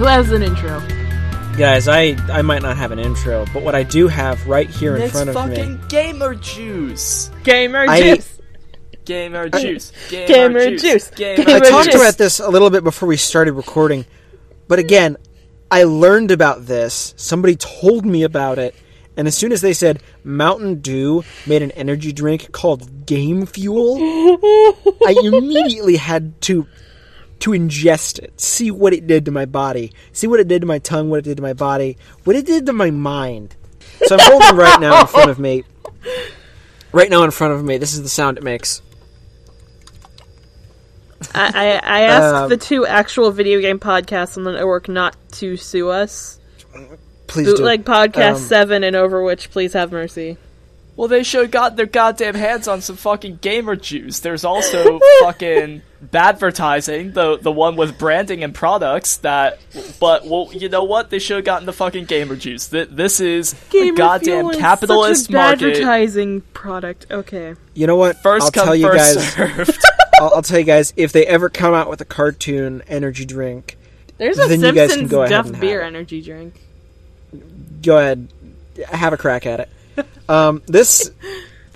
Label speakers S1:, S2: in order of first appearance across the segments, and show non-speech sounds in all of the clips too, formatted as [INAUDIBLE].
S1: That's an intro.
S2: Guys, I, I might not have an intro, but what I do have right here in
S3: It's
S2: front of
S3: fucking
S2: me.
S3: gamer juice.
S1: Gamer
S2: I-
S1: juice. [LAUGHS]
S3: Gamer juice. Gamer,
S1: Gamer juice.
S3: Gamer,
S1: Gamer
S2: I
S3: juice.
S2: talked
S1: juice.
S2: about this a little bit before we started recording, but again, I learned about this. Somebody told me about it, and as soon as they said Mountain Dew made an energy drink called Game Fuel,
S3: [LAUGHS]
S2: I immediately had to to ingest it, see what it did to my body, see what it did to my tongue, what it did to my body, what it did to my mind. So I'm holding right now in front of me. Right now in front of me, this is the sound it makes.
S1: I, I, I asked
S2: Um,
S1: the two actual video game podcasts on the network not to sue us.
S2: Please do.
S1: Bootleg Podcast
S2: Um,
S1: 7 and Overwatch, please have mercy.
S3: Well, they should have got their goddamn hands on some fucking gamer juice.
S1: [LAUGHS]
S3: There's also fucking advertising, the the one with branding and products that. But well, you know what? They should have gotten the fucking gamer juice. Th- this is a
S1: Gamer
S3: goddamn
S1: Fuel is
S3: capitalist
S1: such a bad
S3: market.
S1: advertising product. Okay.
S2: You know what?
S3: First
S2: I'll
S3: come,
S2: tell you
S3: first
S2: guys.
S1: [LAUGHS]
S3: served.
S2: I'll, I'll tell you guys if they ever come out with a cartoon energy drink.
S1: There's a
S2: Then you guys can
S1: Simpsons
S2: go ahead
S1: Duff
S2: and have
S1: beer
S2: it.
S1: energy drink.
S2: Go ahead, have a crack at it. Um, this,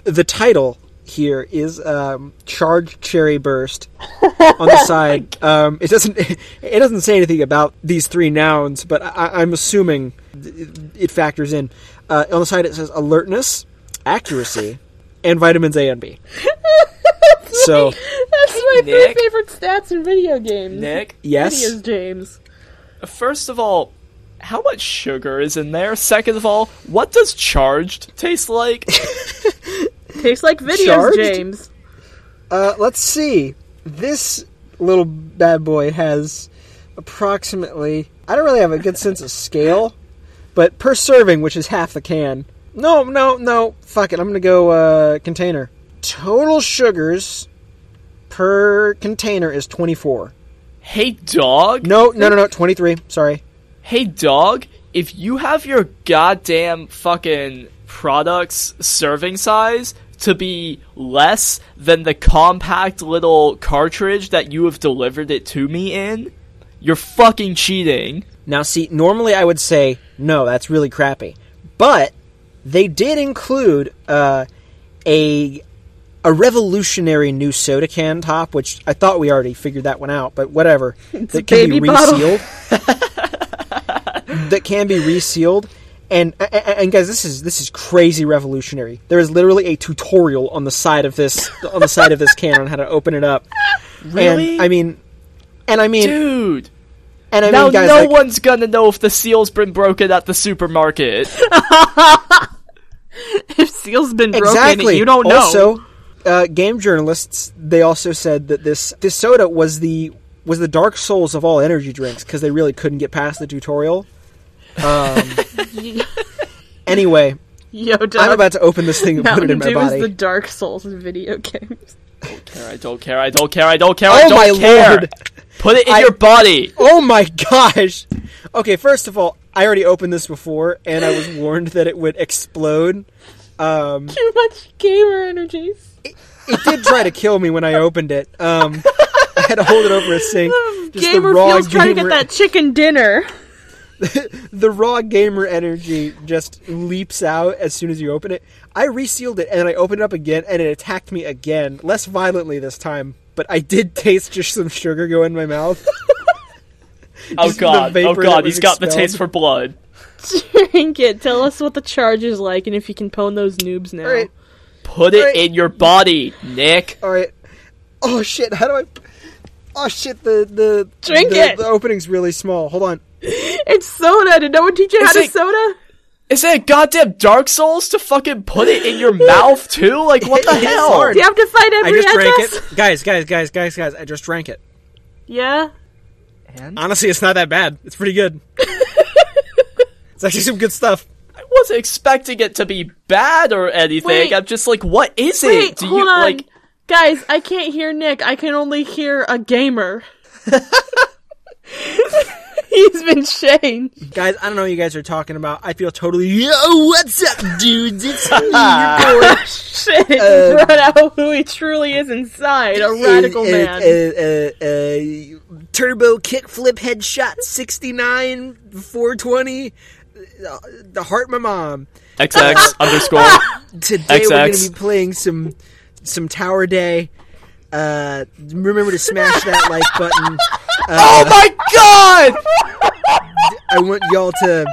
S2: the title here is um, "Charged Cherry Burst." On the side, um, it doesn't [LAUGHS] it doesn't say anything about these three nouns, but I, I'm assuming th- it factors in. Uh, on the side, it says alertness, accuracy, and vitamins A and B.
S1: [LAUGHS]
S2: So
S1: That's my three
S3: Nick?
S1: favorite stats in video games.
S3: Nick,
S1: It
S2: yes,
S1: is James.
S3: first of all, how much sugar is in there? Second of all, what does charged taste like?
S1: Tastes like videos,
S2: Charged?
S1: James.
S2: Uh, let's see. This little bad boy has approximately. I don't really have a good sense of scale, but per serving, which is half the can. No, no, no. Fuck it. I'm gonna go uh, container. Total sugars per container is 24.
S3: hey, dog.
S2: No, no, no, no. 23. Sorry.
S3: Hey, dog. If you have your goddamn fucking products serving size to be less than the compact little cartridge that you have delivered it to me in, you're fucking cheating.
S2: Now, see, normally I would say no. That's really crappy, but they did include uh, a a revolutionary new soda can top, which I thought we already figured that one out, but
S3: [LAUGHS]
S2: whatever. that can
S1: baby
S2: be
S1: bottle.
S2: resealed. that can be resealed. And, and and guys, this is this is crazy revolutionary. There is literally a tutorial on the side of this on the side of this can on how to open it up.
S3: [LAUGHS] Really?
S2: And I mean, and I mean,
S3: Dude.
S2: and I
S3: now
S2: mean, guys,
S3: no
S2: like,
S3: one's gonna know if the seal's been broken at
S2: [LAUGHS]
S3: the supermarket.
S1: [LAUGHS] If Seal's been broken,
S2: exactly.
S1: you don't know.
S2: Also, uh, game journalists they also said that this this soda was the was the Dark Souls of all energy drinks because they really couldn't get past the tutorial.
S1: [LAUGHS]
S2: Um, anyway,
S1: Yo, dog.
S2: I'm about to open this thing and put it in
S1: Mountain
S2: my
S1: Dew is
S2: body.
S1: the Dark Souls of video [LAUGHS] games.
S3: care, I don't care, I don't care, I don't care, I
S2: oh
S3: don't
S2: my
S3: care.
S2: lord!
S3: Put it in
S2: I- [LAUGHS]
S3: your body.
S2: Oh my gosh! Okay, first of all, I already opened this before, and I was warned that it would explode. Um,
S1: Too much gamer energies.
S2: it did try to kill me when I opened it. Um, I had to hold it over a
S1: [LAUGHS]
S2: sink. Just
S1: gamer
S2: the raw
S1: feels trying to get
S2: gamer- e-
S1: that chicken dinner. [LAUGHS]
S2: the raw gamer energy just leaps out as soon as you open it. I resealed it and then I opened it up again and it attacked me again, less violently this time, but I did [LAUGHS] taste just some sugar go in my mouth. [LAUGHS]
S3: Oh
S2: Just the
S3: god, oh
S2: vapor that
S3: god,
S2: was
S3: he's got the
S2: expelled.
S3: taste for blood.
S1: Drink it. Tell us what the charge is like and if you can pwn those noobs now.
S2: All right,
S3: Put it
S2: Alright.
S3: in your body, Nick.
S2: all right. Oh shit! How do I? Oh shit! The the
S1: Drink
S2: the,
S1: it!
S2: The opening's really small. Hold on.
S1: It's soda. Did no one teach you how
S3: It's
S1: to
S3: like-
S1: soda?
S3: Is it goddamn Dark Souls to fucking put it in your mouth too? Like what the
S2: [LAUGHS] It is
S3: hell?
S2: hard.
S1: Do you have to find
S2: I
S1: every
S2: just drank
S1: address?
S2: it, guys, guys, guys, guys, guys. I just drank it.
S1: Yeah.
S2: Honestly, it's not that bad. It's
S1: [LAUGHS]
S2: pretty good. it's actually some good stuff.
S3: I wasn't expecting it to be bad or anything.
S1: Wait.
S3: I'm just like, what is
S1: Wait,
S3: it? Do
S1: hold
S3: you
S1: on.
S3: like
S1: Guys, I
S2: [LAUGHS]
S1: can't hear Nick. I can only hear a gamer. He's been changed.
S2: [LAUGHS] Guys, I don't know what you guys are talking about. I feel totally, yo, what's up, dudes? It's me, your boy.
S1: [LAUGHS]
S2: uh,
S1: Shit, he brought out who he truly is inside,
S2: [LAUGHS]
S1: a radical
S2: uh, uh,
S1: man.
S2: Uh, uh, uh, turbo kickflip headshot 69, 420. Uh, The heart my mom.
S3: [LAUGHS] XX underscore.
S2: Today we're
S3: XX.
S2: going to be playing some some Tower Day. Uh, remember to smash that like button.
S3: Oh my god!
S2: I want y'all to.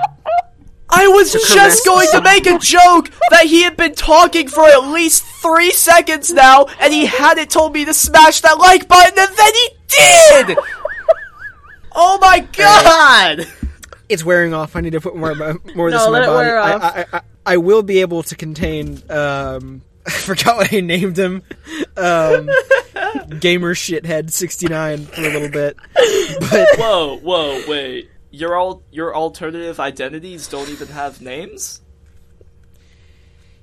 S3: I was
S2: caress
S3: just going to make a joke that he had been talking for at least three seconds now, and he hadn't told me to smash that like button, and then he did! Oh my god!
S2: It's wearing off. I need to put more more of this
S1: No,
S2: in my
S1: let it
S2: body.
S1: wear
S2: I-
S1: off.
S2: I, I, I, I will be able to contain. Um, [LAUGHS] I forgot what I named him. Um, gamer shithead sixty nine for a little bit, but
S3: Whoa, whoa, wait. Your all your alternative identities don't even have names?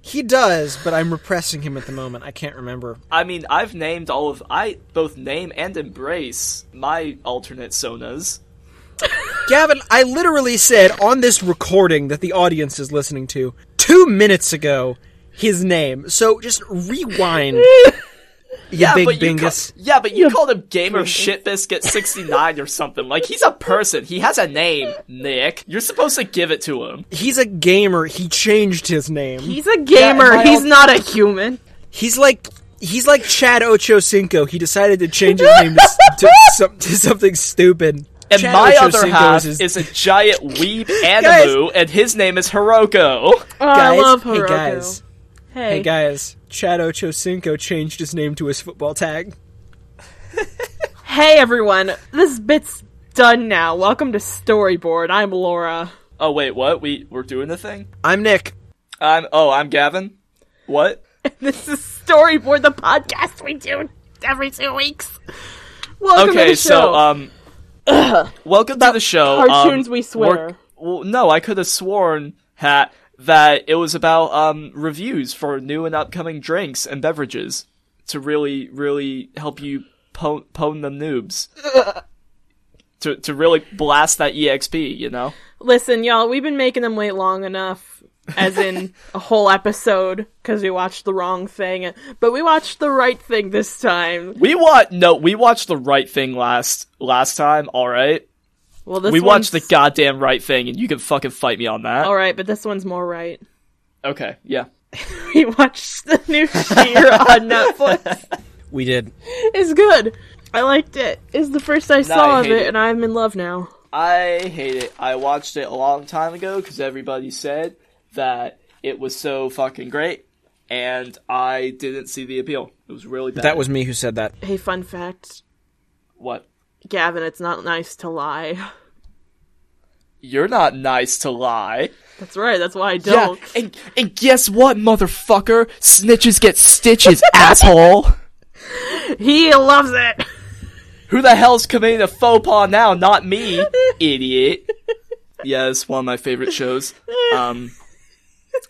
S2: He does, but I'm repressing him at the moment. I can't remember.
S3: I mean, I've named all of I both name and embrace my alternate sonas.
S2: Gavin, I literally said on this recording that the audience is listening to two minutes ago his name. So just rewind.
S1: [LAUGHS]
S2: you big bingus.
S3: You ca- yeah, but you called him Gamer Shit Biscuit 69 or something. Like, he's a person. He has a name, Nick. You're supposed to give it to him.
S2: He's a gamer. He changed his name.
S1: He's a gamer.
S3: Yeah, my
S1: He's
S3: al-
S1: not a human.
S2: he's like he's like Chad Ochocinco. He decided to change his name to,
S3: [LAUGHS]
S2: s- to, some, to something stupid.
S3: And
S2: Chad
S3: my other
S2: Ochocinco
S3: half
S2: his-
S3: is, a giant weeb animu, and his name is Hiroko.
S1: Oh,
S2: guys,
S1: I love
S2: hey,
S1: Hiroko.
S2: guys.
S1: Hey.
S2: Hey guys, Chad Ochocinco changed his name to his football tag.
S1: Hey, everyone. This bit's done now. Welcome to Storyboard. I'm Laura. [LAUGHS]
S3: Oh, wait, what? We, we're doing the thing?
S2: I'm Nick.
S3: I'm, oh, I'm Gavin? What?
S1: This is Storyboard, the podcast we do every two weeks. Welcome to
S3: okay,
S1: the show.
S3: so um, welcome to the show.
S1: cartoons
S3: um,
S1: we swear.
S3: we're- Well, no, I could have sworn hat that it was about um reviews for new and upcoming drinks and beverages to really, really help you pwn, pwn
S1: [LAUGHS]
S3: the noobs. To, to really blast that exp, you know.
S1: Listen, y'all, we've been making them wait long enough, as in a whole episode, because we watched the wrong thing. But we watched the right thing this time.
S3: We watch no, we watched the right thing last last time. All right,
S1: Well, this
S3: we watched the
S1: one's-
S3: goddamn right thing, and you can fucking fight me on that.
S1: All right, but this one's more right. [LAUGHS]
S3: Okay, yeah.
S1: We watched the
S3: [LAUGHS]
S1: new Sheer [LAUGHS] on Netflix.
S2: We did.
S1: It's good. I liked it. It's the first I
S3: I
S1: saw of
S3: hate
S1: it,
S3: it.
S1: and I'm in love now.
S3: I hate it. I watched it a long time ago because everybody said that it was so fucking great, and I didn't see the appeal. It was really bad.
S2: That was me who said that.
S1: Hey, fun fact,
S3: what?
S1: Gavin. It's not nice to lie. [LAUGHS]
S3: You're not nice to lie.
S1: That's right. That's why I don't. [LAUGHS]
S3: and and guess what, motherfucker? Snitches get stitches, asshole.
S1: He loves it.
S3: Who the hell's committing a faux pas now? Not me, idiot. Yeah, it's one of my favorite shows. Um,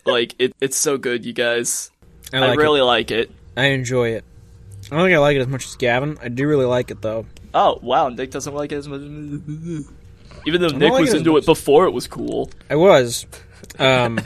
S3: like it, it's so good, you guys.
S2: I,
S3: I
S2: like
S3: really like it.
S2: it. I enjoy it. I don't think I like it as much as Gavin. I do really like it though.
S3: Oh wow, Nick doesn't like it as much. [LAUGHS] Even though Nick
S2: like
S3: was
S2: it as
S3: into
S2: much.
S3: it before it was cool.
S2: I was.
S3: [LAUGHS]
S2: Um,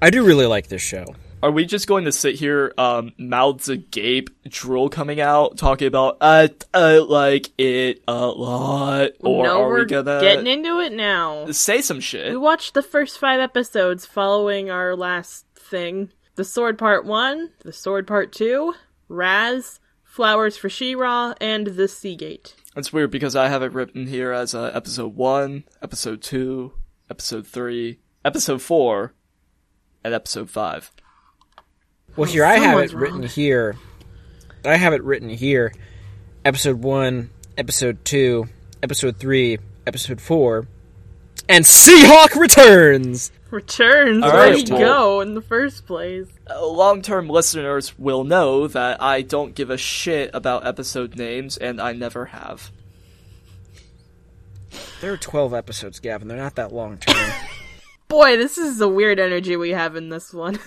S2: I do really like this show.
S3: Are we just going to sit here, um, mouths agape, drool coming out, talking about uh, I like it a lot, or
S1: no,
S3: are
S1: we're
S3: we gonna
S1: getting into it now.
S3: say some shit?
S1: We watched the first five episodes following our last thing. The Sword Part 1, The Sword Part 2, Raz, Flowers for She-Ra, and The Seagate.
S3: That's weird because I have it written here as uh, episode one, episode two, episode three, episode four, and episode five.
S2: Well, here I have
S1: someone's
S2: it written
S1: wrong.
S2: here. I have it written here. Episode one, episode two, episode three, episode four, and Seahawk returns.
S1: Returns,
S3: All
S1: where'd
S3: right,
S1: he
S3: well-
S1: go in the first place?
S3: long term listeners will know that I don't give a shit about episode names, and I never have.
S2: There are twelve episodes, Gavin. They're not that
S1: [LAUGHS]
S2: long term.
S1: Boy, this is the weird energy we have in this one.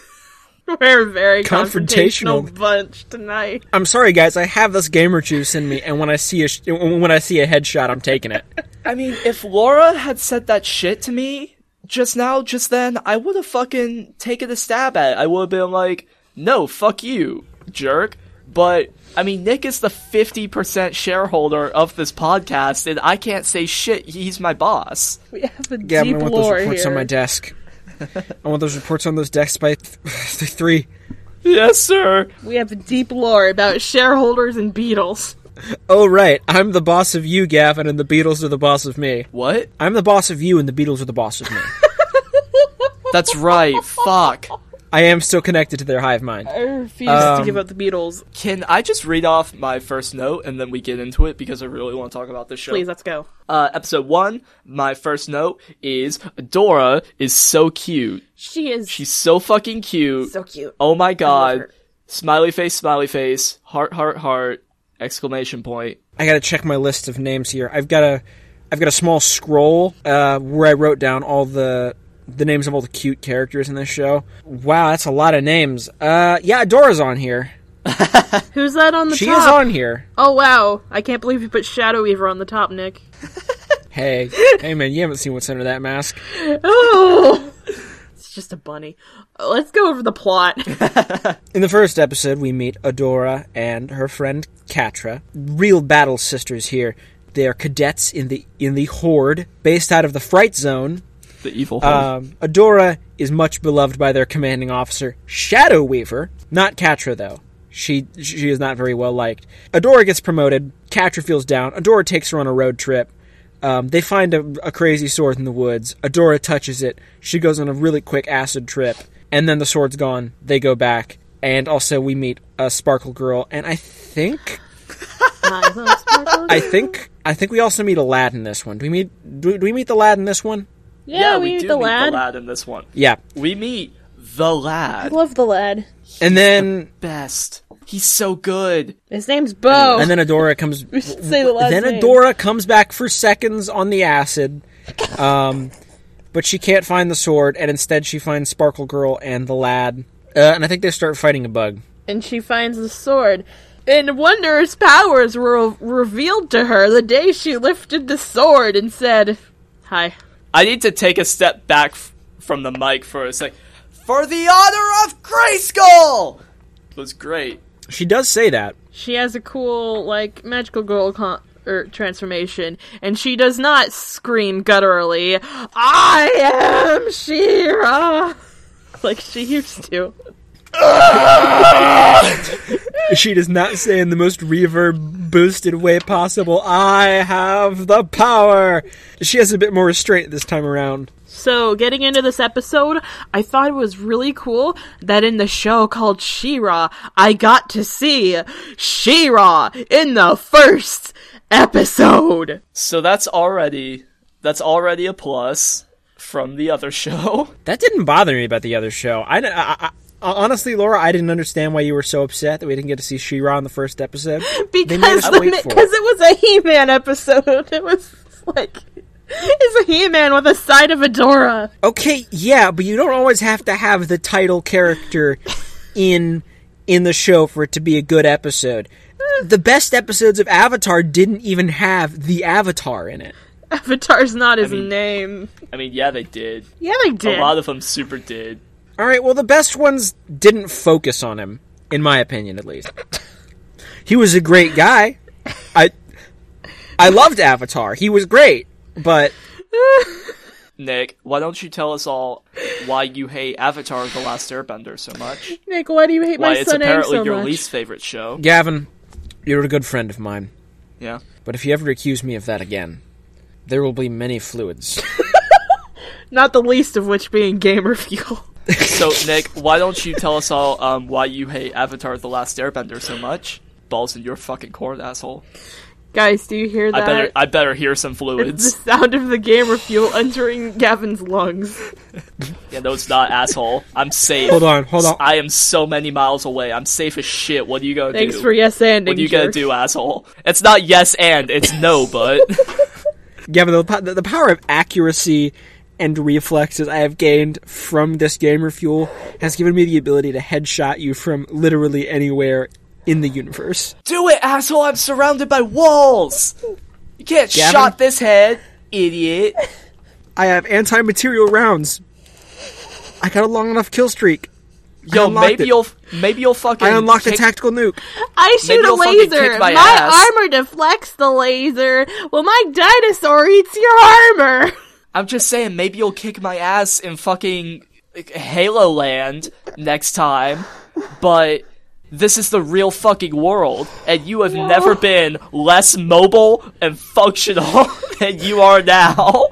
S1: [LAUGHS] We're a very confrontational.
S2: Confrontational.
S1: bunch tonight.
S2: I'm sorry, guys. I have this gamer juice in me, and when I see a sh- when I see a headshot, I'm taking it.
S3: I mean, if Laura had said that shit to me just now, just then, I would have fucking taken a stab at it. I would have been like, no, fuck you, jerk. But, I mean, Nick is the 50% shareholder of this podcast, and I can't say shit. He's my boss.
S1: We have a
S2: Gavin,
S1: deep
S2: I want those
S1: lore
S2: reports
S1: here.
S2: on
S1: [LAUGHS]
S2: my desk. I want those reports on those desks by th- [LAUGHS] three.
S3: Yes, sir.
S1: we have a deep lore about shareholders and beetles.
S2: Oh, right. I'm the boss of you, Gavin, and the Beatles are the boss of me.
S3: What?
S2: I'm the boss of you, and the Beatles are the boss of me.
S3: That's right. Fuck.
S2: I am still connected to their hive mind.
S1: I refuse to
S2: Um,
S1: give up the beetles.
S3: Can I just read off my first note and then we get into it because I really want to talk about this show?
S1: Please, let's go.
S3: Uh, episode one, my first note is Dora is so cute.
S1: She is
S3: She's so fucking cute.
S1: so cute.
S3: oh my
S1: love
S3: god.
S1: her.
S3: Smiley face, smiley face, heart, heart, heart, exclamation point.
S2: I gotta check my list of names here. I've got a, I've got a small scroll uh, where I wrote down all the the names of all the cute characters in this show. Wow, that's a lot of names. Uh, yeah, Dora's on here.
S1: Who's that on the
S2: She
S1: top?
S2: is on here.
S1: Oh wow! I can't believe you put Shadow Weaver on the top, Nick.
S2: Hey, hey man, you haven't seen what's under that mask. [LAUGHS]
S1: Oh, it's just a bunny. Uh, Let's go over the plot.
S2: In the first episode, we meet Adora and her friend Katra, real battle sisters here. They are cadets in the in the Horde, based out of the Fright Zone.
S3: The evil hole.
S2: Um, Adora is much beloved by their commanding officer, Shadow Weaver. Not Katra, though. She she is not very well liked. Adora gets promoted. Katra feels down. Adora takes her on a road trip. Um, they find a, a crazy sword in the woods. Adora touches it. She goes on a really quick acid trip, and then the sword's gone. They go back, and also we meet a Sparkle Girl, and I think [LAUGHS] I think I think we also meet a lad in this one. Do we meet do, do we meet the lad in this one?
S1: yeah, we, meet the lad.
S3: in this one.
S2: Yeah,
S3: We meet the lad.
S1: Love the lad.
S2: and then
S3: Best. He's so good.
S1: His name's Bo.
S2: and then Adora comes.
S1: Oh. [LAUGHS] should say the last
S2: then
S1: name.
S2: Adora comes back for seconds on the acid, um, but she can't find the sword, and instead she finds Sparkle Girl and the lad, uh, and I think they start fighting a bug.
S1: and she finds the sword. And wondrous powers were revealed to her the day she lifted the sword and said, "Hi."
S3: I need to take a step back f- from the mic for a sec. For the honor of Grayskull! Was great.
S2: She does say that.
S1: She has a cool, like, magical girl con- er, transformation, and she does not scream gutturally, I am She-Ra! [LAUGHS] Like she used to.
S2: She does not say in the most reverb boosted way possible. I have the power. She has a bit more restraint this time around.
S1: So, getting into this episode, I thought it was really cool that in the show called She-Ra, I got to see She-Ra in the first episode.
S3: So that's already that's already a plus from the other [LAUGHS] show.
S2: That didn't bother me about the other show. I, I- I- honestly, Laura, I didn't understand why you were so upset that we didn't get to see She-Ra in the first episode. They made
S1: because
S2: us
S1: the,
S2: wait
S1: mi-
S2: for
S1: 'cause it was a He-Man episode. [LAUGHS] It was like it's a He-Man with a side of Adora.
S2: Okay, yeah, but you don't always have to have the title character in in the show for it to be a good episode. The best episodes of Avatar didn't even have the Avatar in it.
S1: Avatar's not his
S3: mean-
S1: name.
S3: I mean, yeah, they did.
S1: Yeah, they did.
S3: A lot of them super did.
S2: All right, well, the best ones didn't focus on him, in my opinion, at least. He was a great guy. I I loved Avatar. He was great, but
S3: Nick, why don't you tell us all why you hate Avatar: The Last Airbender so much?
S1: Nick, why do you hate
S3: Why
S1: my
S3: it's
S1: son name
S3: apparently
S1: so
S3: your
S1: much?
S3: least favorite show?
S2: Gavin, you're a good friend of mine.
S3: Yeah.
S2: But if you ever accuse me of that again, there will be many fluids.
S1: Not the least of which being gamer fuel. [LAUGHS]
S3: So Nick, why don't you tell us all um, why you hate Avatar: The Last Airbender so much? Balls in your fucking corn, asshole.
S1: Guys, do you hear that?
S3: I better I better hear some
S1: it's the
S3: fluids.
S1: sound of the gamer fuel entering Gavin's lungs.
S3: yeah, no, it's not asshole. I'm safe.
S2: Hold on, hold on.
S3: I am so many miles away. I'm safe as shit. What are you gonna
S1: Thanks
S3: do?
S1: for yes anding.
S3: what are you gonna
S1: jerk.
S3: do, asshole? It's not yes and, it's no,
S1: [LAUGHS]
S3: but
S2: Gavin, the, po- the power of accuracy and reflexes I have gained from this gamer fuel has given me the ability to headshot you from literally anywhere in the universe.
S3: do it, asshole. I'm surrounded by walls. You can't
S2: Gavin?
S3: shot this head. idiot.
S2: I have anti-material rounds. I got a long enough kill streak.
S3: Yo,
S2: unlocked
S3: maybe
S2: it.
S3: you'll maybe you'll fucking
S2: I unlocked a
S3: kick-
S2: tactical nuke.
S1: I shoot
S3: Maybe
S1: a
S3: you'll fucking
S1: laser.
S3: kick
S1: My,
S3: my ass.
S1: armor deflects the laser. Well, my dinosaur eats your armor. [LAUGHS]
S3: I'm just saying maybe you'll kick my ass in fucking Halo Land next time. But this is the real fucking world and you have never been less mobile and functional [LAUGHS] than you are now.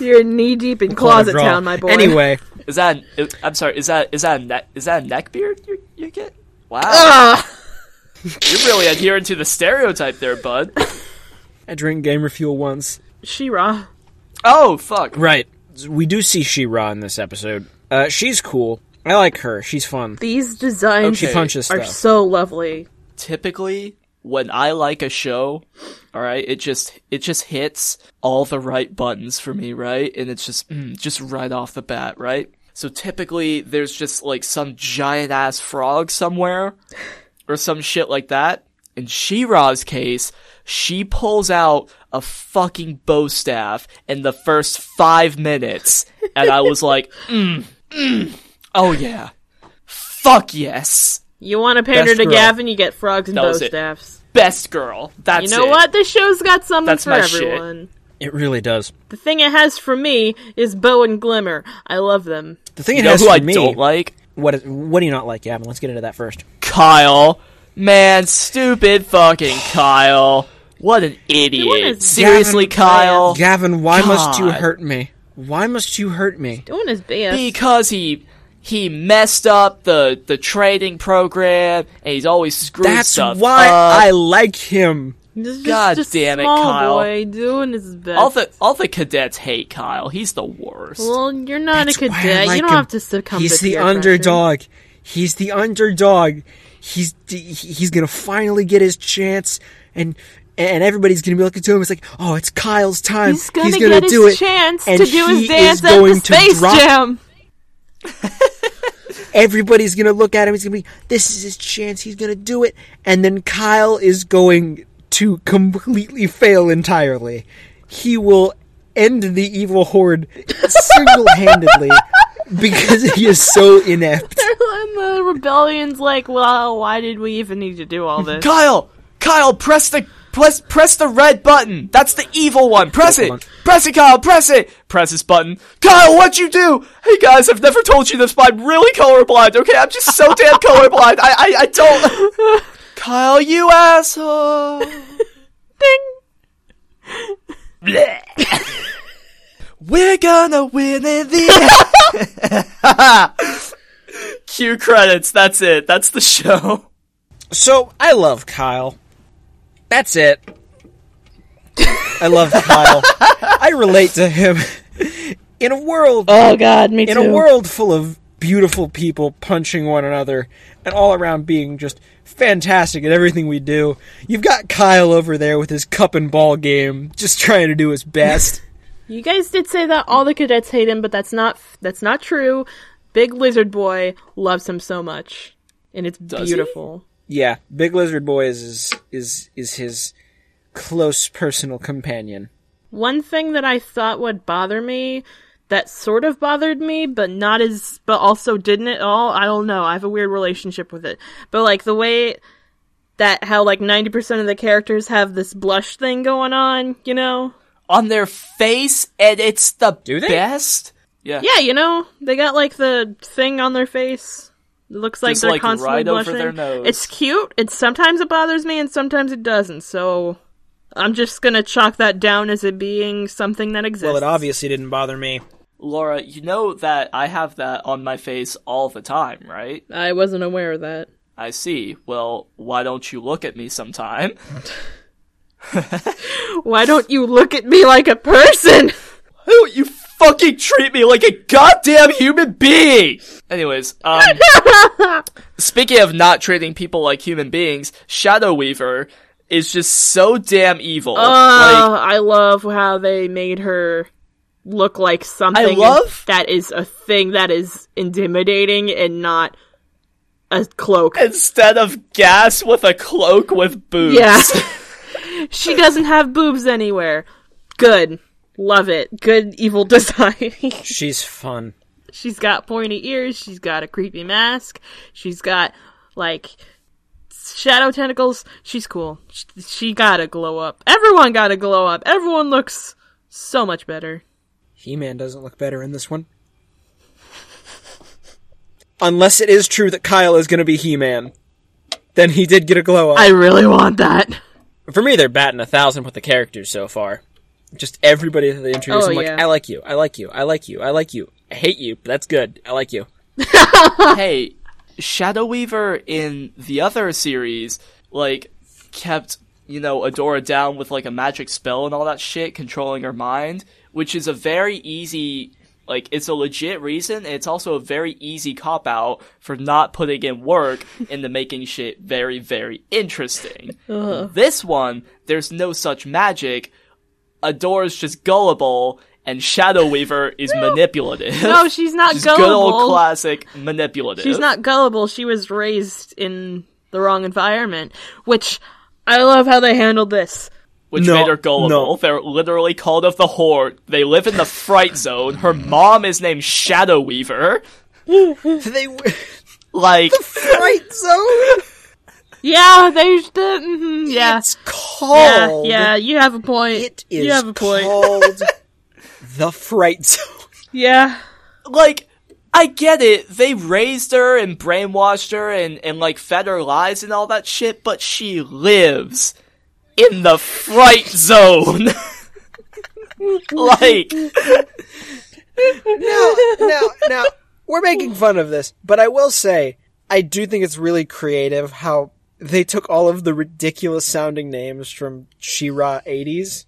S1: You're knee deep in closet
S2: Draw.
S1: town, my boy.
S2: Anyway,
S3: Is that an, I'm sorry, is that is that a neck is that a neck beard you you get? Wow.
S1: Ugh.
S3: You're really adhering to the stereotype there, bud.
S2: I drink Gamer Fuel once.
S1: Shira.
S3: Oh fuck.
S2: Right. We do see She-Ra in this episode. Uh, she's cool. I like her. She's fun.
S1: These designs
S2: She
S3: Okay.
S2: punches
S1: are
S2: stuff.
S1: so lovely.
S3: typically when I like a show, all right, it just it just hits all the right buttons for me, right? And it's just mm, just right off the bat, right? So typically there's just like some giant ass frog somewhere or some shit like that. In She-Ra's case, she pulls out a fucking bow staff in the first 5 minutes and I was like, [LAUGHS] mm, mm, "Oh yeah. Fuck yes."
S1: You want to pander
S2: Best
S1: to
S2: girl.
S1: Gavin, you get frogs and
S3: That
S1: bow
S3: was it.
S1: staffs.
S3: best girl. That's
S1: you know
S3: it.
S1: what? This show's got something
S3: That's
S1: for
S3: my shit.
S1: everyone.
S2: It really does.
S1: The thing it has for me is bow and glimmer. I love them.
S2: The thing
S3: You
S2: [LAUGHS] it
S3: know
S2: has
S3: who
S2: for
S3: I
S2: me.
S3: don't like?
S2: What, is, what do you not like, Gavin? Let's get into that first.
S3: Kyle. Man, stupid fucking Kyle. What an
S1: wanna
S3: idiot. Seriously,
S1: Gavin
S3: Kyle.
S2: Gavin, why must you
S3: God.
S2: hurt me? Why must you hurt me?
S1: Doing his best.
S3: Because he he messed up the the trading program and he's always screwing
S2: That's
S3: stuff
S1: Uh,
S2: why
S3: up.
S2: I like him.
S1: Just- just-
S3: God
S1: just
S3: damn it,
S1: small
S3: Kyle.
S1: boy, doing his best.
S3: all the all the cadets hate Kyle. He's the worst.
S1: well, you're not
S2: That's
S1: a
S2: why I
S1: cadet.
S2: like
S1: you don't
S2: him.
S1: have to succumb
S2: He's
S1: to
S2: the
S1: peer pressure.
S2: underdog. He's the underdog. He's he- he's gonna finally get his chance, and and everybody's gonna be looking to him. It's like, oh, it's Kyle's time.
S1: He's gonna,
S2: gonna
S1: get
S2: do
S1: his
S2: it.
S1: chance
S2: and
S1: to do
S2: he
S1: his
S2: is
S1: dance at
S2: going
S1: the
S2: to
S1: Space
S2: drop-
S1: Jam. [LAUGHS]
S2: Everybody's gonna look at him. He's gonna be, this is his chance. He's gonna do it. And then Kyle is going to completely [LAUGHS] fail entirely. He will end the evil [LAUGHS] horde single handedly because he is so inept.
S1: and the uh, rebellion's like, well, why did we even need to do all this?
S3: Kyle! Kyle, press the press press the red button. That's the evil one. Press
S2: Hold
S3: it.
S2: on.
S3: Press it, Kyle, press it. Press this button. Kyle, what'd you do? Hey guys, I've never told you this, but I'm really colorblind, okay? I'm just so
S1: [LAUGHS]
S3: damn colorblind. I I, I don't [LAUGHS] Kyle, you
S1: [LAUGHS]
S3: asshole.
S1: Ding!
S3: [LAUGHS] We're gonna win in the
S1: [LAUGHS]
S3: end. [LAUGHS] Cue credits, that's it. That's the show.
S2: So I love Kyle. That's it. I love [LAUGHS] Kyle. I relate to him. In a world
S1: [LAUGHS] Oh god, me
S2: in a world full of beautiful people punching one another and all around being just fantastic at everything we do, you've got Kyle over there with his cup and ball game, just trying to do his [LAUGHS] best.
S1: You guys did say that all the cadets hate him, but that's not that's not true. Big Lizard Boy loves him so much, and it's
S3: he?
S1: beautiful.
S2: yeah, Big Lizard Boy is is is, is his close personal companion.
S1: One thing that I thought would bother me that sort of bothered me, but not as but also didn't at all. I don't know. I have a weird relationship with it. But like the way that how like 90% of the characters have this blush thing going on, you know?
S3: On their face, and it's the
S2: Do they?
S3: best. Yeah.
S1: Yeah, you know, they got like the thing on their face. It looks like
S3: Just,
S1: they're
S3: like,
S1: constantly
S3: right over
S1: blushing.
S3: their nose.
S1: It's cute. It sometimes it bothers me and sometimes it doesn't. So I'm just gonna chalk that down as it being something that exists.
S2: Well, it obviously didn't bother me.
S3: Laura, you know that I have that on my face all the time, right?
S1: I wasn't aware of that.
S3: I see. Well, why don't you look at me sometime? [LAUGHS]
S1: Why don't you look at me like a person? [LAUGHS]
S3: Why don't you fucking treat me like a goddamn human being? Anyways,
S2: [LAUGHS]
S3: um. speaking of not treating people like human beings, Shadow Weaver is just so damn evil.
S2: Uh.
S1: Oh, I love how they made her look like something
S3: I love-
S1: that is a thing that is intimidating and not a cloak.
S3: like, instead of gas with a cloak with boobs.
S1: Yeah. [LAUGHS] She doesn't have boobs anywhere. Good. Love it. Good evil design. [LAUGHS]
S2: She's fun.
S1: she's got pointy ears. She's got a creepy mask. She's got, like, shadow tentacles. She's cool. She, she got to glow up. Everyone got to glow up. Everyone looks so much better.
S2: He Man doesn't look better in this one. Unless it is true that Kyle is going to be He Man. Then he did get a glow up.
S1: I really want that.
S2: For me, they're batting a thousand with the characters so far. Just everybody that they introduce,
S1: Oh,
S2: I'm like,
S1: yeah.
S2: I like you, I like you, I like you, I like you, I hate you, but that's good, I like you.
S3: hey, Shadow Weaver in the other series, like, kept, you know, Adora down with, like, a magic spell and all that shit, controlling her mind, which is a very easy, like, it's a legit reason, and it's also a very easy cop out for not putting
S1: [LAUGHS]
S3: in work into making shit very, very interesting. This one, there's no such magic. Adora's just gullible, and Shadow Weaver is manipulative.
S1: No, she's
S3: [LAUGHS]
S1: not
S3: Just
S1: gullible.
S3: good old classic manipulative.
S1: She's not gullible. She was raised in the wrong environment, which I love how they handled this.
S3: which
S2: No,
S3: made her gullible.
S2: no.
S3: They're literally called of the horde. They live in the fright zone. Her mom is named Shadow Weaver.
S1: [LAUGHS]
S2: they
S3: Like,
S2: right zone.
S1: Yeah, they. The, mhm, yeah,
S2: It's
S1: yeah,
S2: called.
S1: yeah. You have a point.
S2: It is
S1: you have a point. [LAUGHS]
S2: called the fright zone.
S1: Yeah,
S3: like I get it. They raised her and brainwashed her and and like fed her lies and all that shit, but she lives in the fright zone. [LAUGHS] like,
S2: now, now, now, [LAUGHS] we're making fun of this, but I will say, I do think it's really creative how they took all of the ridiculous sounding names from She-Ra 80s,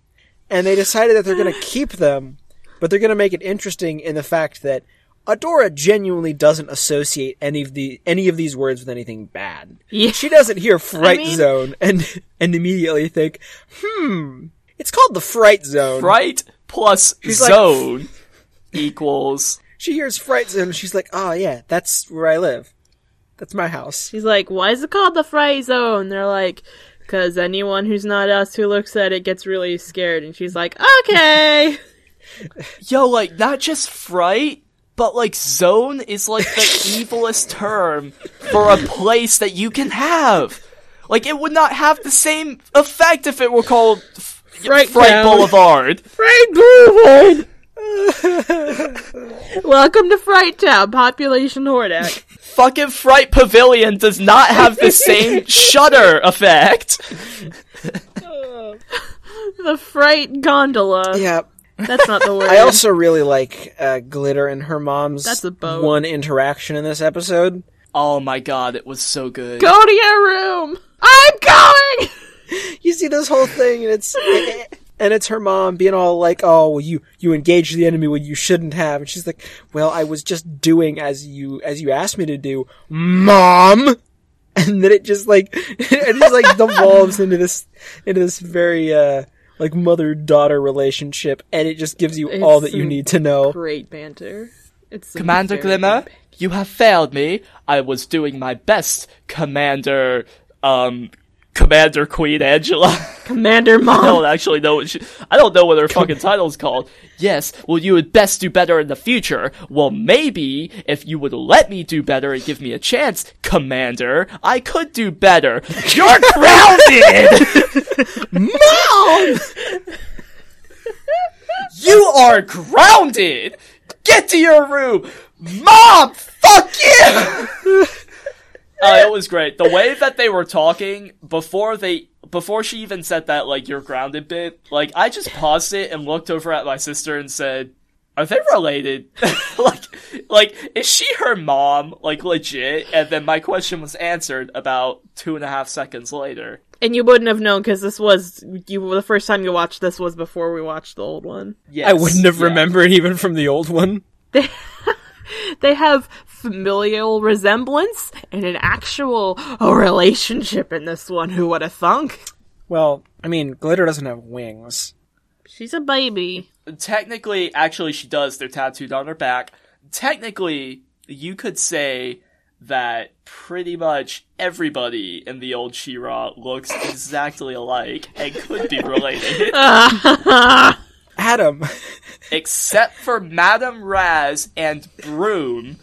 S2: and they decided that
S1: [SIGHS]
S2: they're gonna keep them, but they're gonna make it interesting in the fact that Adora genuinely doesn't associate any of the any of these words with anything bad.
S1: Yeah.
S2: She doesn't hear fright
S1: mean-
S2: zone and and immediately think, hmm, it's called the fright zone.
S3: fright plus
S2: like-
S3: zone equals
S2: She hears fright zone. and She's like, "Oh yeah, that's where I live. That's my
S1: [LAUGHS]
S2: house."
S1: she's like, "Why is it called the Fry Zone?" They're like, "Cause anyone who's not us who looks at it gets really scared." And she's like,
S2: [LAUGHS]
S1: "Okay."
S3: Yo, like not just fright, but like zone is
S1: [LAUGHS]
S3: like the evilest term for a place that you can have. Like it would not have the same effect if it were called f-
S1: Fright Town.
S3: Boulevard.
S1: Fright Boulevard. Welcome to Fright Town, population
S2: [LAUGHS]
S1: Hordak.
S3: Fucking Fright Pavilion does not have the
S1: [LAUGHS]
S3: same shudder effect.
S1: the Fright Gondola.
S2: [LAUGHS] Oh. Yeah.
S1: That's
S2: [LAUGHS]
S1: not the word.
S2: I also really like uh, Glitter and her mom's
S1: That's a boat.
S2: one interaction in this episode.
S3: Oh my god, it was so good.
S1: Go to your room. I'm going.
S2: You see this whole thing, and it's and it's her mom being all like, "Oh, well, you you engaged the enemy when you shouldn't have," and she's like, "Well, I was just doing as you as you asked me to do, mom." And then it just like [LAUGHS] it just like devolves into this into this very uh like mother daughter relationship, and it just gives you all
S1: It's
S2: that you
S1: some
S2: need to know.
S1: Great banter. It's some
S3: Commander
S1: very
S3: Glimmer,
S1: good-
S3: you have failed me. I was doing my best, Commander, um, Commander Queen Angela. [LAUGHS]
S1: Commander
S3: I
S1: Mom.
S3: [LAUGHS] don't actually know what she, I don't know what her fucking title's called. Yes, well, you would best do better in the future. Well, maybe if you would let me do better and give me a chance, Commander, I could do better. [LAUGHS] You're [LAUGHS] grounded.
S2: Mom,
S3: you are grounded. Get to your room, Mom. Fuck you. Uh, it was great. The way that they were talking before they before she even said that like you're grounded bit, like I just paused it and looked over at my sister and said, "Are they related? [LAUGHS] like like is she her mom? Like legit?" And then my question was answered about two and a half seconds later.
S1: And you wouldn't have known because this was you. The first time you watched this was before we watched the old one.
S3: Yes,
S2: I wouldn't have
S3: yeah.
S2: remembered even from the old one.
S1: They have familial resemblance and an actual a relationship in this one. Who would have thunk?
S2: Well, I mean, Glitter doesn't have wings.
S1: She's a baby.
S3: technically actually she does they're tattooed on her back technically you could say that pretty much everybody in the old Shira looks exactly alike and could be related, [LAUGHS]
S2: Adam.
S3: except for Madame Raz and Broom.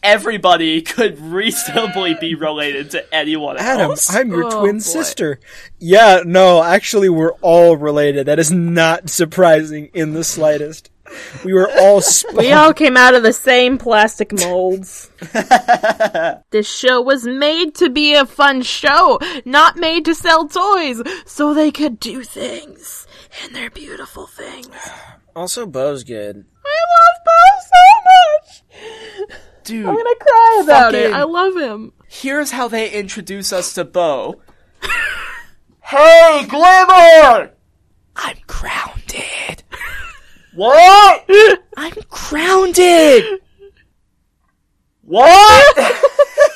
S3: Everybody could reasonably be related to anyone
S2: Adam,
S3: else.
S2: I'm your
S1: Oh,
S2: twin
S1: boy.
S2: sister. Yeah, no, actually, we're all related. That is not surprising in the slightest. We were
S1: [LAUGHS]
S2: all spawned.
S1: We all came out of the same plastic [LAUGHS] molds. this show was made to be a fun show, not made to sell toys, so they could do things. And they're beautiful things.
S2: also, Bo's good.
S1: I love Bo so much!
S3: Dude,
S1: I cry about it.
S3: Fucking-
S1: I love him.
S3: here's how they introduce us to Bo. [LAUGHS] hey, Glimmer! I'm grounded. what? I'm grounded. What? [LAUGHS]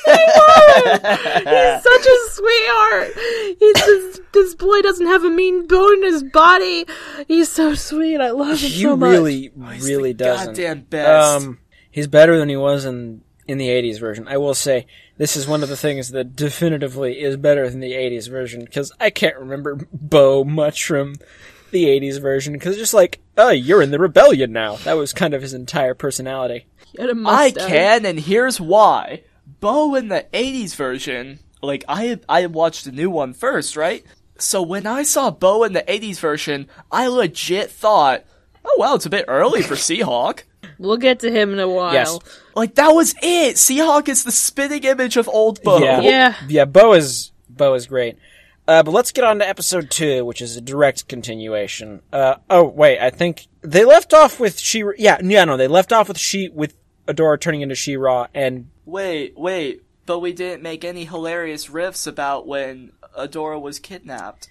S1: He's such a sweetheart. He's just, this boy doesn't have a mean bone in his body. He's so sweet. I love him
S2: He
S1: so much.
S2: really, really doesn't.
S3: Goddamn best.
S2: Um, he's better than he was in in the '80s version. I will say this is one of the things that definitively is better than the '80s version because I can't remember Bo much from the '80s version because just like, oh, you're in the rebellion now. That was kind of his entire personality.
S1: He had a
S3: I
S1: mustache.
S3: can, and here's why. Bo in the '80s version, like I, I watched the new one first, right? So when I saw Bo in the '80s version, I legit thought, "Oh wow, it's a bit early for Seahawk."
S1: We'll get to him in a while.
S2: Yes.
S3: Like that was it. Seahawk is the spitting image of old Bo.
S2: Yeah,
S1: Yeah.
S2: yeah. Bo is Bo is great. Uh, but let's get on to episode two, which is a direct continuation. Uh, oh wait, I think they left off with she. Yeah, yeah, no, they left off with she with Adora turning into She-Ra and
S3: Wait, wait, but we didn't make any hilarious riffs about when Adora was kidnapped.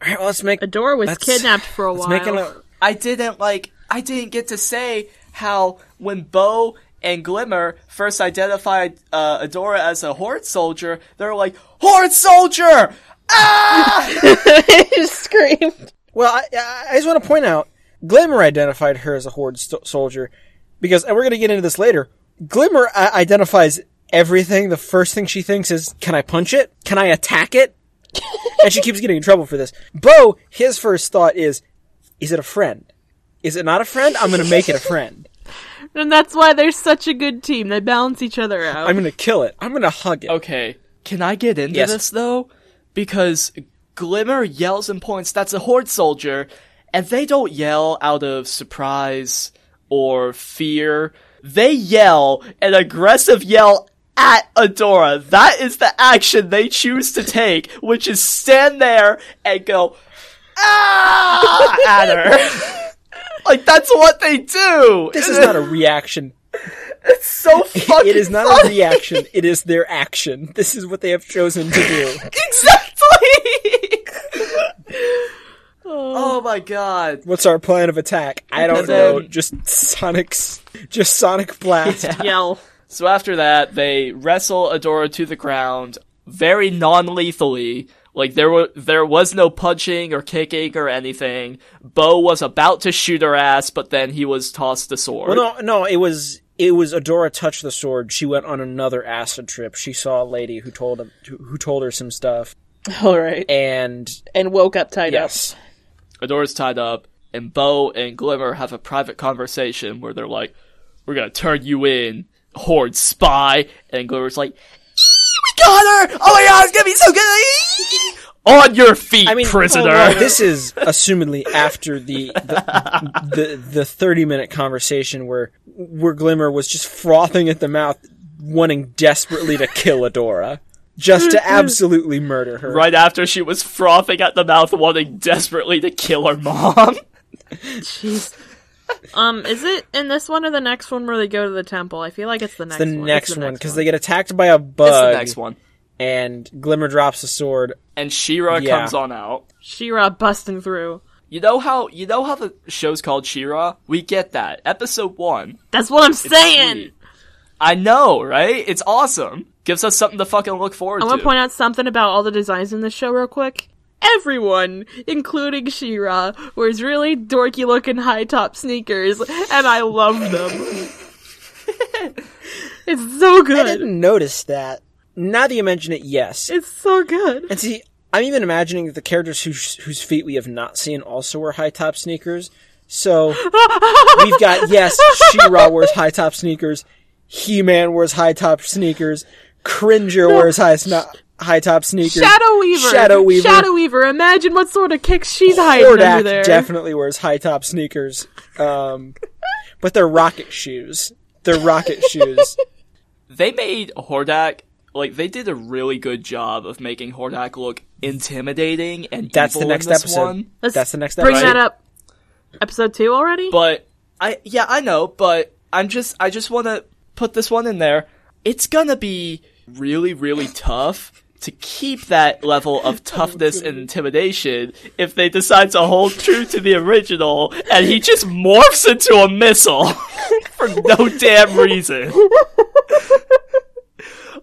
S2: All right, well, let's make
S1: Adora was
S2: That's-
S1: kidnapped for a
S2: let's
S1: while.
S2: make it a-
S3: I didn't like. I didn't get to say how when Bo and Glimmer first identified uh, Adora as a Horde soldier, they were like Horde soldier. Ah!
S1: [LAUGHS] He
S2: [LAUGHS]
S1: screamed.
S2: Well, I- I, I just want to point out, Glimmer identified her as a Horde st- soldier because, and we're going to get into this later. Glimmer uh, identifies everything. The first thing she thinks is, "Can I punch it? Can I attack it?" and she keeps getting in trouble for this. Bo, his first thought is, "Is it a friend? Is it not a friend? I'm going to make it a friend.
S1: And that's why they're such a good team. They balance each other out.
S2: I'm going to kill it. I'm going to hug it."
S3: okay, can I get into
S2: Yes.
S3: this though? Because Glimmer yells and points, "That's a Horde soldier," and they don't yell out of surprise or fear. They yell an aggressive yell at Adora. That is the action they choose to take, which is stand there and go
S2: [LAUGHS]
S3: ah at her. [LAUGHS] like that's what they do.
S2: This is not a reaction.
S3: It's so
S2: [LAUGHS]
S3: fucking.
S2: It is
S3: [LAUGHS]
S2: not a
S3: funny.
S2: reaction. It is their action. This is what they have chosen to do.
S3: Exactly. oh my god.
S2: What's our plan of attack? I don't
S3: And then-
S2: know. Just Sonic's, just Sonic Blast.
S1: Yell.
S3: So after that, they wrestle Adora to the ground very non-lethally. Like there were there was no punching or kicking or anything. Bo was about to shoot her ass, but then he was tossed a sword.
S2: Well, no, no, it was it was Adora touched the sword. She went on another acid trip. She saw a lady who told him, who who told her some stuff,
S1: All right.
S2: and
S1: And woke up tied
S2: yes,
S3: Adora's tied up, and Bo and Glimmer have a private conversation where they're like, "We're gonna turn you in, horde spy," and Glimmer's like, "We got her! Oh my god, it's gonna be so good!" On your feet,
S2: I mean,
S3: prisoner.
S2: well, this is assumedly after the the, the the thirty minute conversation where where Glimmer was just frothing at the mouth, wanting desperately to kill Adora, just [LAUGHS] to absolutely murder her.
S3: [LAUGHS] right after she was frothing at the mouth, wanting desperately to kill her mom.
S1: Jeez. Um, is it in this one or the next one where they go to the temple? I feel like it's the next
S2: the
S1: one. It's
S2: next one because they get attacked by a bug.
S3: That's the next one.
S2: and Glimmer drops the sword.
S3: And Shira
S2: Yeah.
S3: comes on out.
S1: Shira busting through.
S3: You know how you know how the show's called Shira? We get that. Episode one.
S1: That's what I'm saying.
S3: sweet. I know, right? It's awesome. Gives us something to fucking look forward
S1: I
S3: to.
S1: want to point out something about all the designs in this show, real quick. Everyone, including Shira, wears really dorky looking high top sneakers, and I love them.
S2: [LAUGHS]
S1: It's so
S2: I
S1: good.
S2: didn't notice that. Now that you mention it, yes.
S1: It's so good.
S2: And see, I'm even imagining that the characters whose whose feet we have not seen also wear high top sneakers. So we've got yes, She-Ra wears high top sneakers. He-Man wears high top sneakers. Cringer wears high sno- high top sneakers.
S1: Shadow Weaver.
S2: Shadow Weaver.
S1: Shadow Weaver. Imagine what sort of kicks she's hiding under there.
S2: Hordak definitely wears high top sneakers. Um, but they're rocket shoes. They're rocket
S3: [LAUGHS]
S2: shoes.
S3: they made Hordak like they did a really good job of making Hordak look intimidating and
S2: That's
S3: evil
S2: the
S3: in
S2: next
S3: this
S2: episode.
S3: One.
S1: Let's
S2: That's the next
S1: Bring
S2: episode.
S1: that up. Episode two already?
S3: But I yeah, I know, but I'm just I just want to put this one in there. It's gonna be really really tough to keep that level of toughness and intimidation if they decide to hold true to the original and he just morphs into a missile [LAUGHS] for no damn reason.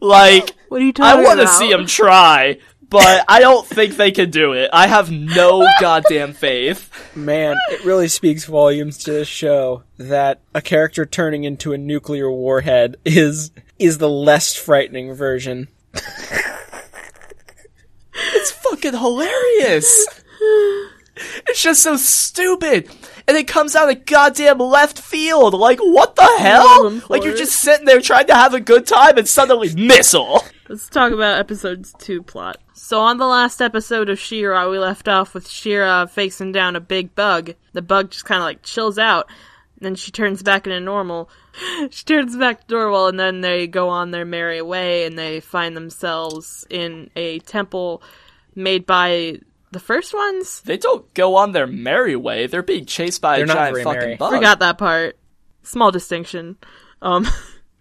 S3: like
S1: what are you
S3: I
S1: talking
S3: want to
S1: about?
S3: see him try, but I don't think they can do it. I have no goddamn faith.
S2: Man, it really speaks volumes to this show that a character turning into a nuclear warhead is is the less frightening version.
S3: It's fucking [LAUGHS] hilarious. It's just so stupid. And it comes out of goddamn left field. Like, what the
S1: love
S3: hell?
S1: him for
S3: Like, you're
S1: it.
S3: just sitting there trying to have a good time and suddenly missile.
S1: Let's talk about episode's two plot. So on the last episode of Shira, we left off with Shira facing down a big bug. The bug just kind of like chills out, and then she turns back into normal. [LAUGHS] she turns back to normal, and then they go on their merry way, and they find themselves in a temple made by the first ones.
S3: They don't go on their merry way. They're being chased by
S2: They're
S3: a
S2: not
S3: giant
S2: very
S3: fucking
S2: merry.
S3: bug.
S1: Forgot that part. Small distinction. Um,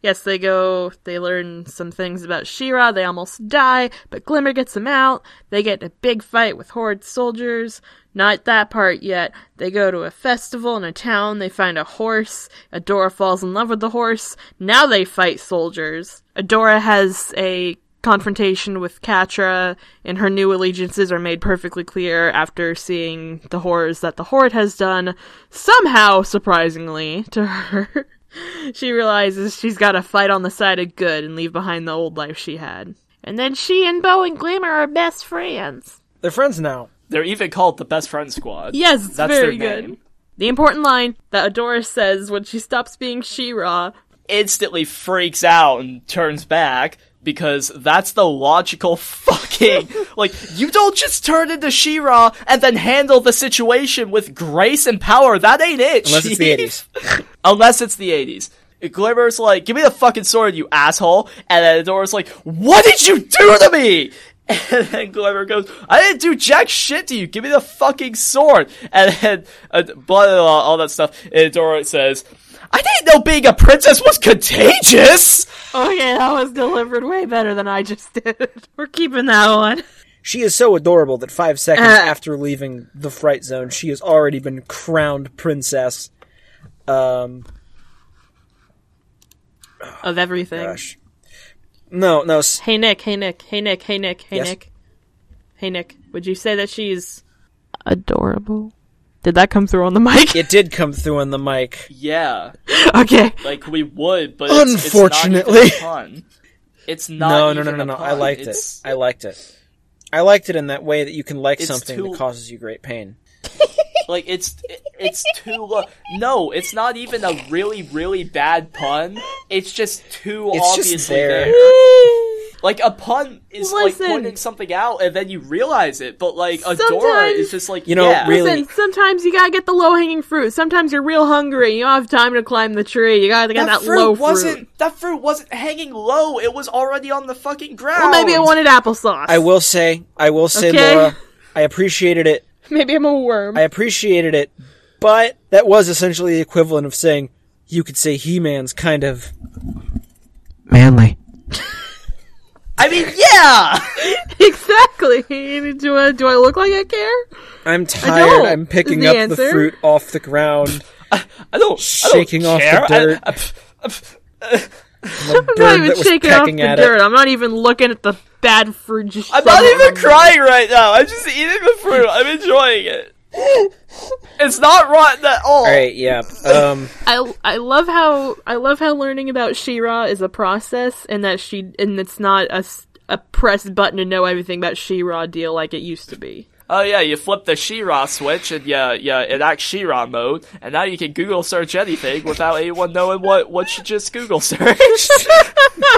S1: yes, they go. They learn some things about Shira. They almost die, but Glimmer gets them out. They get in a big fight with Horde soldiers. Not that part yet. They go to a festival in a town. They find a horse. Adora falls in love with the horse. Now they fight soldiers. Adora has a confrontation with Katra, and her new allegiances are made perfectly clear after seeing the horrors that the Horde has done, somehow, surprisingly, to her. [LAUGHS] she realizes she's got to fight on the side of good and leave behind the old life she had. And then she and Bo and Glamour are best friends.
S2: They're friends now.
S3: They're even called the best friend squad.
S1: Yes, it's
S3: That's
S1: very
S3: their name.
S1: good. The important line that Adora says when she stops being She-Ra
S3: instantly freaks out and turns back because that's the logical [LAUGHS] fucking like you don't just turn into Shira and then handle the situation with grace and power. That ain't it.
S2: Unless it's the
S3: chief.
S2: 80s.
S3: Unless it's the eighties. Glimmer's like, give me the fucking sword, you asshole. And then Adora's like, what did you do to me? [LAUGHS] And then Glimmer goes, I didn't do jack shit to you. Give me the fucking sword. And then uh, blah, blah, blah, all that stuff. And Adora says, I didn't know being a princess was contagious.
S1: Okay, "Oh, that was delivered way better than I just did. [LAUGHS] We're keeping that one.
S2: She is so adorable that five seconds
S1: Uh.
S2: after leaving the Fright Zone, she has already been crowned princess. Um,
S1: Of everything.
S2: gosh. No, no, s-
S1: Hey Nick, hey Nick, hey Nick, hey Nick, hey
S2: Yes?
S1: Nick. Hey Nick, would you say that she's adorable? Did that come through on the mic?
S2: it did come through on the mic.
S3: Yeah,
S1: [LAUGHS]
S2: [LAUGHS]
S1: okay.
S3: like we would, but it's-
S2: Unfortunately.
S3: it's not even a pun. It's not.
S2: No, no, no,
S3: even
S2: no,
S3: a
S2: no.
S3: pun.
S2: I liked
S3: It's-
S2: it. I liked it. I liked it in that way that you can like
S3: It's
S2: something
S3: too-
S2: that causes you great pain.
S3: Like it's it- it's too lo- no, it's not even a really really bad pun. It's just too
S2: It's just
S3: obviously
S2: there.
S3: there. Like a pun is
S1: Listen.
S3: like pointing something out and then you realize it, but like Adora
S1: Sometimes-
S3: is just like
S2: You know,
S3: yeah.
S2: really-
S1: Listen, sometimes you gotta get the low hanging fruit. Sometimes you're real hungry. You don't have time to climb the tree. You gotta get
S3: that,
S1: that,
S3: fruit
S1: low
S3: wasn't
S1: fruit.
S3: that fruit wasn't hanging low. It was already on the fucking ground.
S1: Well, maybe I wanted applesauce.
S2: I will say, I will say,
S1: Okay.
S2: Laura, I appreciated it.
S1: maybe I'm a worm.
S2: I appreciated it, but that was essentially the equivalent of saying you could say He-Man's kind of manly.
S3: [LAUGHS] I mean, yeah.
S1: [LAUGHS] exactly. Do I, do I look like I care?
S2: I'm tired.
S1: know,
S2: I'm picking
S1: is
S2: up
S1: the
S2: the
S1: answer.
S2: fruit off
S1: [LAUGHS]
S2: the ground.
S3: I don't
S2: Shaking
S3: I
S2: off
S3: don't
S2: the
S3: care. I-
S2: dirt.
S3: I- I-
S2: I'm a
S1: I'm not
S2: bird that
S1: even
S2: was
S1: shaking off the
S2: pecking at
S1: dirt. I'm not even looking at the bad fruit. just
S3: I'm not
S1: shoving it
S3: even
S1: in my [LAUGHS]
S3: crying right now. I'm just eating the fruit. I'm enjoying it. It's not rotten at all.
S2: All right, yeah. Um,
S1: I, I love how I love how learning about Shira is a process, and that she and it's not a, s- a press button to know everything about Shira deal like it used to be.
S3: Oh yeah, you flip the Shira switch and yeah, yeah, it acts Shira mode, and now you can Google search anything without anyone knowing what what you just Google searched.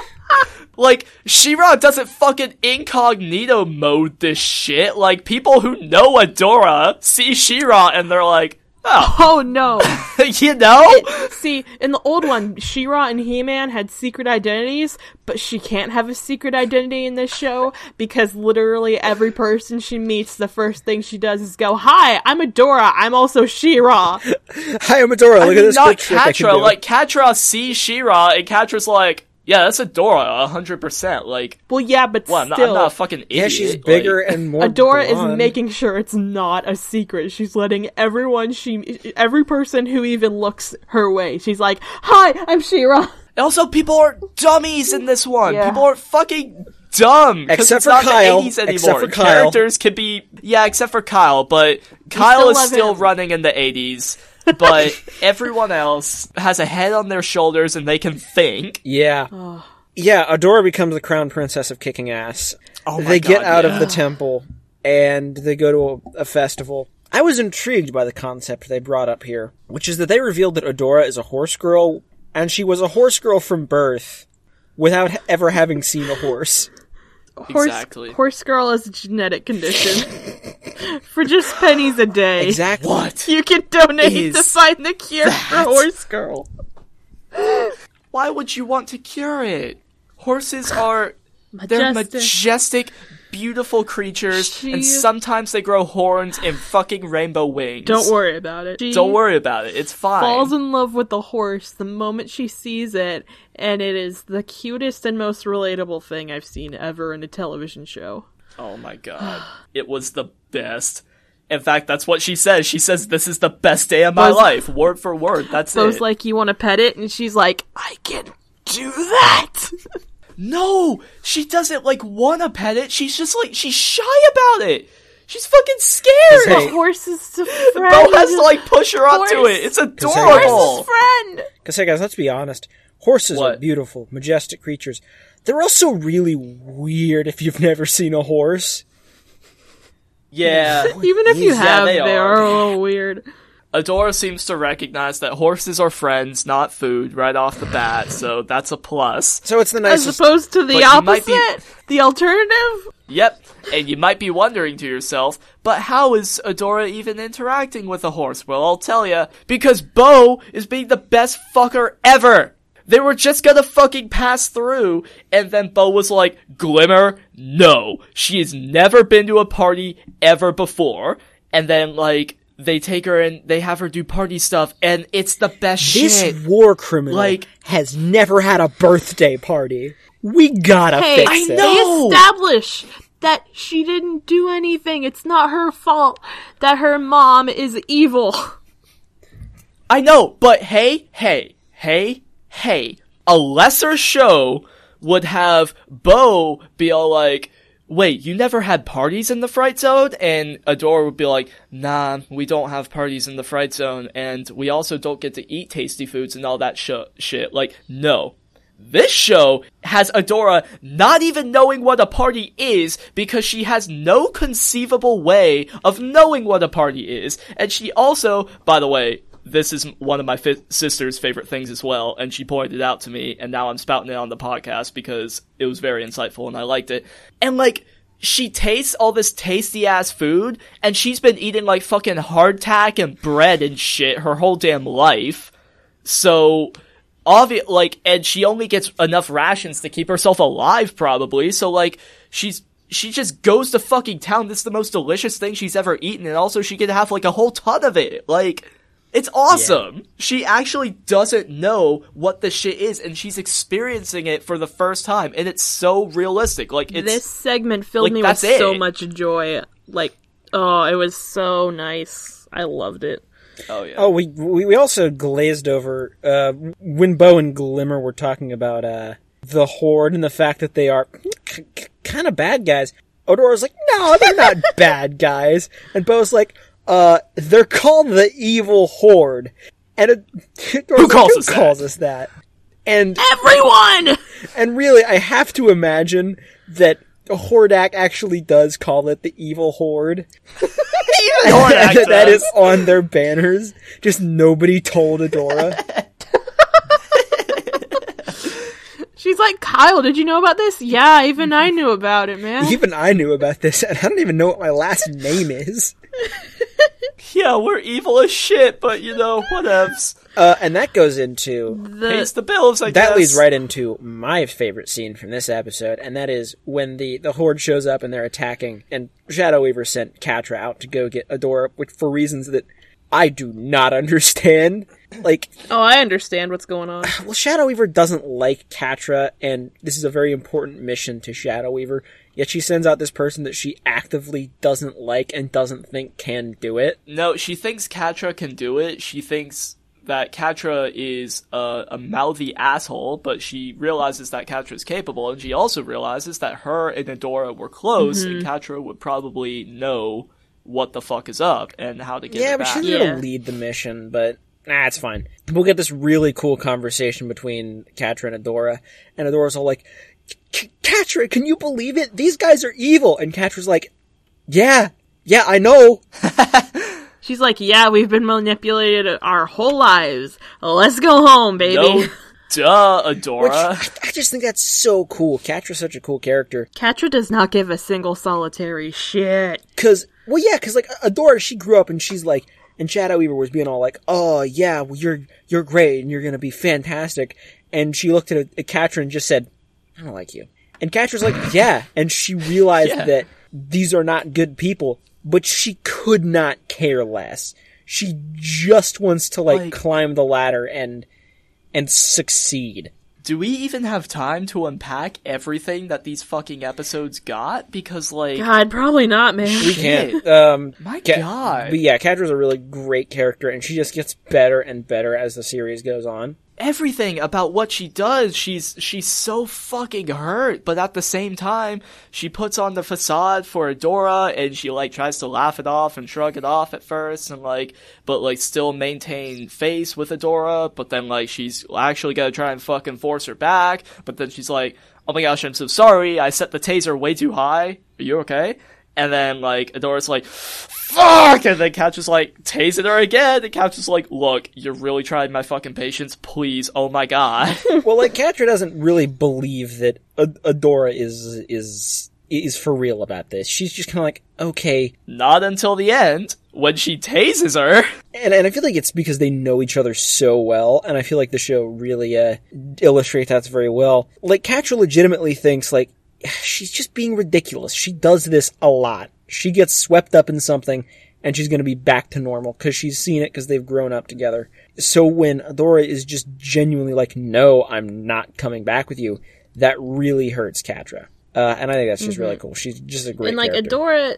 S3: [LAUGHS] like Shira doesn't fucking incognito mode this shit. Like people who know Adora see Shira and they're like, [LAUGHS] oh,
S1: Oh no!
S3: you know.
S1: See, in the old one, She-Ra and He-Man had secret identities, but she can't have a secret identity in this show because literally every person she meets, the first thing she does is go, "Hi, I'm Adora. I'm also She-Ra."
S2: [LAUGHS] hi, I'm Adora. Look at this
S3: not
S2: quick trick I can
S3: Katra.
S2: do.
S3: Like Katra sees Shira and Katra's like, yeah, that's Adora, hundred percent. Like,
S1: Well, yeah, but
S3: well, I'm not,
S1: still,
S3: I'm not a fucking idiot.
S2: yeah, she's
S3: like-
S2: bigger and more.
S1: Adora is
S2: blonde.
S1: making sure it's not a secret. She's letting everyone she, every person who even looks her way, she's like, "Hi, I'm She-Ra."
S3: And also, people are dummies in this one.
S1: Yeah.
S3: People are fucking dumb. 'cause
S2: Except
S3: it's
S2: for
S3: not
S2: Kyle.
S3: The 80s
S2: Except
S3: anymore.
S2: for Kyle.
S3: Characters can be yeah, except for Kyle, but Kyle
S1: still
S3: is
S1: love
S3: still
S1: him.
S3: running in the
S1: [LAUGHS]
S3: 80s. But everyone else has a head on their shoulders and they can think.
S2: Yeah. Yeah, Adora becomes the crown princess of kicking ass.
S3: Oh my
S2: they get
S3: God,
S2: out
S3: yeah.
S2: of the temple and they go to a, a festival. I was intrigued by the concept they brought up here, which is that they revealed that Adora is a horse girl and she was a horse girl from birth without h- ever having seen a
S3: [LAUGHS]
S2: horse.
S1: Horse,
S3: Exactly.
S1: horse girl is a genetic condition. [LAUGHS] For just pennies a day.
S2: Exactly.
S3: What?
S1: You can donate to
S3: Is
S1: find the cure for horse girl.
S3: Why would you want to cure it? Horses are they're
S1: Majestic.
S3: majestic, beautiful creatures,
S1: She-
S3: and sometimes they grow horns and fucking rainbow wings.
S1: Don't worry about it. She
S3: Don't worry about it. It's fine.
S1: Falls in love with the horse the moment she sees it, and it is the cutest and most relatable thing I've seen ever in a television show.
S3: Oh my god. it was the best. In fact, that's what she says. She says, This is the best day of my
S1: Those-
S3: life. Word for word. That's
S1: So it's
S3: it.
S1: like, you want to pet it, and she's like, I can do
S3: [LAUGHS]
S1: that.
S3: no! She doesn't like wanna pet it. She's just like she's shy about it. She's fucking scared.
S2: Hey.
S1: the horse is to
S3: Bo
S1: friend.
S3: has to like push her up to
S1: Horse.
S3: it. It's
S2: I-
S3: adorable.
S1: friend.
S2: Because, hey, guys, let's be honest. Horses are
S3: What?
S2: beautiful, majestic creatures. They're also really weird if you've never seen a horse.
S3: Yeah.
S1: [LAUGHS] Even if you
S3: Yeah,
S1: have,
S3: they
S1: they,
S3: are.
S1: are a little weird.
S3: Adora seems to recognize that horses are friends, not food, right off the bat, so that's a plus.
S2: So it's the
S1: As
S2: nicest.
S1: opposed to the
S3: But you might
S1: opposite,
S3: be-
S1: the alternative.
S3: Yep, and you might be wondering to yourself, but how is Adora even interacting with a horse? Well, I'll tell ya, because Bo is being the best fucker ever! They were just gonna fucking pass through, and then Bo was like, Glimmer, no. She has never been to a party ever before. And then, like, they take her and they have her do party stuff, and it's the best
S2: This
S3: shit.
S2: war criminal
S3: Like-
S2: has never had a birthday party. We gotta
S1: Hey,
S2: fix
S1: I
S2: it.
S3: know.
S1: They
S3: No!
S1: establish that she didn't do anything. It's not her fault that her mom is evil.
S3: I know, but hey, hey, hey, hey. A lesser show would have Bo be all like, wait, you never had parties in the Fright Zone? And Adora would be like, nah, we don't have parties in the Fright Zone, and we also don't get to eat tasty foods and all that sh- shit. Like, no. This show has Adora not even knowing what a party is because she has no conceivable way of knowing what a party is. And she also, by the way, this is one of my fi- sister's favorite things as well, and she pointed it out to me, and now I'm spouting it on the podcast because it was very insightful and I liked it. And like, she tastes all this tasty ass food, and she's been eating like fucking hardtack and bread and shit her whole damn life. So obvious like and she only gets enough rations to keep herself alive probably. So like she's she just goes to fucking town. This is the most delicious thing she's ever eaten and also she could have like a whole ton of it. Like it's awesome. She actually doesn't know what the shit is and she's experiencing it for the first time and it's so realistic. Like it's
S1: this segment filled
S3: like,
S1: me with
S3: that's it.
S1: so much joy. Like, oh, it was so nice. I loved it.
S3: oh yeah. [LAUGHS]
S2: Oh, we, we we also glazed over uh, when Bo and Glimmer were talking about uh, the Horde and the fact that they are k-
S3: [LAUGHS]
S2: k- kind of bad guys. Odora's like, no, they're not bad guys, and Bo's like, Uh, they're called the Evil Horde, and it, [LAUGHS]
S3: Who calls us that?
S2: calls us that? And
S1: Everyone!
S2: and really, I have to imagine that Hordak actually does call it the Evil Horde.
S3: Hordak
S2: [LAUGHS] that, that
S3: does.
S2: is on their banners. Just nobody told
S3: [LAUGHS]
S2: Adora.
S1: She's like, Kyle, did you know about this? Yeah, even I knew about it, man.
S2: even I knew about this, and I don't even know what my last name is.
S3: Yeah, we're evil as shit, but you know, whatevs.
S2: Uh, and that goes into
S1: The-
S3: Pays the bills, I guess.
S2: that leads right into my favorite scene from this episode, and that is when the the horde shows up and they're attacking, and Shadow Weaver sent Katra out to go get Adora, which for reasons that I do not [LAUGHS] understand. Like
S1: oh, I understand what's going
S3: [LAUGHS]
S1: on.
S2: Well, Shadow Weaver doesn't like Katra, and this is a very important mission to Shadow Weaver. Yet she sends out this person that she actively doesn't like and doesn't think can do it.
S3: No, she thinks Katra can do it. She thinks that Katra is a, a mouthy asshole, but she realizes that Katra is capable, and she also realizes that her and Adora were close, and
S2: Mm-hmm.
S3: Katra would probably know what the fuck is up and how to get
S2: Yeah,
S3: it
S2: but
S3: back.
S2: she's
S1: Yeah.
S2: gonna lead the mission, but nah, it's fine. We'll get this really cool conversation between Katra and Adora, and Adora's all like, "K- Katra, can you believe it? These guys are evil! And Katra's like, yeah, yeah, I know.
S1: She's like, yeah, we've been manipulated our whole lives. Let's go home, baby.
S3: no, duh,
S2: Which,
S3: Adora.
S2: I, I just think that's so cool. Katra's such a cool character.
S1: Katra does not give a single solitary shit.
S2: Cause, well, yeah, cause like Adora, she grew up and she's like, and Shadow Weaver was being all like, "Oh yeah, well you're you're great and you're gonna be fantastic," and she looked at, at Katra and just said, "I don't like you." And Katra's like, [LAUGHS] "Yeah," and she realized
S3: Yeah.
S2: that these are not good people, but she could not care less. She just wants to like,
S3: Like-
S2: climb the ladder and and succeed.
S3: Do we even have time to unpack everything that these fucking episodes got? Because, like,
S1: God, probably not, man.
S2: We
S3: Shit.
S2: can't. Um,
S3: my
S2: Ca-
S3: god.
S2: But yeah, Katra's a really great character, and she just gets better and better as the series goes on.
S3: everything about what she does. She's she's so fucking hurt, but at the same time, she puts on the facade for Adora and she like tries to laugh it off and shrug it off at first and like but like still maintain face with Adora, but then like she's actually gonna try and fucking force her back, but then she's like, Oh my gosh, I'm so sorry, I set the taser way too high. Are you okay? And then like Adora's like, fuck! And then Couch is like, tasing her again. And Couch is like, look, you're really trying my fucking patience, please. Oh my god. [LAUGHS]
S2: well, like Katra doesn't really believe that Ad- Adora is is is for real about this. She's just kind of like, okay,
S3: Not until the end when she tases her.
S2: and and I feel like it's because they know each other so well, and I feel like the show really uh, illustrates that very well. Like Katra legitimately thinks like "Ah, she's just being ridiculous. She does this a lot. She gets swept up in something, and she's going to be back to normal because she's seen it because they've grown up together. So when Adora is just genuinely like, "No, I'm not coming back with you," that really hurts Katra. Uh, and I think that's just really cool. She's just a great
S1: Mm-hmm. and like
S2: character.
S1: Adora,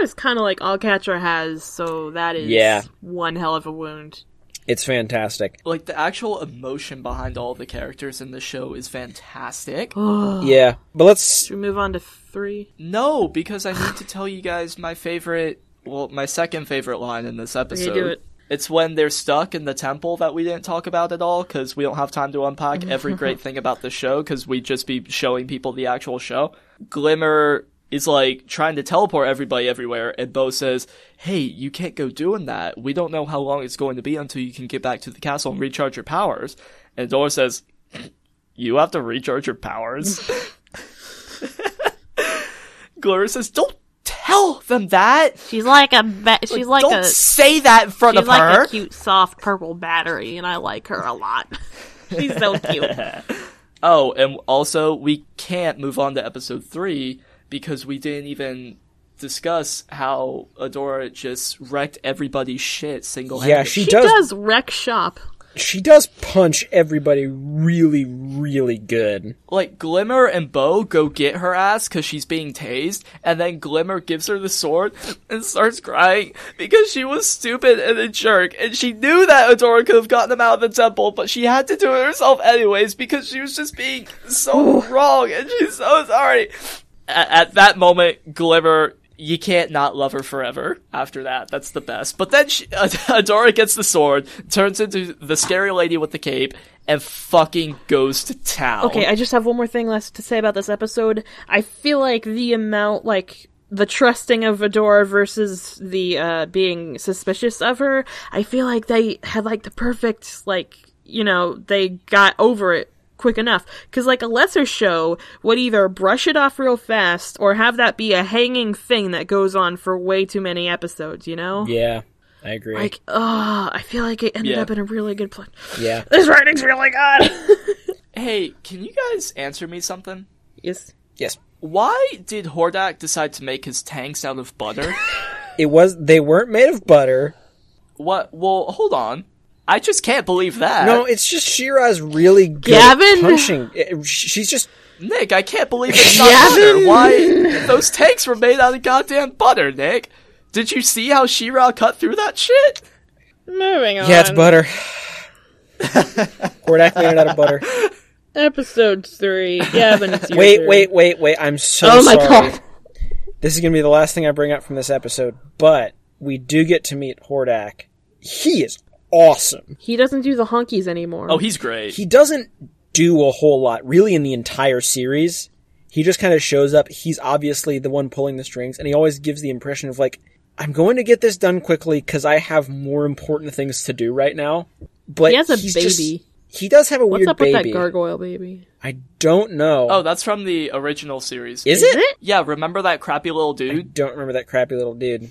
S1: Adora's kind of like all Katra has, so that is
S2: Yeah.
S1: one hell of a wound.
S2: it's fantastic.
S3: Like, the actual emotion behind all the characters in the show is fantastic.
S2: Yeah, but let's
S1: Should we move on to three?
S3: No, because I need to tell you guys my favorite, well, my second favorite line in this episode.
S1: do it.
S3: It's when they're stuck in the temple that we didn't talk about at all because we don't have time
S1: [LAUGHS]
S3: to unpack every great thing about the show because we'd just be showing people the actual show. Glimmer is like trying to teleport everybody everywhere, and Bo says, Hey, you can't go doing that. We don't know how long it's going to be until you can get back to the castle and recharge your powers. And Dora says, You have to recharge
S1: [LAUGHS]
S3: your powers. Gloria says, "Don't tell them that.
S1: She's like a ba- she's like
S3: Don't
S1: a
S3: say that in front
S1: she's
S3: of
S1: like
S3: her."
S1: a cute soft purple battery, and I like her a
S2: [LAUGHS]
S1: lot. she's so cute.
S3: oh, and also we can't move on to episode three because we didn't even discuss how Adora just wrecked everybody's shit single handedly.
S2: yeah, she,
S1: She
S2: does
S1: does wreck shop.
S2: she does punch everybody really, really good.
S3: like Glimmer and Bo go get her ass because she's being tased, and then Glimmer gives her the sword and starts crying because she was stupid and a jerk, and she knew that Adora could have gotten them out of the temple, but she had to do it herself anyways because she was just being so wrong, and she's so sorry. At, at that moment, Glimmer you can't not love her forever after that. That's the best. But then she, [LAUGHS] Adora gets the sword, turns into the scary lady with the cape, and fucking goes to town.
S1: Okay, I just have one more thing less to say about this episode. I feel like the amount, like the trusting of Adora versus the uh, being suspicious of her. I feel like they had like the perfect, like you know, they got over it quick enough. Because, like, a lesser show would either brush it off real fast or have that be a hanging thing that goes on for way too many episodes, you know?
S2: Yeah, I agree.
S1: Like, oh, I feel like it ended
S3: Yeah.
S1: up in a really good place.
S2: yeah.
S1: [LAUGHS] This writing's really
S2: [LAUGHS]
S1: good!
S3: hey, can you guys answer me something?
S1: yes.
S2: Yes.
S3: Why did Hordak decide to make his tanks out of
S1: [LAUGHS]
S3: butter?
S2: It was they weren't made of butter.
S3: what? Well, hold on. I just can't believe that.
S2: No, it's just Shira's really good
S1: Uh, Gavin!
S2: at punching. It- She's just
S3: Nick, I can't believe it's not
S1: Gavin!
S3: butter.
S1: [LAUGHS]
S3: Why? Those tanks were made out of goddamn butter, Nick. Did you see how She-Ra cut through that shit?
S1: Moving on.
S2: yeah,
S1: [LAUGHS]
S2: it's butter. Hordak made it out of butter.
S1: Episode [LAUGHS] 3. Gavin, it's your
S2: Wait,
S1: turn.
S2: wait, wait, wait! I'm so
S1: Oh my
S2: sorry.
S1: god.
S2: This is gonna be the last thing I bring up from this episode, but we do get to meet Hordak. He is awesome.
S1: He doesn't do the honkies anymore.
S3: Oh, he's great.
S2: he doesn't do a whole lot really in the entire series. He just kind of shows up. He's obviously the one pulling the strings, and he always gives the impression of like, I'm going to get this done quickly because I have more important things to do right now. But
S1: He has a
S2: he's
S1: baby.
S2: just- he does have a
S1: What's
S2: weird
S1: up
S2: baby.
S1: with that gargoyle baby?
S2: I don't know.
S3: oh, that's from the original series.
S2: is it?
S3: yeah, remember that crappy little
S2: I
S3: dude?
S2: don't remember that crappy little dude.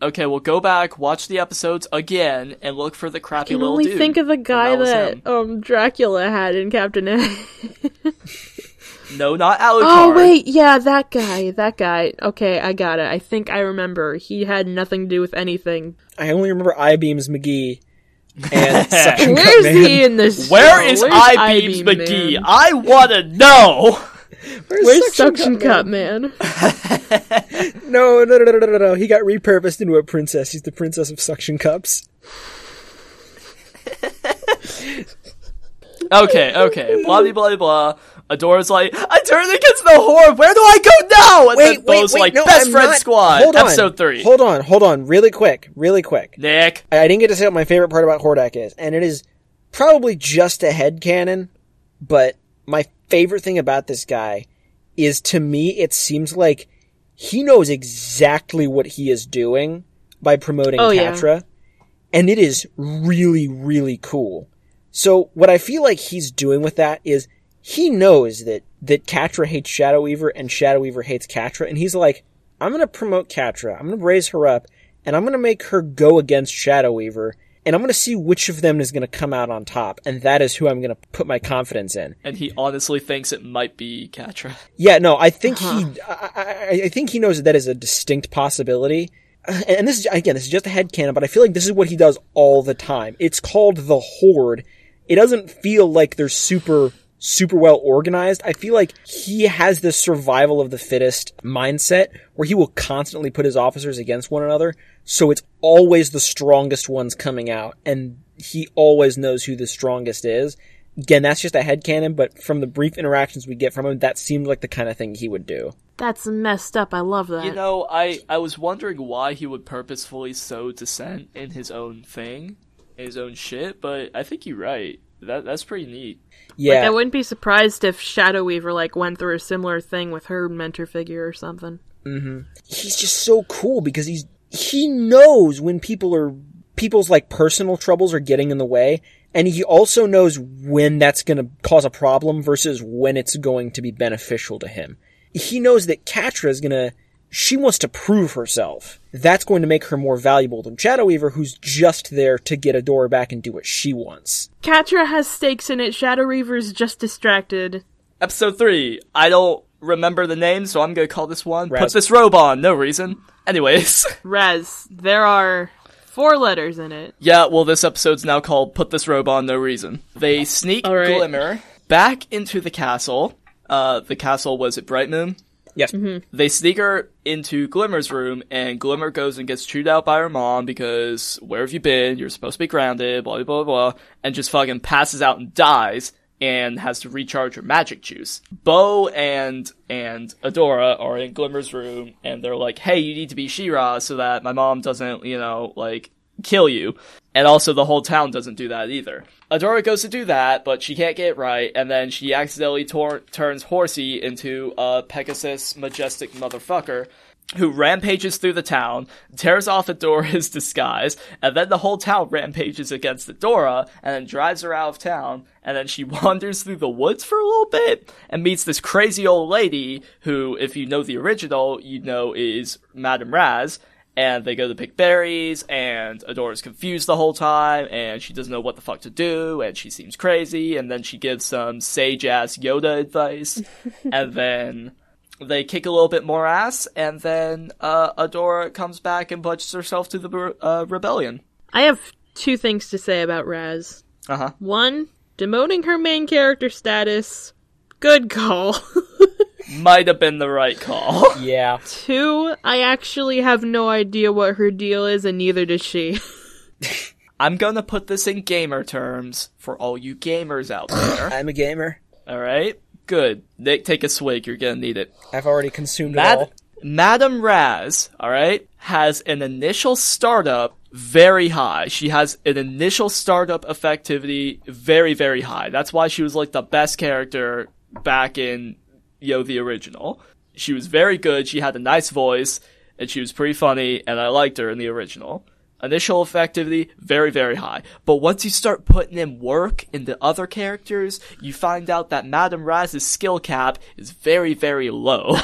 S3: Okay, well, go back, watch the episodes again, and look for the
S1: I
S3: crappy
S1: can
S3: little
S1: only
S3: dude.
S1: think of the guy
S3: And that was
S1: that,
S3: him.
S1: um Dracula had in Captain A.
S3: No, not Alucard.
S1: Oh wait, yeah, that guy, that guy. Okay, I got it. I think I remember. He had nothing to do with
S2: [LAUGHS]
S1: anything.
S2: I only remember I Beams McGee
S1: [LAUGHS]
S2: and Suction Cup
S1: Where's
S2: Man.
S1: he in this?
S3: Where
S1: show?
S3: is
S1: Where's
S3: I Beams
S1: I-Beam
S3: McGee?
S1: Man?
S3: I wanna know.
S1: Where's Suction Cup Man?
S2: No, no, no, no, no, no, no. He got repurposed into a princess. He's the princess of suction cups.
S3: [LAUGHS] Okay, okay, blah blah blah blah. Adora's like, I turned against the horde. Where do I go now? And then Bo's like, best friend squad.
S2: Hold on.
S3: episode three.
S2: Hold on, hold on, really quick, really quick.
S3: Nick,
S2: I I didn't get to say what my favorite part about Hordak is, and it is probably just a head cannon, but my favorite thing about this guy is to me it seems like he knows exactly what he is doing by promoting
S1: Oh, yeah.
S2: Catra. And it is really, really cool. So what I feel like he's doing with that is he knows that that Catra hates Shadow Weaver and Shadow Weaver hates Catra, and he's like, I'm gonna promote Catra, I'm gonna raise her up, and I'm gonna make her go against Shadow Weaver, and I'm gonna see which of them is gonna come out on top, and that is who I'm gonna put my confidence in.
S3: and he honestly thinks it might be Catra.
S2: Yeah, no, I think he, I, I, I think he knows that that is a distinct possibility. Uh, And this is again, this is just a headcanon, but I feel like this is what he does all the time. It's called the Horde. It doesn't feel like they're super, super well organized. I feel like he has this survival of the fittest mindset where he will constantly put his officers against one another. So it's always the strongest ones coming out, and he always knows who the strongest is again, that's just a headcanon, but from the brief interactions we get from him, that seemed like the kind of thing he would do.
S1: That's messed up. I love that.
S2: Uh,
S3: You know, I I was wondering why he would purposefully sow dissent in his own thing, in his own shit. But I think you're right. That that's pretty neat.
S1: like,
S2: Yeah.
S1: I wouldn't be surprised if Shadow Weaver like went through a similar thing with her mentor figure or something.
S2: he's just so cool because he's he knows when people are people's like personal troubles are getting in the way and he also knows when that's going to cause a problem versus when it's going to be beneficial to him. He knows that Katra is going to she wants to prove herself. That's going to make her more valuable than Shadow Weaver who's just there to get Adora back and do what she wants.
S1: Catra has stakes in it. Shadow Weaver's just distracted.
S3: Episode three. I don't remember the name, so I'm gonna call this one. Put
S2: Raz-
S3: this robe on. No reason. Anyways, [LAUGHS]
S1: Rez, there are four letters in it.
S3: yeah. Well, this episode's now called "Put This Robe On." No reason. They sneak
S1: All right.
S3: Glimmer back into the castle. Uh, the castle was at Bright Moon.
S2: Yes.
S1: Mm-hmm.
S3: They sneak her into Glimmer's room, and Glimmer goes and gets chewed out by her mom because where have you been? You're supposed to be grounded, blah, blah, blah, blah, and just fucking passes out and dies. and has to recharge her magic juice. Bo and and Adora are in Glimmer's room and they're like, "Hey, you need to be Shira so that my mom doesn't, you know, like kill you." And also the whole town doesn't do that either. Adora goes to do that, but she can't get it right and then she accidentally tor- turns Horsey into a Pegasus majestic motherfucker who rampages through the town, tears off Adora's [LAUGHS] disguise, and then the whole town rampages against Adora, and then drives her out of town, and then she [LAUGHS] wanders through the woods for a little bit, and meets this crazy old lady, who, if you know the original, you know is Madame Raz, and they go to pick berries, and Adora's confused the whole time, and she doesn't know what the fuck to do, and she seems crazy, and then she gives some sage-ass Yoda advice, and then they kick a little bit more ass, and then uh, Adora comes back and pledges herself to the re- uh, rebellion.
S1: I have two things to say about Raz.
S3: Uh huh.
S1: One, demoting her main character status. Good call. [LAUGHS]
S3: Might have been the right call. [LAUGHS]
S2: Yeah.
S1: Two, I actually have no idea what her deal is, and neither does she. [LAUGHS]
S3: I'm gonna put this in gamer terms for all you gamers
S2: [LAUGHS]
S3: out there.
S2: I'm a gamer.
S3: All right. Good. Nick, take a swig. You're gonna need it.
S2: I've already consumed it all.
S3: Mad- Madam Raz, all right, has an initial startup very high. She has an initial startup effectivity very, very high. That's why she was like the best character back in you know the original. She was very good. She had a nice voice, and she was pretty funny, and I liked her in the original. Initial effectivity very, very high. But once you start putting in work into other characters, you find out that Madame Raz's skill cap is very, very low.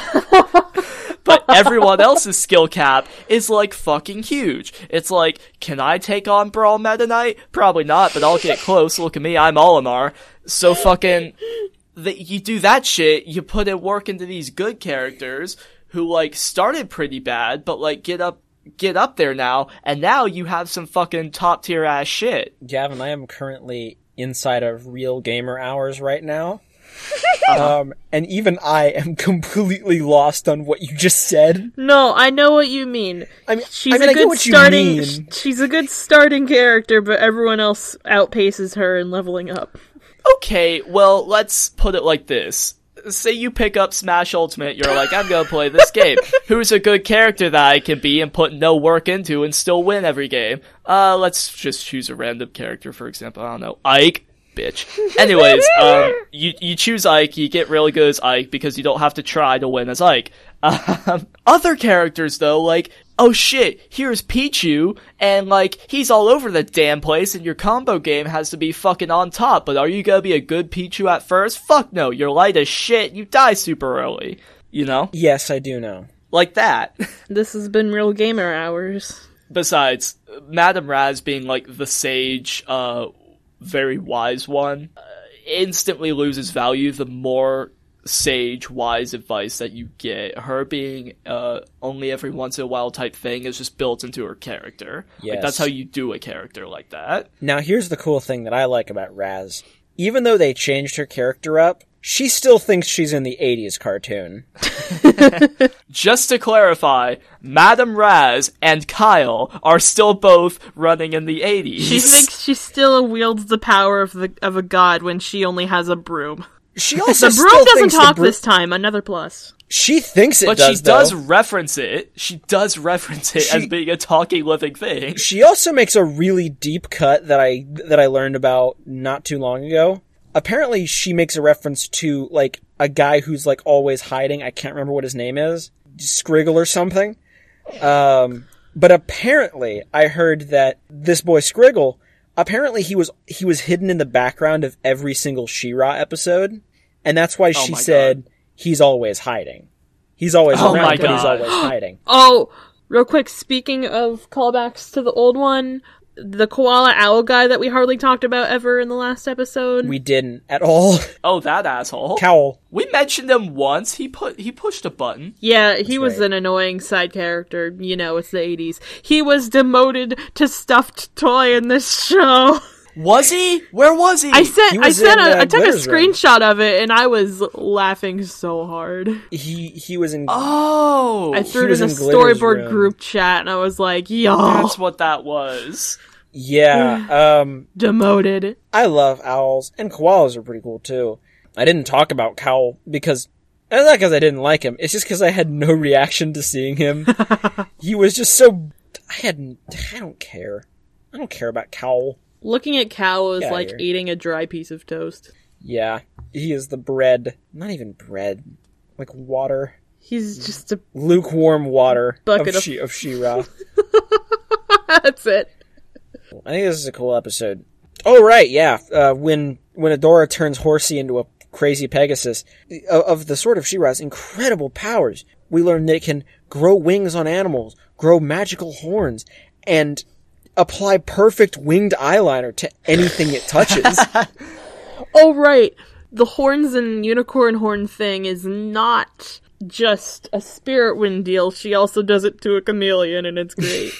S3: [LAUGHS] but everyone else's skill cap is like fucking huge. It's like, can I take on Brawl Meta Knight? Probably not, but I'll get close. Look at me, I'm Olimar. So fucking, that you do that shit, you put in work into these good characters who like started pretty bad, but like get up, get up there now, and now you have some fucking top tier ass shit.
S2: Gavin, I am currently inside of real gamer hours right [LAUGHS] now. um, and even I am [LAUGHS] completely lost on what you just said.
S1: no, I know what you mean.
S2: I mean,
S1: She's
S2: I mean,
S1: a
S2: I get
S1: good
S2: what you
S1: starting.
S2: mean.
S1: She's a good starting character, but everyone else outpaces her in leveling up.
S3: Okay, well, let's put it like this. Say you pick up Smash Ultimate, you're like, I'm gonna play this game. Who's a good character that I can be and put no work into and still win every game? Uh, let's just choose a random character, for example. I don't know, Ike? Bitch. Anyways, um, you, you choose Ike, you get really good as Ike because you don't have to try to win as Ike. Um, [LAUGHS] other characters though, like, oh shit, here's Pichu, and like, he's all over the damn place, and your combo game has to be fucking on top, but are you gonna be a good Pichu at first? Fuck no, you're light as shit, you die super early. You know?
S2: Yes, I do know.
S3: Like that. [LAUGHS]
S1: This has been real gamer hours.
S3: Besides, Madame Raz being like the sage, uh, very wise one, uh, instantly loses value the more sage, wise advice that you get. Her being uh, only every once in a while type thing is just built into her character. Like,
S2: Yes.
S3: that's how you do a character like that.
S2: Now, here's the cool thing that I like about Raz. Even though they changed her character up, she still thinks she's in the 80s cartoon.
S3: Just to clarify, Madame Raz and Kyle are still both running in the 80s.
S1: She thinks she still wields the power of the of a god when she only has a broom.
S2: She
S1: [LAUGHS]
S2: also
S1: The broom
S2: still
S1: doesn't
S2: thinks the
S1: talk
S2: bro-
S1: this time. Another plus.
S2: She thinks it
S3: but
S2: does,
S3: she does
S2: though.
S3: reference it. She does reference it as
S2: She-
S3: being a talking living thing.
S2: She also makes a really deep cut that I that I learned about not too long ago. Apparently, she makes a reference to like a guy who's like always hiding. I can't remember what his name is, Scriggle or something. Um, but apparently, I heard that this boy Scriggle. Apparently, he was he was hidden in the background of every single She-Ra episode, and that's why she
S3: Oh my
S2: said he's always hiding. He's always
S3: Oh my
S2: around, but he's
S3: God. [GASPS]
S2: always hiding.
S1: Oh, real quick. Speaking of callbacks to the old one, the koala owl guy that we hardly talked about ever in the last episode.
S2: We didn't at all. [LAUGHS]
S3: Oh, that asshole.
S2: Cowl.
S3: we mentioned him once. He put he pushed a button.
S1: yeah, he was
S2: right.
S1: an annoying side character. You know, it's the '80s. He was demoted to stuffed toy in this show.
S3: Was he? Where was he?
S1: [LAUGHS] I sent,
S2: He
S1: I
S2: was
S1: sent,
S2: in,
S1: a,
S2: uh,
S1: I took a
S2: Glitter's room.
S1: screenshot of it, and I was laughing so hard.
S2: He he was in
S3: oh,
S1: I threw it
S2: was
S1: in the
S2: in Glitter's
S1: storyboard
S2: room.
S1: group chat, and I was like, "Yo,
S3: that's what that was.
S2: Yeah. Um,
S1: Demoted.
S2: I love owls, and koalas are pretty cool too. I didn't talk about Cowl because, and not because I didn't like him. It's just because I had no [LAUGHS] reaction to seeing him. he was just so. I hadn't. I don't care. I don't care about Cowl.
S1: Looking at cow is
S2: Get outta
S1: like
S2: here.
S1: eating a dry piece of toast.
S2: Yeah, he is the bread. Not even bread. Like water,
S1: He's just a. [LAUGHS]
S2: lukewarm water
S1: Bucket
S2: of,
S1: of-
S2: she of Shira.
S1: That's it.
S2: I think this is a cool episode. Oh right, yeah. Uh, when when Adora turns Horsey into a crazy Pegasus of, of the sort of She-Ra's incredible powers, we learn that it can grow wings on animals, grow magical horns, and apply perfect winged eyeliner to anything it touches.
S1: Oh, right. The horns and unicorn horn thing is not just a spirit wind deal. She also does it to a chameleon, and it's great.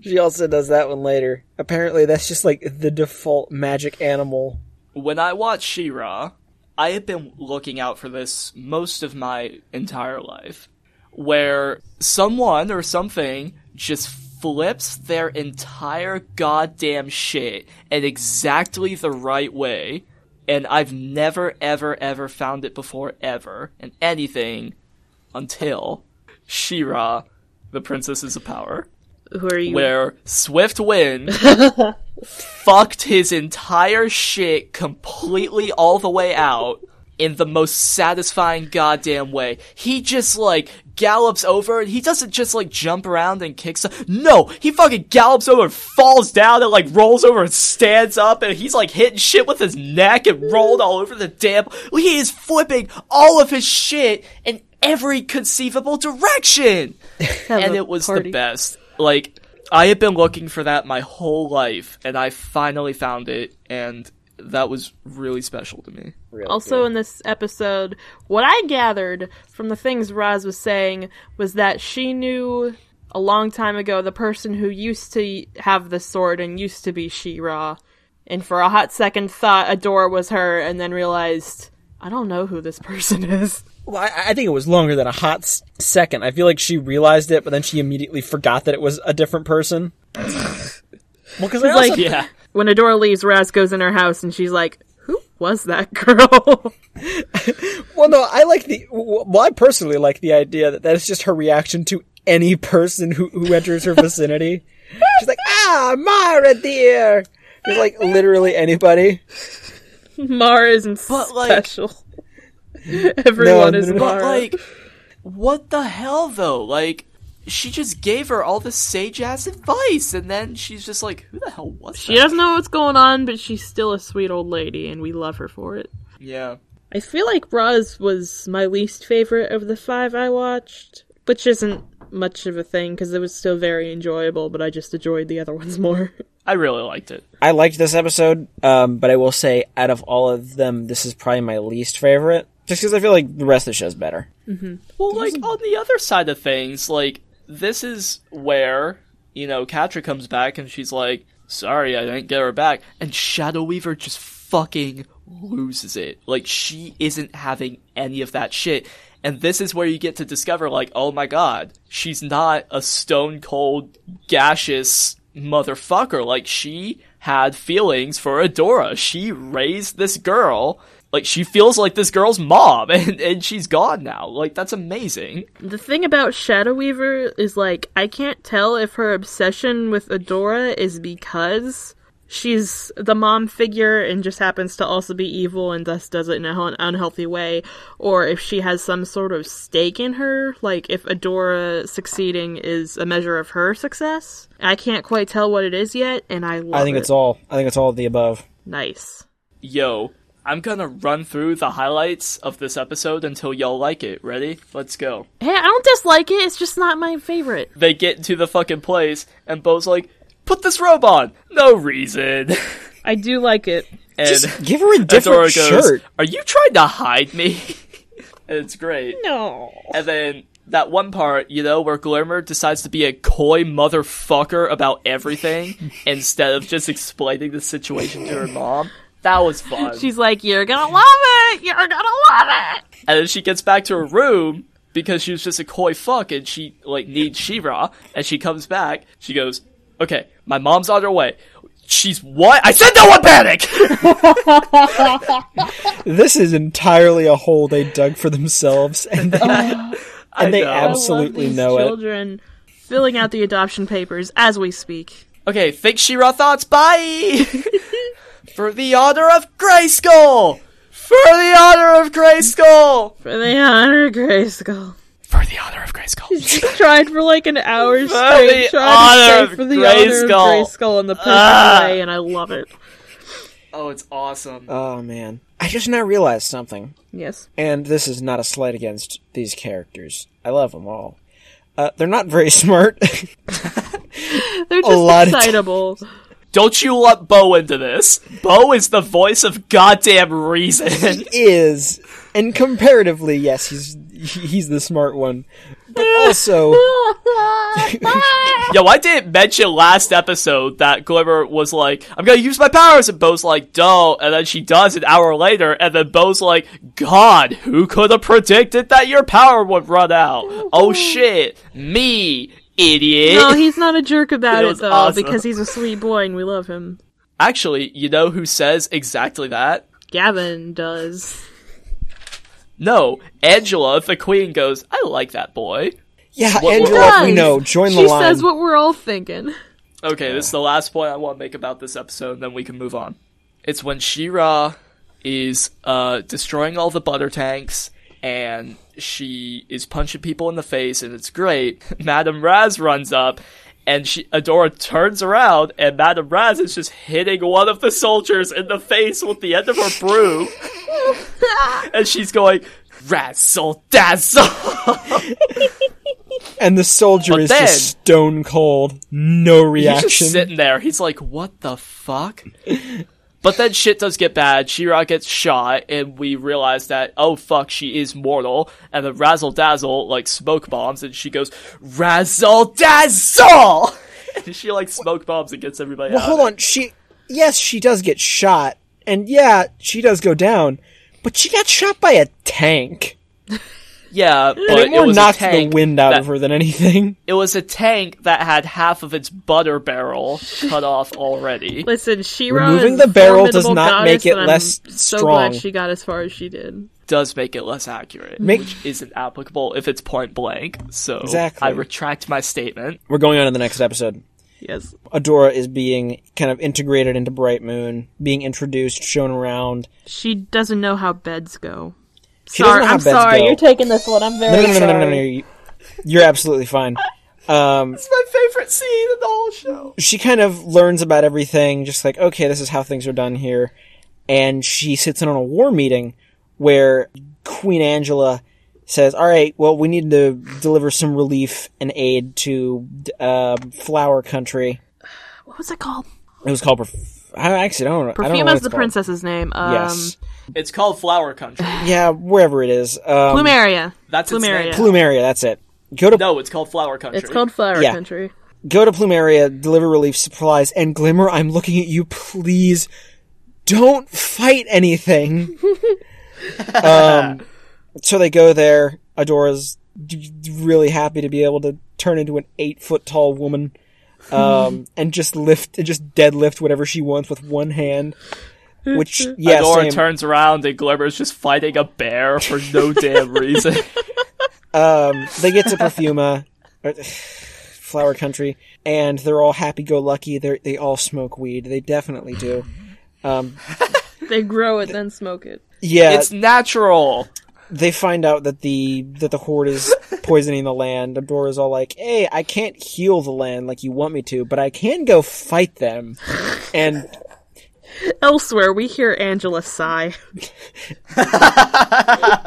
S2: she also does that one later. Apparently, that's just like the default magic animal.
S3: When I watch She-Ra, I have been looking out for this most of my entire life, where someone or something just flips their entire goddamn shit in exactly the right way, and I've never, ever, ever found it before, ever, in anything, until She-Ra, the Princesses of Power
S1: [LAUGHS] Who are you?
S3: where Swift Wind fucked his entire shit completely all the way out in the most satisfying goddamn way. He just like gallops over and he doesn't just like jump around and kick stuff. No, he fucking gallops over and falls down and like rolls over and stands up and he's like hitting shit with his neck and rolled all over the damn. He is flipping all of his shit in every conceivable direction
S1: Have
S3: and
S1: a
S3: it was
S1: party.
S3: the best. Like I had been looking for that my whole life, and I finally found it, and that was really special
S1: [LAUGHS]
S3: to me.
S2: Really
S1: Also, in this episode, what I gathered from the things Roz was saying was that she knew a long time ago the person who used to have the sword and used to be She Ra. And for a hot second, thought Adora was her, and then realized, I don't know who this person [LAUGHS] is.
S2: Well, I, I think it was longer than a hot s- second. I feel like she realized it, but then she immediately forgot that it was a different person. well, because I
S1: like-
S2: also-
S3: Yeah,
S1: When Adora leaves, Raz goes in her house, and she's like, Who was that girl? [LAUGHS]
S2: well, no, I like the. Well, I personally like the idea that that is just her reaction to any person who, who enters her vicinity. She's like, ah, Mara dear. It's like literally anybody.
S1: Mara isn't
S3: But, like-
S1: special. [LAUGHS] Everyone
S2: No,
S1: is
S2: no, no.
S1: Mara.
S3: but like, what the hell though? Like, she just gave her all this sage ass advice, and then she's just like, "Who the hell was
S1: She
S3: that?"
S1: doesn't know what's going on, but she's still a sweet old lady, and we love her for it.
S3: Yeah,
S1: I feel like Roz was my least favorite of the five I watched, which isn't much of a thing because it was still very enjoyable, but I just enjoyed the other ones more. [LAUGHS]
S3: I really liked it.
S2: I liked this episode, um, but I will say, out of all of them, this is probably my least favorite. Just because I feel like the rest of the show's better.
S3: Well, like on the other side of things, like this is where you know Katra comes back and she's like, "Sorry, I didn't get her back," and Shadow Weaver just fucking loses it. Like she isn't having any of that shit. And this is where you get to discover, like, oh my god, she's not a stone cold, gaseous motherfucker. Like, she had feelings for Adora. She raised this girl. Like, she feels like this girl's mom, [LAUGHS] and, and she's gone now. Like, that's amazing.
S1: the thing about Shadow Weaver is like, I can't tell if her obsession with Adora is because she's the mom figure and just happens to also be evil and thus does it in an un- unhealthy way, or if she has some sort of stake in her, like if Adora succeeding is a measure of her success. I can't quite tell what it is yet, and I love
S2: I think
S1: it.
S2: it's all. I think it's all of the above.
S1: nice.
S3: Yo, I'm gonna run through the highlights of this episode until y'all like it. Ready? Let's go.
S1: Hey, I don't dislike it, it's just not my favorite.
S3: They get into the fucking place, and Bo's like, put this robe on! No reason. [LAUGHS]
S1: I do like it.
S3: And [LAUGHS]
S2: Just give her a different
S3: Adora goes,
S2: shirt.
S3: Are you trying to hide me? [LAUGHS] and it's great.
S1: No.
S3: And then that one part, you know, where Glimmer decides to be a coy motherfucker about everything instead of just explaining the situation to her mom. That was fun.
S1: She's like, You're gonna love it! You're gonna love it!
S3: and then she gets back to her room because she was just a coy fuck and she like needs Shira and she comes back she goes okay my mom's on her way she's what? I said no one panic!
S2: This is entirely a hole they dug for
S1: [LAUGHS]
S2: themselves, [LAUGHS] and they, and they
S3: know. [LAUGHS] I love
S2: absolutely
S1: I love these
S2: know it.
S1: children filling out the adoption papers as we speak.
S3: okay, fake Shira thoughts, bye! [LAUGHS] for the honor of Grayskull! For the honor of Grayskull!
S1: For the honor, Grayskull. [LAUGHS]
S3: For the honor of Grayskull.
S1: She tried for like an hour straight,
S3: the
S1: trying to
S3: honor
S1: say
S3: of
S1: for the honor of
S3: Grayskull.
S1: Grayskull in the perfect
S3: Ah.
S1: way, and I love it.
S3: Oh, it's awesome.
S2: Oh man, I just now realized something,
S1: Yes.
S2: and this is not a slight against these characters. I love them all. Uh, they're not very [LAUGHS] smart.
S1: They're just
S2: lot of [LAUGHS]
S1: excitable.
S3: Don't you let Bo into this. Bo is the voice of goddamn [LAUGHS] reason.
S2: is and comparatively, yes, he's he's the smart one,
S1: [LAUGHS]
S2: but also
S3: Yo, I didn't mention last episode that Glimmer was like, I'm gonna use my powers, and Bo's like, don't, and then she does an hour later, and then Bo's like, God, who could have predicted that your power would run out? Oh shit, me, idiot.
S1: no, he's not a jerk about
S3: That
S1: it
S3: was
S1: though,
S3: awesome.
S1: because he's a sweet boy and we love him.
S3: Actually, you know who says exactly that?
S1: Gavin does.
S3: No, Angela, the queen, goes, I like that boy.
S2: yeah,
S3: what-
S2: Angela, we know. Join
S1: she
S2: the line.
S1: says what we're all thinking.
S3: Okay, this is the last point I want to make about this episode, and then we can move on. It's when Shira is uh, destroying all the butter tanks, and she is punching people in the face, and it's great. [LAUGHS] Madame Raz runs up, and she Adora turns around, and Madame Raz is just hitting one of the soldiers in the face with the end of her broom, and she's going razzle [LAUGHS] dazzle.
S2: and the soldier
S3: But
S2: is
S3: then-
S2: just stone cold, no
S3: He's
S2: reaction.
S3: just sitting there. He's like, "What the fuck?" but then shit does get bad. Shira gets shot, and we realize that oh fuck, she is mortal. And the razzle dazzle like smoke bombs, and she goes razzle dazzle. [LAUGHS] and she like smoke bombs and gets everybody
S2: Well,
S3: out.
S2: hold on. She yes, she does get shot, and yeah, she does go down, but she got shot by a tank.
S3: Yeah, but
S2: It more
S3: was a
S2: knocked the
S3: tank
S2: wind out
S3: that-
S2: of her than anything. [LAUGHS]
S3: It was a tank that had half of its butter barrel cut off already.
S1: Listen, Shira
S2: Removing
S1: is
S2: the
S1: a
S2: barrel does
S1: formidable
S2: not
S1: goddess,
S2: make it
S1: and I'm
S2: less
S1: so
S2: strong.
S1: glad she got as far as she did.
S3: does make it less accurate,
S2: Make-
S3: which isn't applicable if it's point blank. So
S2: Exactly.
S3: I retract my statement.
S2: We're going on to the next episode.
S1: Yes.
S2: Adora is being kind of integrated into Bright Moon, being introduced, shown around.
S1: She doesn't know how beds go.
S2: She doesn't know how
S1: I'm
S2: beds
S1: sorry.
S2: go.
S1: You're taking this one. I'm very
S2: No, no, no, no,
S1: sorry.
S2: no, no, no, you- You're absolutely fine. Um,
S3: It's my favorite scene in the whole show.
S2: she kind of learns about everything, just like, okay, this is how things are done here. And she sits in on a war meeting where Queen Angela says, all right, well, we need to deliver some relief and aid to uh, Flower Country.
S1: What was it called?
S2: It was called. Perf- I actually don't. I don't know
S1: Perfume
S2: what
S1: has
S2: it's
S1: the
S2: called.
S1: princess's name. Um,
S2: Yes.
S3: It's called Flower Country.
S2: Yeah, wherever it is. Um,
S1: Plumeria.
S3: That's its
S1: Plumeria.
S3: name.
S2: Plumeria. That's it. Go to
S3: No, it's called Flower Country.
S1: It's called Flower
S2: Yeah.
S1: Country.
S2: go to Plumeria, deliver relief supplies, and Glimmer, I'm looking at you, please don't fight anything. um, so they go there. Adora's d- d- really happy to be able to turn into an eight foot tall woman. Um, and just lift, and just deadlift whatever she wants with one hand. Which, yeah,
S3: Adora
S2: same.
S3: turns around and Glimmer's just fighting a bear for [LAUGHS] no damn reason.
S2: um, they get to Perfuma, or, Flower Country, and they're all happy go lucky. They they all smoke weed. They definitely do. Um,
S1: They grow it, then smoke it.
S2: yeah,
S3: it's natural.
S2: they find out that the that the horde is poisoning the land. Adora's all like, "Hey, I can't heal the land like you want me to, but I can go fight them." And
S1: Elsewhere, we hear Angela sigh. [LAUGHS]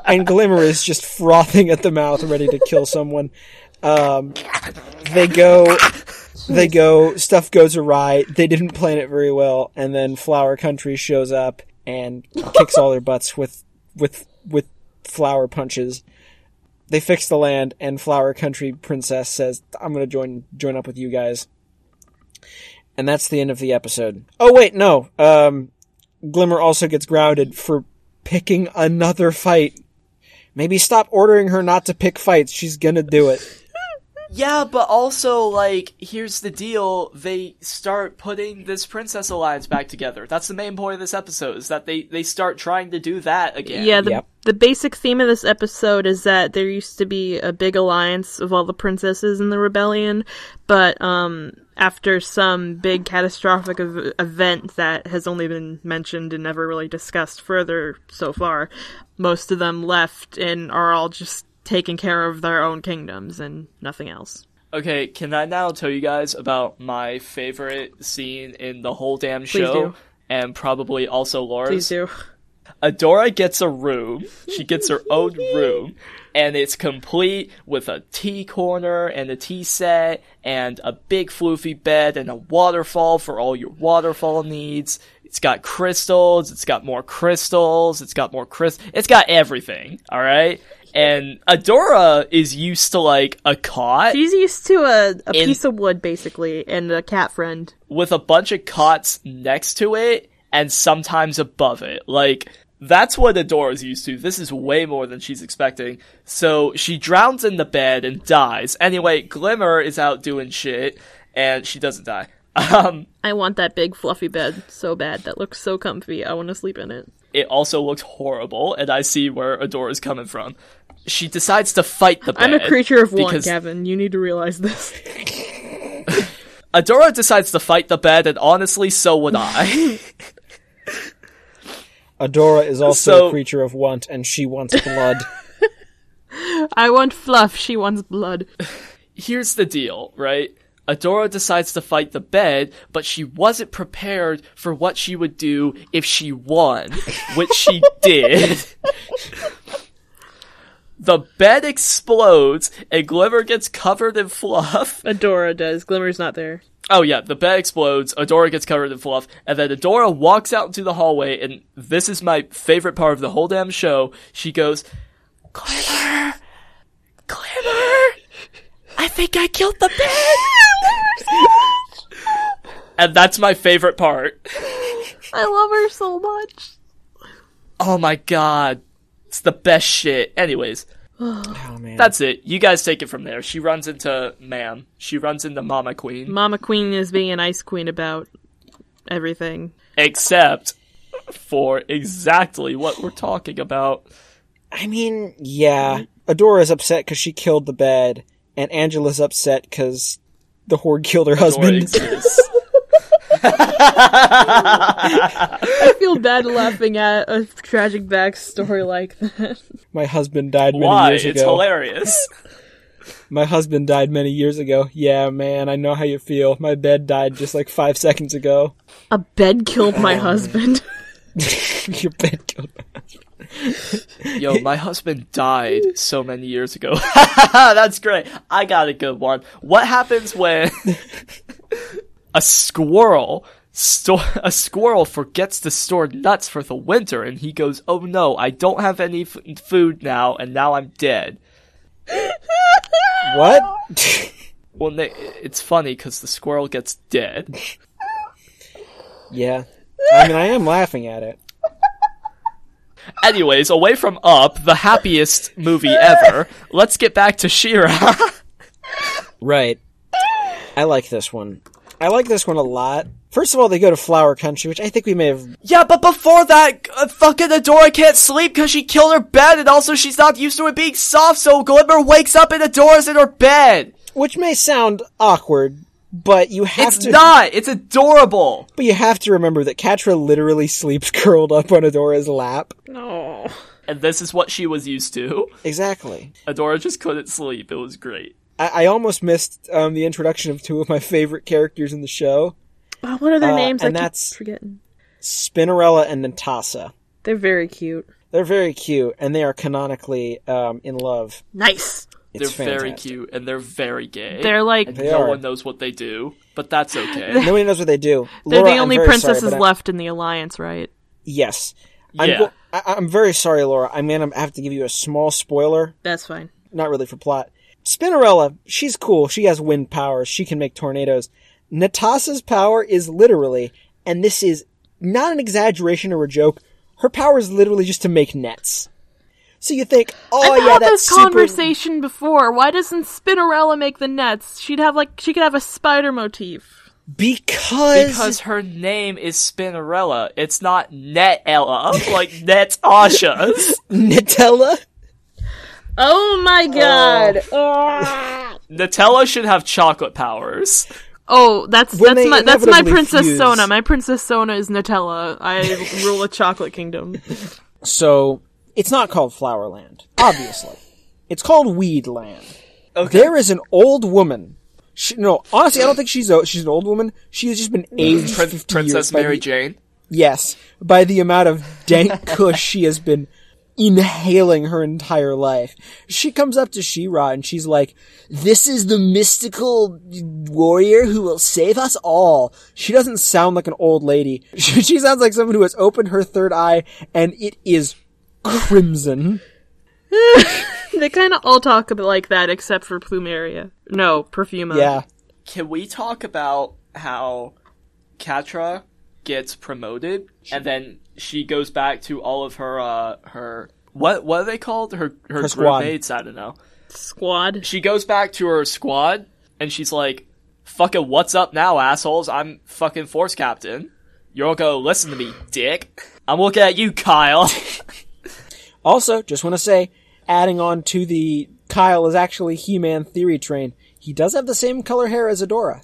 S2: and Glimmer is just frothing at the mouth, ready to kill someone. Um, they go, they go. Stuff goes awry. They didn't plan it very well, and then Flower Country shows up and kicks all their butts with with with flower punches. They fix the land, and Flower Country Princess says, "I'm gonna join join up with you guys." And that's the end of the episode. Oh wait, no. Um, Glimmer also gets grounded for picking another fight. Maybe stop ordering her not to pick fights. She's gonna do it.
S3: Yeah, but also like here's the deal: they start putting this Princess Alliance back together. That's the main point of this episode: is that they they start trying to do that again.
S1: Yeah, the,
S2: Yep.
S1: the basic theme of this episode is that there used to be a big alliance of all the princesses in the rebellion, but um, after some big catastrophic ev- event that has only been mentioned and never really discussed further so far, most of them left and are all just taking care of their own kingdoms and nothing else.
S3: Okay, can I now tell you guys about my favorite scene in the whole damn
S1: Please
S3: show?
S1: do.
S3: And probably also Laura's.
S1: Please do.
S3: Adora gets a room. She gets her own room, and it's complete with a tea corner and a tea set and a big floofy bed and a waterfall for all your waterfall needs. It's got crystals. It's got more crystals. It's got more crys. It's got everything. All right. And Adora is used to like a cot
S1: She's used to a, a
S3: In-
S1: piece of wood, basically, and a cat friend.
S3: with a bunch of cots next to it and sometimes above it. Like, that's what Adora's used to. This is way more than she's expecting. So she drowns in the bed and dies. Anyway, Glimmer is out doing shit and she doesn't die. [LAUGHS] Um,
S1: I want that big fluffy bed so bad. That looks so comfy. I want to sleep in it.
S3: it also looks horrible and I see where Adora's coming from. She decides to fight the bed.
S1: I'm a creature of one,
S3: because-
S1: Gavin. You need to realize this. [LAUGHS]
S3: Adora decides to fight the bed and honestly, so would I. [LAUGHS]
S2: Adora is also
S3: So-
S2: a creature of want, and she
S3: [LAUGHS]
S2: wants blood.
S1: I want fluff. She wants blood.
S3: here's the deal, right? Adora decides to fight the bed, but she wasn't prepared for what she would do if she won, which she did. the bed explodes, and Glimmer gets covered in fluff.
S1: Adora does. Glimmer's not there.
S3: Oh yeah, the bed explodes, Adora gets covered in fluff, and then Adora walks out into the hallway, and this is my favorite part of the whole damn show. She goes, Glimmer! Glimmer! I think I killed the bed! and that's my favorite part.
S1: I love her so much.
S3: Oh my god. It's the best shit. Anyways,
S2: oh man,
S3: that's it. You guys take it from there. She runs into ma'am. She runs into Mama Queen.
S1: Mama Queen is being an ice queen about everything.
S3: Except for exactly what we're talking about.
S2: I mean, yeah. Adora's upset because she killed the bed, and Angela's upset because the horde killed her [LAUGHS]
S3: Dora
S2: husband.
S3: exists.
S1: I feel bad laughing at a tragic backstory like that.
S2: My husband died many
S3: [LAUGHS] Why?
S2: years
S3: It's
S2: ago.
S3: hilarious.
S2: My husband died many years ago. Yeah, man, I know how you feel. My bed died just like five seconds ago. [LAUGHS]
S1: A bed killed
S2: Um,
S1: my husband. [LAUGHS]
S2: Your bed killed.
S3: [LAUGHS] Yo, my husband died so many years ago. [LAUGHS] That's great. I got a good one. What happens when [LAUGHS] a squirrel sto- a squirrel forgets to store nuts for the winter and he goes, "Oh no, I don't have any f- food now and now I'm dead."
S2: What?
S3: Well, na- it's funny cuz the squirrel gets dead.
S2: [LAUGHS] yeah. I mean, I am laughing at it.
S3: Anyways, away from Up, the happiest
S2: [LAUGHS]
S3: movie ever. Let's get back to Shira. [LAUGHS]
S2: Right. I like this one. I like this one a lot. First of all, they go to Flower Country, which I think we may have
S3: Yeah, but before that, uh, fucking Adora can't sleep because she killed her bed, and also she's not used to it being soft, so Glimmer wakes up and Adora's in her bed.
S2: which may sound awkward, but you have
S3: It's
S2: to
S3: not. It's adorable.
S2: but you have to remember that Katra literally sleeps [LAUGHS] curled up on Adora's lap.
S1: No.
S3: And this is what she was used to.
S2: Exactly.
S3: Adora just couldn't sleep. It was great.
S2: I, I almost missed um, the introduction of two of my favorite characters in the show,
S1: Oh, what are their
S2: Uh,
S1: names?
S2: and
S1: I
S2: that's-
S1: keep forgetting.
S2: Spinnerella and Natasa.
S1: They're very cute.
S2: They're very cute, and they are canonically um, in love.
S1: Nice.
S2: It's
S3: they're very
S2: fantastic.
S3: cute and they're very gay.
S1: They're like
S2: They
S3: no
S2: are.
S3: one knows what they do, but that's okay.
S2: Nobody knows what they do.
S1: They're
S2: Laura,
S1: the
S2: I'm
S1: only
S2: very sorry,
S1: princesses
S2: but I-
S1: left in the alliance, right?
S2: Yes.
S3: Yeah.
S2: I'm, go- I- I'm very sorry, Laura. I'm going to have to give you a small spoiler.
S1: That's fine.
S2: Not really for plot. Spinnerella, she's cool. She has wind powers. She can make tornadoes. Natasa's power is literally, and this is not an exaggeration or a joke, her power is literally just to make nets. So you think, oh
S1: I've
S2: yeah,
S1: had
S2: that's
S1: this
S2: super.
S1: conversation before. Why doesn't Spinnerella make the nets? She'd have like she could have a spider motif.
S2: Because,
S3: Because her name is Spinnerella. It's not
S2: [LAUGHS]
S3: Netella, like Net Asha's.
S2: Nutella.
S1: Oh my god! [LAUGHS] Ah.
S3: Nutella should have chocolate powers.
S1: Oh, that's
S2: When
S1: that's
S2: they
S1: my that's my
S2: inevitably
S1: princess
S2: fuse-
S1: Sona. My princess Sona is Nutella. [LAUGHS] I rule a chocolate kingdom.
S2: So it's not called Flowerland, obviously. it's called Weedland. There is an old woman. She, no, honestly, I don't think she's o she's an old woman. She has just been aged 50
S3: Prin-
S2: [LAUGHS] years
S3: Princess
S2: by
S3: Mary
S2: the-
S3: Jane.
S2: Yes, by the amount of dank kush she has been inhaling her entire life. She comes up to She-Ra and she's like, "This is the mystical warrior who will save us all." She doesn't sound like an old lady. [LAUGHS] She sounds like someone who has opened her third eye and it is crimson.
S1: they kind of all talk about like that, except for Plumeria. No, Perfuma.
S2: Yeah.
S3: Can we talk about how Katra gets promoted and then she goes back to all of her uh her what what are they called? Her her, group
S2: squad.
S3: mates, I don't know.
S1: Squad.
S3: She goes back to her squad and she's like, Fucking what's up now, assholes? I'm fucking force captain. You're all go listen to me, dick. I'm looking at you, Kyle. [LAUGHS]
S2: Also, just want to say, adding on to the Kyle is actually He-Man theory train. He does have the same color hair as Adora.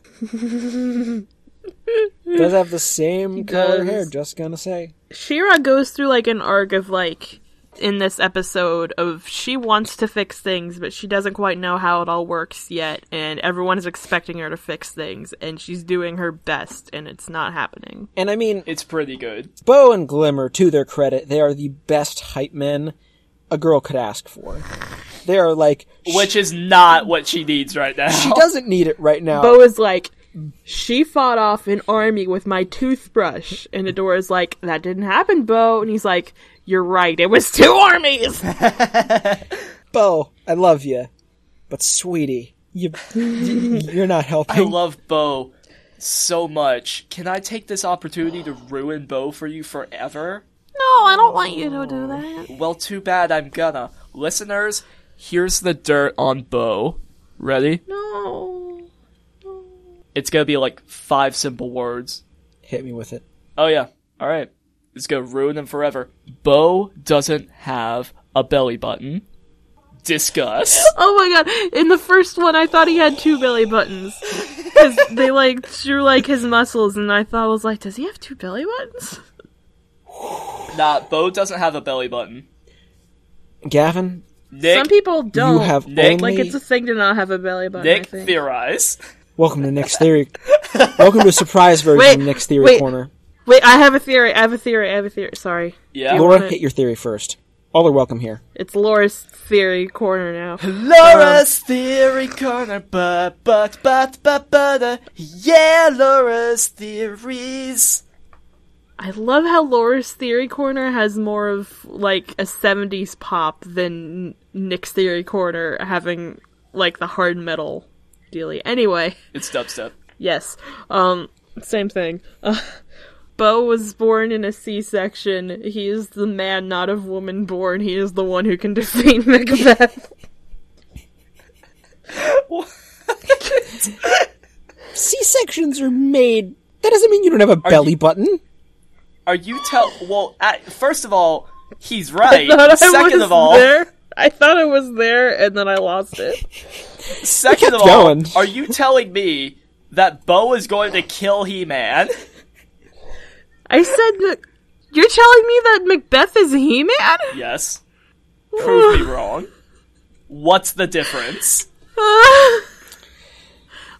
S2: does have the same color
S1: does.
S2: hair. Just gonna say,
S1: Shira goes through like an arc of like in this episode of she wants to fix things but she doesn't quite know how it all works yet and everyone is expecting her to fix things and she's doing her best and it's not happening.
S2: and I mean,
S3: it's pretty good.
S2: Bo and Glimmer, to their credit, they are the best hype men a girl could ask for. They are like
S3: Which is not what she needs right now.
S2: she doesn't need it right now.
S1: Bo is like she fought off an army with my toothbrush and Adora's like that didn't happen Bo and he's like you're right it was two armies.
S2: Bo, I love you, but sweetie, you you're not helping.
S1: [LAUGHS]
S3: I love Bo so much. Can I take this opportunity to ruin Bo for you forever?
S1: [LAUGHS] No, I don't want you to do that.
S3: Well, too bad I'm gonna. Listeners, here's the dirt on Bo. Ready?
S1: No.
S3: It's gonna be like five simple words.
S2: Hit me with it.
S3: Oh, yeah. Alright. It's gonna ruin him forever. Bo doesn't have a belly button.
S1: [LAUGHS]
S3: Discuss.
S1: Oh my god! In the first one, I thought he had two belly buttons because they like drew like his muscles, and I thought I was like, does he have two belly buttons?
S3: nah, Bo doesn't have a belly button.
S2: Gavin,
S3: Nick,
S1: Some people don't.
S2: you have
S3: Nick,
S2: only
S1: like it's a thing to not have a belly button. I
S3: Nick
S1: think.
S3: theorize.
S2: Welcome to Nick's Theory. Welcome to surprise version
S1: Wait,
S2: of Nick's Theory
S1: wait.
S2: Corner.
S1: Wait, I have a theory. I have a theory. I have a theory. Sorry,
S3: Yeah.
S2: Laura,
S1: Okay.
S2: hit your theory first. All are welcome here.
S1: it's Laura's theory corner now.
S2: [LAUGHS]
S3: Laura's theory corner, but but but but but uh, yeah, Laura's theories.
S1: I love how Laura's theory corner has more of like a '70s pop than Nick's theory corner having like the hard metal dealy. Anyway.
S3: It's dubstep.
S1: Yes. Um, same thing. Uh, Bo was born in a C-section. He is the man, not of woman born. He is the one who can defeat [LAUGHS] Macbeth.
S2: C sections are made. That doesn't mean you don't have a belly button.
S3: Are you tell? Well, I, first of all, he's right.
S1: Thought I
S3: [LAUGHS] Second
S1: was
S3: of all,
S1: there. I thought I was there, and then I lost it.
S3: second of
S2: kept
S3: all,
S2: going.
S3: are you telling me that Bo is going to kill He-Man?
S1: I said that. You're telling me that Macbeth is He-Man? [LAUGHS]
S3: Yes. [LAUGHS] Prove me wrong. What's the difference?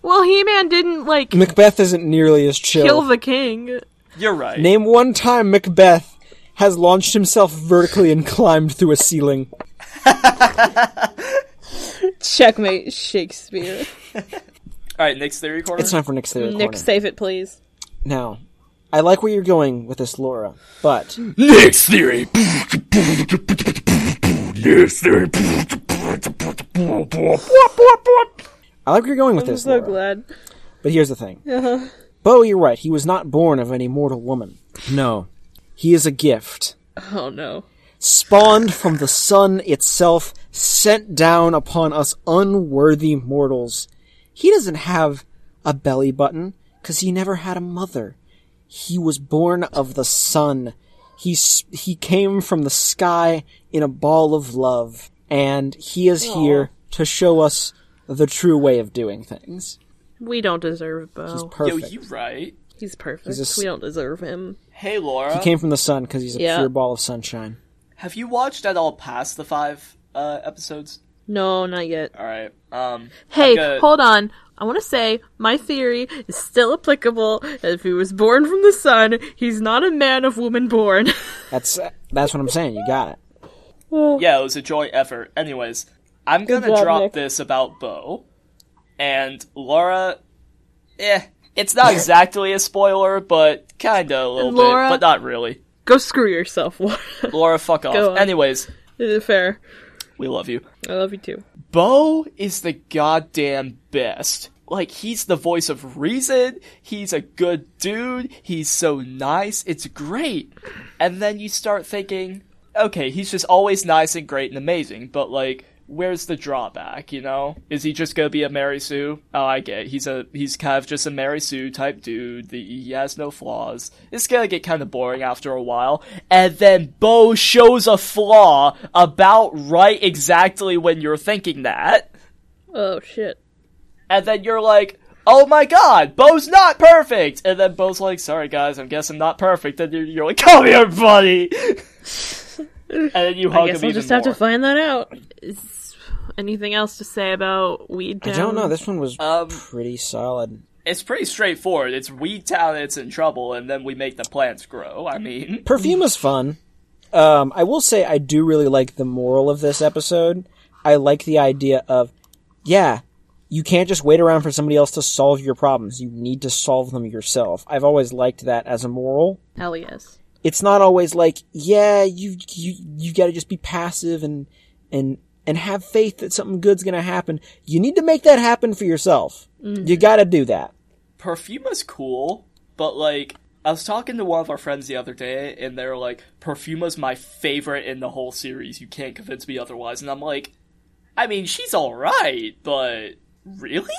S1: well, He-Man didn't like
S2: Macbeth isn't nearly as chill.
S1: kill the king.
S3: You're right.
S2: Name one time Macbeth has launched himself vertically and climbed through a ceiling.
S1: Checkmate, Shakespeare.
S3: all right, Nick's theory corner.
S2: It's time for Nick's Theory
S1: Nick,
S2: Corner.
S1: save it, please.
S2: now, I like where you're going with this, Laura, but
S4: Nick's theory. Nick's theory.
S2: I like where you're going with
S1: I'm
S2: this,
S1: so
S2: Laura.
S1: glad. Uh-huh.
S2: But here's the thing. Bo, you're right. He was not born of any mortal woman. No. He is a gift.
S1: Oh no.
S2: spawned from the sun itself, sent down upon us unworthy mortals. He doesn't have a belly button, cause he never had a mother. He was born of the sun. He, s- he came from the sky in a ball of love, and he is here to show us the true way of doing things.
S1: We don't deserve
S2: He's
S1: Bo.
S2: perfect.
S3: Yo, you right.
S1: He's perfect.
S2: he's a s-
S1: we don't deserve him.
S3: Hey, Laura.
S2: He came from the sun because he's a
S1: Yeah.
S2: pure ball of sunshine.
S3: Have you watched at all past the five uh, episodes?
S1: No, not yet.
S3: All right. Um.
S1: Hey,
S3: got-
S1: hold on. I want to say my theory is still applicable. If he was born from the sun, he's not a man of woman born. [LAUGHS]
S2: That's that's what I'm saying. You got it.
S3: Yeah, it was a joint effort. Anyways, I'm gonna
S1: job,
S3: drop
S1: Nick.
S3: this about Bo, and Laura. Eh, it's
S1: [LAUGHS]
S3: not exactly a spoiler, but kinda a little
S1: Laura-
S3: bit, but not really.
S1: Go screw yourself. Laura. [LAUGHS]
S3: Laura, fuck
S1: Go
S3: off.
S1: on.
S3: Anyways,
S1: Is it fair?
S3: we love you.
S1: I love you too.
S3: Bo is the goddamn best. Like, he's the voice of reason. He's a good dude. He's so nice. It's great. And then you start thinking, okay, he's just always nice and great and amazing, but like, where's the drawback, you know? Is he just gonna be a Mary Sue? Oh, I get it. He's a, he's kind of just a Mary Sue type dude. The, he has no flaws. It's gonna get kind of boring after a while. And then Bo shows a flaw about right exactly when you're thinking that.
S1: Oh shit.
S3: And then you're like, oh my god, Bo's not perfect! And then Bo's like, sorry guys, I guess I'm not perfect. And you're, you're like, [LAUGHS] come
S1: [LAUGHS]
S3: here, buddy! and then you hug
S1: I guess
S3: him
S1: we'll
S3: even
S1: just have
S3: more.
S1: to find that out. Is anything else to say about Weed Town?
S2: I don't know. This one was
S3: Um,
S2: pretty solid.
S3: it's pretty straightforward. It's Weed Town, it's in trouble, and then we make the plants grow. I mean,
S2: Perfume was fun. Um, I will say I do really like the moral of this episode. I like the idea of, yeah, you can't just wait around for somebody else to solve your problems. You need to solve them yourself. I've always liked that as a moral.
S1: Hell yes.
S2: It's not always like, yeah, you you you got to just be passive and and and have faith that something good's gonna happen. You need to make that happen for yourself. You got to do that.
S3: Perfuma's cool, but like, I was talking to one of our friends the other day, and they were like, Perfuma's my favorite in the whole series. You can't convince me otherwise. And I'm like, I mean, she's alright, but really?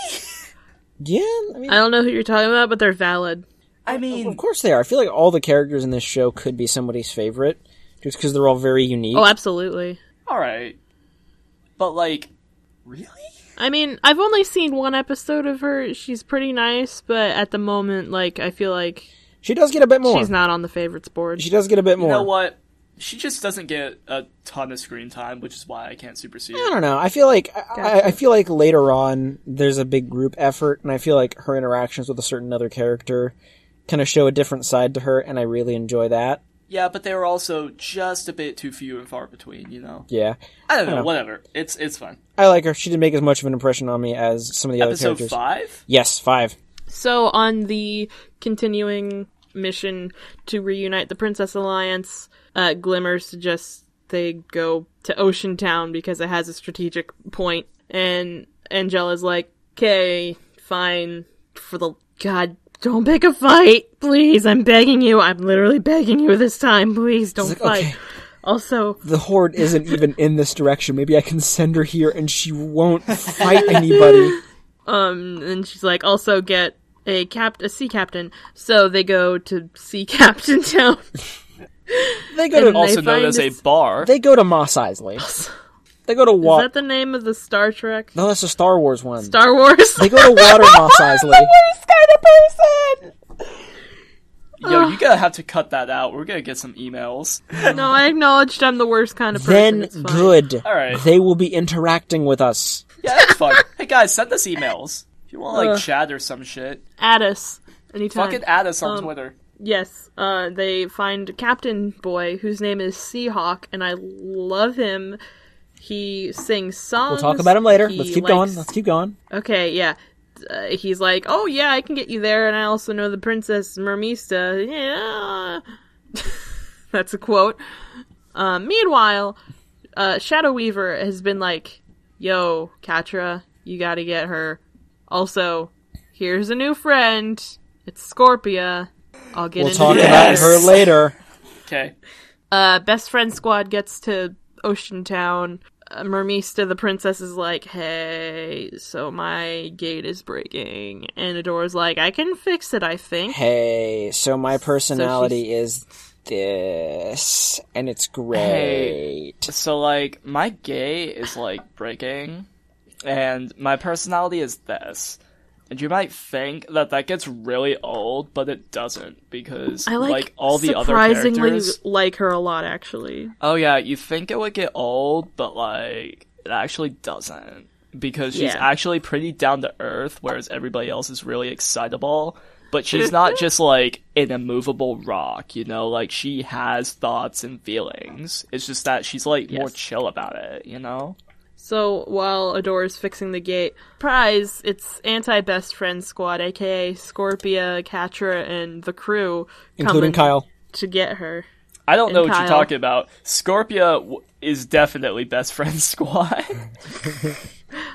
S2: Yeah, I mean,
S1: I don't know who you're talking about, but they're valid.
S3: I
S2: Of
S3: mean,
S2: course they are. I feel like all the characters in this show could be somebody's favorite, just because they're all very unique.
S1: Oh, absolutely.
S3: all right, but like, really?
S1: I mean, I've only seen one episode of her. She's pretty nice, but at the moment, like, I feel like
S2: she does get a bit more.
S1: she's not on the favorites board.
S2: She does get a bit more.
S3: You know what? She just doesn't get a ton of screen time, which is why I can't super see
S2: I
S3: it.
S2: don't know. I feel like I, I, I feel like later on there's a big group effort, and I feel like her interactions with a certain other character kind of show a different side to her, and I really enjoy that.
S3: Yeah, but they were also just a bit too few and far between. You know,
S2: Yeah,
S3: I don't know.
S2: know.
S3: Whatever. It's it's fine.
S2: I like her. She didn't make as much of an impression on me as some of the other
S3: Episode
S2: characters.
S3: five.
S2: Yes, five.
S1: So, on the continuing mission to reunite the Princess Alliance, uh, Glimmer suggests they go to Ocean Town because it has a strategic point, and Angela's like, okay, fine, for the god, don't pick a fight, please, I'm begging you, I'm literally begging you this time, please, don't fight.
S2: okay.
S1: Also,
S2: The horde isn't even in this direction. Maybe I can send her here, and she won't fight anybody.
S1: and she's like, also get a cap, a sea captain. So they go to sea [LAUGHS] captain town.
S2: They go to
S1: And they
S3: Also known
S1: find
S3: as
S1: a
S3: a
S1: s-
S3: bar.
S2: They go to Moss Isley.
S1: [LAUGHS]
S2: They go to
S1: Is
S2: Wa-
S1: that the name of the Star Trek?
S2: No, that's a Star Wars one.
S1: Star Wars. [LAUGHS]
S2: they go to Water Moss Isley. [LAUGHS]
S3: Yo, you gotta have to cut that out. We're gonna get some emails.
S1: no, I acknowledged I'm the worst kind of person.
S2: Then
S1: it's fine.
S2: good.
S3: All right.
S2: They will be interacting with us.
S3: Yeah,
S2: [LAUGHS]
S3: that's fun. hey guys, send us emails if you want
S2: Uh,
S3: like chat or some shit.
S1: Add us anytime.
S3: Fucking add us on
S2: Um,
S3: Twitter.
S1: yes. Uh, they find Captain Boy, whose name is Seahawk, and I love him. He sings songs.
S2: We'll talk about him later.
S1: He
S2: Let's keep
S1: likes-
S2: going. Let's keep going.
S1: Okay, yeah. Uh, he's like, oh yeah, I can get you there, and I also know the princess Mermista. Yeah, [LAUGHS] that's a quote. Um, meanwhile, uh, Shadow Weaver has been like, yo, Katra, you gotta get her. Also, here's a new friend. It's Scorpia. I'll get
S2: We'll
S1: into
S2: talk
S1: it. [LAUGHS]
S2: about her later.
S3: Okay.
S1: Uh, best friend squad gets to Ocean Town. Uh, Mermista, the princess, is like, "Hey, so my gate is breaking," and Adora's like, "I can fix it, I think."
S2: Hey, so my personality is this, and it's great.
S3: So like my gay is like breaking, and my personality is this. And you might think that that gets really old, but it doesn't because
S1: I like,
S3: all the other
S1: surprisingly
S3: characters.
S1: like her a lot, actually.
S3: Oh yeah, you think it would get old, but like it actually doesn't because she's
S1: Yeah.
S3: actually pretty down to earth, whereas everybody else is really excitable. But she's not just like an immovable rock, you know. Like she has thoughts and feelings. It's just that she's like more
S1: Yes.
S3: chill about it, you know.
S1: So while Adora's fixing the gate, prize it's anti best friend squad, aka Scorpia, Catra, and the crew, coming
S2: Including Kyle.
S1: to get her.
S3: I don't know what
S1: Kyle.
S3: you're talking about. Scorpia w- is definitely best [LAUGHS] friend squad.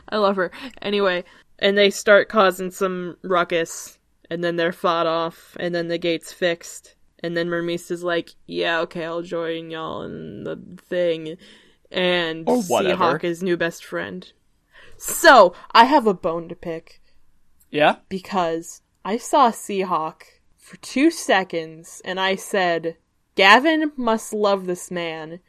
S1: I love her. Anyway, and they start causing some ruckus, and then they're fought off, and then the gate's fixed, and then Mermista's like, "Yeah, okay, I'll join y'all in the thing," and
S3: Or whatever.
S1: Seahawk is new best friend. So I have a bone to pick.
S3: yeah.
S1: because I saw Seahawk for two seconds and I said, Gavin must love this man.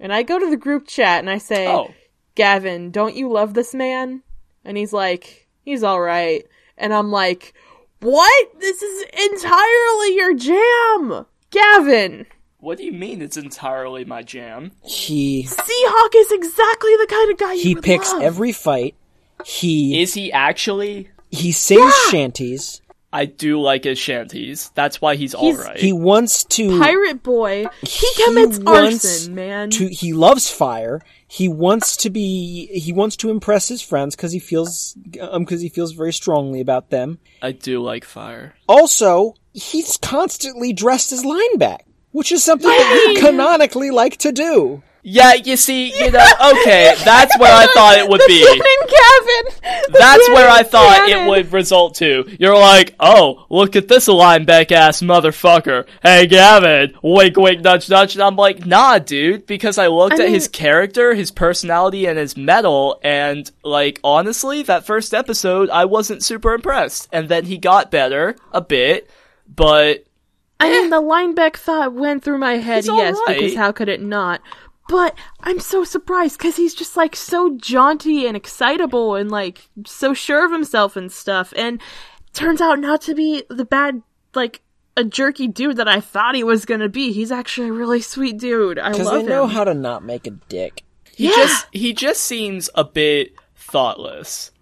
S1: And I go to the group chat and I say,
S3: Oh.
S1: Gavin, don't you love this man? And he's like, he's alright. And I'm like, what? This is entirely your jam! Gavin!
S3: What do you mean? It's entirely my jam.
S2: He
S1: Seahawk is exactly the kind of guy you
S2: he
S1: would
S2: picks
S1: love.
S2: every fight. He
S3: Is he actually?
S2: he sings shanties.
S3: I do like his shanties. That's why he's, all
S1: He's-
S3: right.
S2: He wants to
S1: pirate boy. He
S2: He
S1: commits
S2: wants
S1: arson, man.
S2: to he loves fire. He wants to be he wants to impress his friends cuz he feels um cuz he feels very strongly about them.
S3: I do like fire.
S2: Also, he's constantly dressed as lineback, which is something that we canonically like to do.
S3: Yeah, you see,
S1: [LAUGHS]
S3: you know, okay, that's where I thought it would be.
S1: Gavin!
S3: [LAUGHS] That's where I thought
S1: canon.
S3: it would result to. You're like, oh, look at this lineback ass motherfucker. Hey, Gavin, wink, wink, nudge, nudge. And I'm like, nah, dude, because I looked
S1: I
S3: at his
S1: mean-
S3: character, his personality, and his metal, and, like, honestly, that first episode, I wasn't super impressed. And then he got better, a bit, but
S1: I mean, the Linebeck thought went through my head,
S3: He's all
S1: yes,
S3: right.
S1: because how could it not? But I'm so surprised because he's just like so jaunty and excitable and like so sure of himself and stuff, and turns out not to be the bad, like a jerky dude that I thought he was gonna be. He's actually a really sweet dude. I
S2: Cuz
S1: love
S2: they know
S1: him.
S2: how to not make a dick.
S3: he
S1: Yeah.
S2: [GASPS]
S3: just, he just seems a bit thoughtless,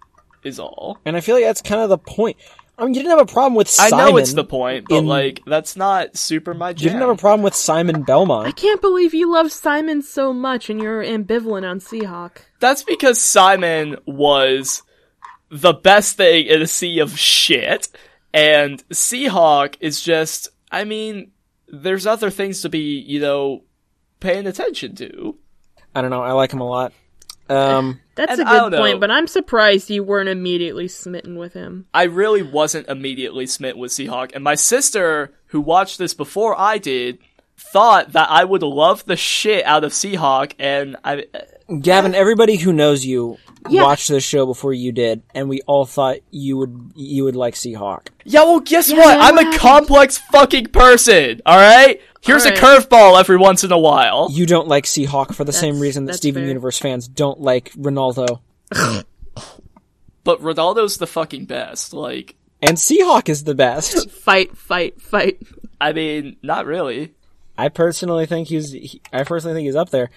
S3: is all.
S2: And I feel like that's kind of the point. I mean, you didn't have a problem with
S3: I
S2: Simon.
S3: know it's the point, but
S2: in-
S3: like that's not super my
S2: You
S3: jam.
S2: didn't have a problem with Simon
S1: I
S2: Belmont.
S1: can't believe you love Simon so much and you're ambivalent on Seahawk.
S3: That's because Simon was the best thing in a sea of shit, and Seahawk is just. I mean, there's other things to be you know paying attention to.
S2: I don't know. I like him a lot. Um,
S1: That's a
S3: And I don't
S1: good point,
S3: know.
S1: but I'm surprised you weren't immediately smitten with him.
S3: I really wasn't immediately smitten with Seahawk, and my sister, who watched this before I did, thought that I would love the shit out of Seahawk, and I.
S2: Gavin, everybody who knows you
S1: Yeah.
S2: watched this show before you did, and we all thought you would you would like Seahawk.
S3: Yeah, well, guess what?
S1: yeah,
S3: I'm
S1: what
S3: a
S1: happened?
S3: complex fucking person, alright? Here's
S1: Alright.
S3: a curveball every once in a while.
S2: You don't like Seahawk for the same
S1: That's-
S2: reason that
S1: that's
S2: Steven
S1: fair.
S2: Universe fans don't like Ronaldo.
S3: But Ronaldo's the fucking best. Like,
S2: And Seahawk is the best.
S1: Fight, fight, fight.
S3: I mean, not really.
S2: I personally think he's he, I personally think he's up there.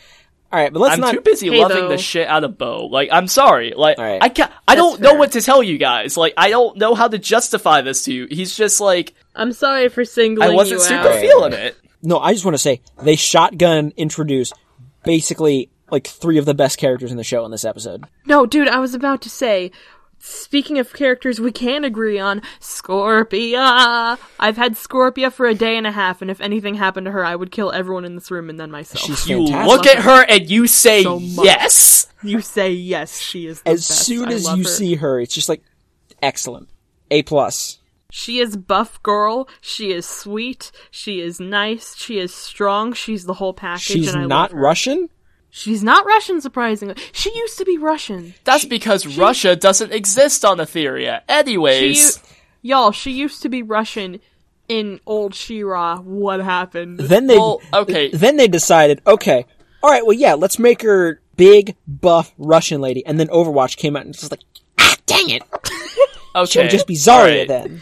S2: All right, but let's
S3: I'm
S2: not
S3: too busy
S1: Hey,
S3: loving
S1: though.
S3: the shit out of Bo. Like, I'm sorry. Like,
S2: Alright.
S3: I can't. I don't know
S1: fair.
S3: what to tell you guys. Like, I don't know how to justify this to you. He's just like,
S1: I'm sorry for singling
S3: I wasn't
S1: you
S3: super
S1: out.
S3: feeling it.
S2: No, I just want to say they shotgun introduce basically like three of the best characters in the show in this episode.
S1: No, dude, I was about to say. Speaking of characters we can agree on, Scorpia. I've had Scorpia for a day and a half, and if anything happened to her, I would kill everyone in this room and then myself.
S2: She's
S3: You
S2: fantastic.
S3: look at her and you say
S1: So much.
S3: yes.
S1: you say yes, she is. The
S2: as
S1: best.
S2: soon
S1: I
S2: as
S1: love
S2: you
S1: her.
S2: see her, it's just like excellent, a plus.
S1: She is buff girl. She is sweet. She is nice. She is strong. She's the whole package.
S2: She's
S1: and I
S2: not
S1: Love her.
S2: Russian?
S1: She's not Russian, surprisingly. She used to be Russian.
S3: That's because Russia doesn't exist on Etheria.
S1: She,
S3: Anyways,
S1: u- y'all, she used to be Russian in old She-Ra. What happened?
S3: [LAUGHS]
S2: Then they
S3: Well,
S2: [LAUGHS]
S3: okay.
S2: Then they decided, okay, all right, well, yeah, let's make her big, buff Russian lady, and then Overwatch came out and it's just like, ah, dang it,
S3: okay.
S2: she'll just be Zarya
S3: Alright.
S2: then.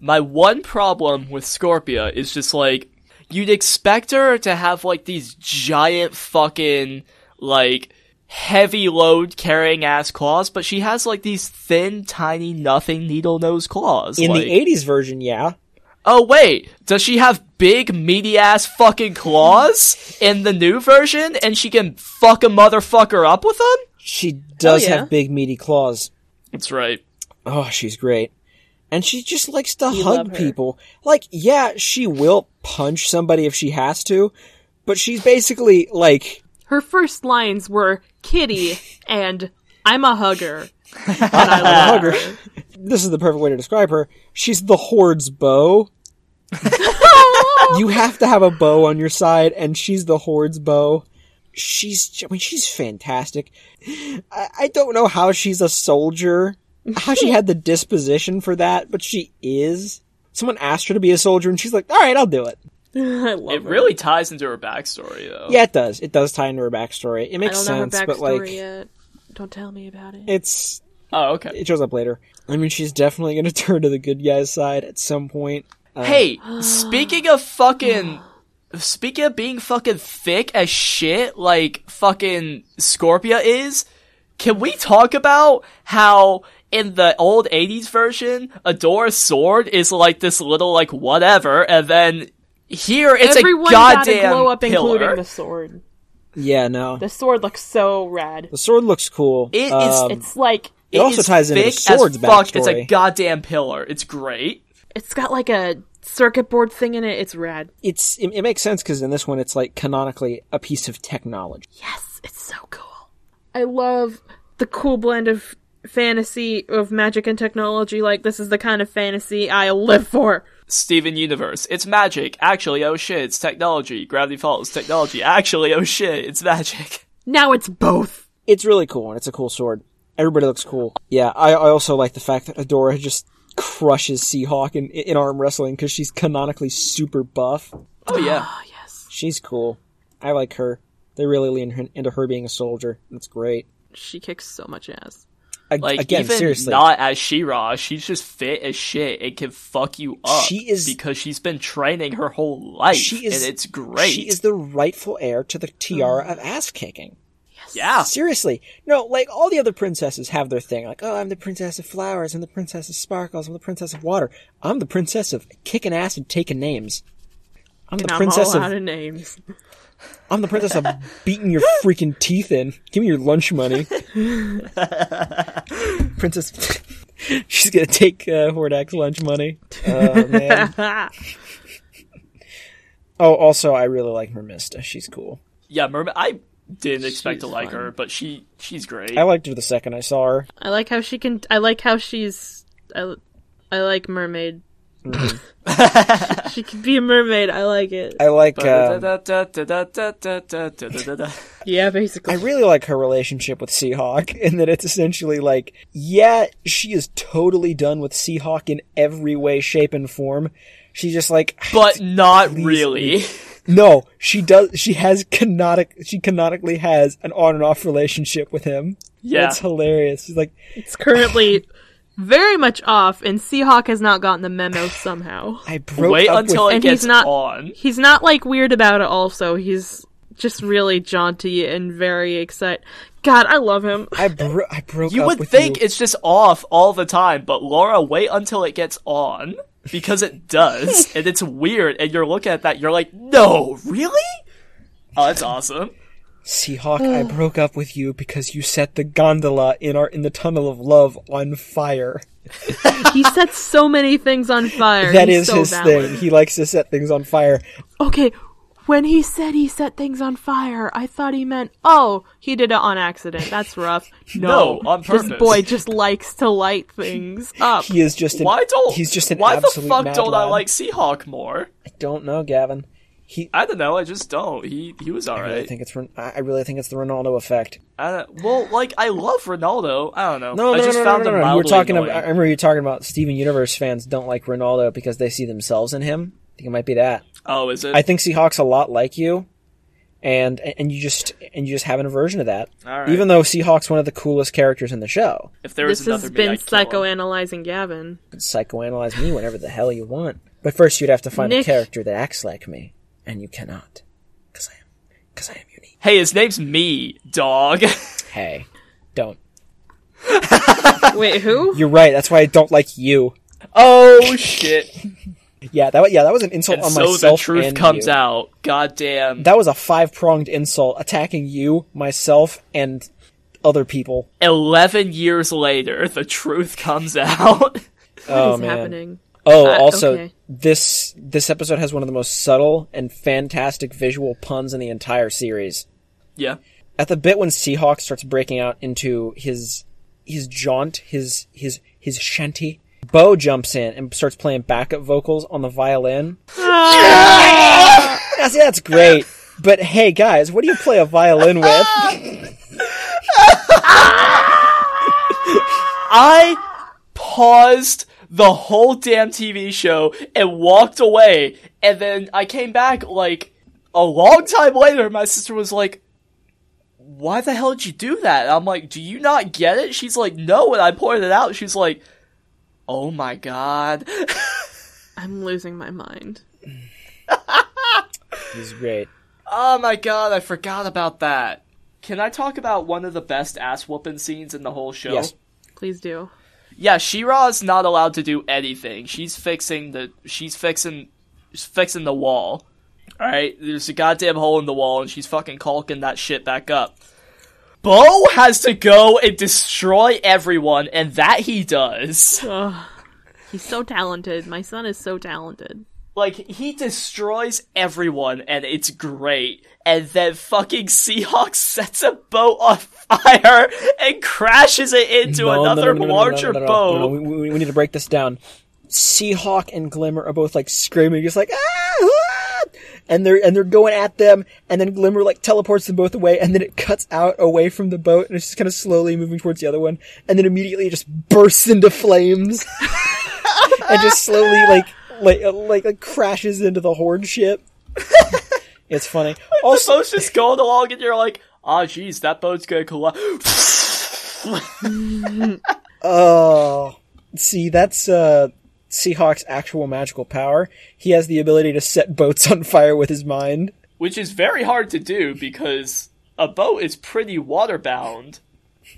S3: My one problem with Scorpia is just like you'd expect her to have like these giant fucking like heavy load carrying ass claws, but she has like these thin, tiny, nothing needle nose claws.
S2: In
S3: like,
S2: the '80s version, yeah,
S3: oh wait, does she have big, meaty ass fucking claws in the new version, and she can fuck a motherfucker up with them?
S2: she does
S1: Oh, yeah.
S2: have big, meaty claws.
S3: That's right.
S2: Oh, she's great. And she just likes to
S1: love
S2: hug
S1: her.
S2: people. Like, yeah, she will punch somebody if she has to, but she's basically like,
S1: Her first lines were "Kitty" and "I'm a hugger." And
S2: [LAUGHS]
S1: I love
S2: hugger. this is the perfect way to describe her. She's the
S1: [LAUGHS]
S2: horde's bow. you have to have a bow on your side, and she's the horde's bow. She's, I mean, she's fantastic. I, I don't know how she's a soldier, how she had the disposition for that, but she is. Someone asked her to be a soldier, and she's like, all right, I'll do it.
S1: [LAUGHS] I love
S3: It
S1: her.
S3: really ties into her backstory though.
S2: Yeah, it does. It does tie into her backstory. It
S1: I
S2: makes
S1: don't know her
S2: sense,
S1: backstory
S2: but like,
S1: yet. Don't tell me about it.
S2: it's
S3: Oh, okay.
S2: it shows up later. I mean, she's definitely going to [LAUGHS] turn to the good guy's side at some point.
S1: [GASPS]
S3: Hey, speaking of fucking. Speaking of being fucking thick as shit, like fucking Scorpia is, can we talk about how in the old 80s version, Adora's sword is like this little, like, whatever, and then here it's
S1: Everyone
S3: a
S1: got a
S3: goddamn
S1: glow up,
S3: pillar.
S1: including the sword.
S2: Yeah, no.
S1: The sword looks so rad.
S2: The sword looks cool.
S3: It is-
S2: Um,
S1: It's like
S2: it also
S3: is
S2: ties into the
S3: thick as
S2: sword's
S3: fuck. It's a
S2: backstory.
S3: goddamn pillar. It's great.
S1: it's got like a circuit board thing in it. It's rad.
S2: it's it, it makes sense because in this one it's like canonically a piece of technology.
S1: Yes, it's so cool. I love the cool blend of fantasy of magic and technology. Like this is the kind of fantasy I live for.
S3: Steven Universe. It's magic. Actually, oh shit, it's technology. Gravity Falls, technology. Actually, oh shit, it's magic. [LAUGHS]
S1: Now it's both.
S2: It's really cool and it's a cool sword. Everybody looks cool. Yeah, I, I also like the fact that Adora just crushes Seahawk in, in arm wrestling because she's canonically super buff.
S3: Oh yeah.
S1: Oh yes,
S2: She's cool. I like her. They really lean her, into her being a soldier. That's great.
S1: she kicks so much ass.
S2: Ag-
S3: Like
S2: again,
S3: even
S2: seriously,
S3: not as She-Ra, she's just fit as shit and can fuck you up.
S2: She is-
S3: because she's been training her whole life.
S2: She is-
S3: and it's great. Mm-hmm.
S2: she is the rightful heir to the tiara of ass kicking.
S3: yeah.
S2: Seriously. No, like all the other princesses have their thing. Like, oh, I'm the princess of flowers, I'm the princess of sparkles, I'm the princess of water. I'm the princess of kicking ass and taking names. I'm the
S1: And
S2: princess
S1: I'm all out
S2: of
S1: of
S2: [LAUGHS]
S1: names.
S2: I'm the
S1: [LAUGHS]
S2: princess of beating your freaking teeth in. Give me your lunch money. princess [LAUGHS] She's gonna take uh, Hordak's lunch money. Oh
S1: [LAUGHS]
S2: man. oh, also, I really like Mermista. She's cool.
S3: Yeah, Mermaid I didn't expect to
S1: She's
S3: like
S1: fun.
S3: her, but she she's great.
S2: I liked her the second I saw her.
S1: I like how she can. I like how she's. I, I like mermaid. [LAUGHS] she could be a mermaid. I like it.
S2: Mm. I like. um,
S1: Yeah, basically.
S2: I really like her relationship with Seahawk, [LAUGHS] in that it's essentially like, yeah, she is totally done with Seahawk in every way, shape, and form. She's just like, [SIGHS]
S3: but not really.
S2: no, she does. She has canonic. She canonically has an on and off relationship with him.
S3: Yeah.
S2: it's hilarious. She's like,
S1: it's currently very much off, and Seahawk has not gotten the memo somehow.
S2: I broke
S3: Wait
S2: up
S3: until
S2: with.
S3: it
S1: And
S3: gets
S1: he's not-
S3: on.
S1: He's not like weird about it. Also, he's just really jaunty and very excited. God, I love him.
S2: I, bro- I broke.
S3: You
S2: up
S3: would
S2: with
S3: think
S2: you.
S3: it's just off all the time, but Laura, wait until it gets on because it
S2: [LAUGHS]
S3: does, and it's weird. And you're looking at that, you're like, no, really? Oh, that's awesome.
S2: Seahawk.
S1: [SIGHS]
S2: I broke up with you because you set the gondola in our in the tunnel of love on fire.
S1: He sets so many things on fire.
S2: That
S1: He's
S2: is
S1: so
S2: his
S1: valid.
S2: thing. He likes to set things on fire.
S1: Okay, When he said he set things on fire, I thought he meant, oh, he did it on accident. That's rough. No,
S3: No, on
S1: This
S3: purpose.
S1: boy just likes to light things up.
S2: He is just an,
S3: Why don't
S2: he's just an
S3: Why the
S2: absolute
S3: fuck
S2: mad
S3: don't I
S2: lad.
S3: like Seahawk more?
S2: Don't know, Gavin. He
S3: I don't know. I just don't. He he was
S2: I really
S3: alright.
S2: think it's Ren- I I really think it's the Ronaldo effect.
S3: I don't- Well, like I love Ronaldo. I don't know.
S2: No, no,
S3: I just
S2: no, no,
S3: found
S2: no, no, no.
S3: him
S2: You
S3: mildly
S2: We're talking.
S3: annoying.
S2: About, I remember you talking about Steven Universe fans don't like Ronaldo because they see themselves in him. I think it might be that.
S3: oh, is it?
S2: um, I think Seahawks a lot like you, and and you just and you just have an aversion to that.
S3: All right.
S2: Even though Seahawks one of the coolest characters in the show,
S3: if there was
S1: This
S3: another
S1: has
S3: me,
S1: been
S3: I'd kill him.
S1: psychoanalyzing Gavin.
S2: you can psychoanalyze me whenever the hell you want. But first, you'd have to find a
S1: Nick-
S2: character that acts like me, and you cannot, because I am, because I am unique.
S3: Hey, his name's me, dog.
S2: [LAUGHS] Hey, don't.
S1: Wait, who?
S2: You're right. That's why I don't like you.
S3: [LAUGHS] oh shit!
S2: Yeah, that wa- yeah that was an insult
S3: And
S2: on
S3: so the
S2: myself.
S3: truth
S2: and
S3: comes
S2: you.
S3: out. God damn.
S2: That was a five pronged insult attacking you, myself, and other people.
S3: Eleven years later, the truth comes out. [LAUGHS]
S1: What
S2: oh
S1: is
S2: man.
S1: happening?
S2: Oh,
S1: Uh,
S2: also
S1: okay.
S2: this this episode has one of the most subtle and fantastic visual puns in the entire series.
S3: yeah.
S2: At the bit when Seahawk starts breaking out into his his jaunt, his his his shanty, Bo jumps in and starts playing backup vocals on the violin. Yeah! See, that's great. But hey, guys, what do you play a violin with?
S3: I paused the whole damn TV show and walked away, and then I came back like a long time later. My sister was like, "Why the hell did you do that?" And I'm like, "Do you not get it?" She's like, "No," and I pointed it out. She's like, "Oh my god." [LAUGHS]
S1: I'm losing my mind.
S2: He's great.
S3: Oh my god, I forgot about that. Can I talk about one of the best ass whooping scenes in the whole show?
S2: Yes.
S1: Please do.
S3: Yeah, Shira's not allowed to do anything. She's fixing the she's fixing she's fixing the wall. Alright? There's a goddamn hole in the wall and she's fucking caulking that shit back up. Bo has to go and destroy everyone, and that he does.
S1: He's so talented. My son is so talented.
S3: Like he destroys everyone, and it's great. And then fucking Seahawk sets a boat on fire and crashes it into
S2: No, no, no,
S3: another
S2: no, no, no,
S3: larger
S2: no, no, no,
S3: boat.
S2: no, no, we- we, we need to break this down. Seahawk and Glimmer are both like screaming, just like ah, ah!" and they're and they're going at them, and then Glimmer like teleports them both away, and then it cuts out away from the boat, and it's just kind of slowly moving towards the other one, and then immediately it just bursts into flames, and just slowly like like like, like crashes into the horde ship. it's funny.
S3: The
S2: Also,
S3: boat's just going along, and you're like, "Ah, jeez, that boat's gonna collide."
S2: Oh, see, that's uh, Seahawk's actual magical power. He has the ability to set boats on fire with his mind.
S3: Which is very hard to do because a boat is pretty waterbound,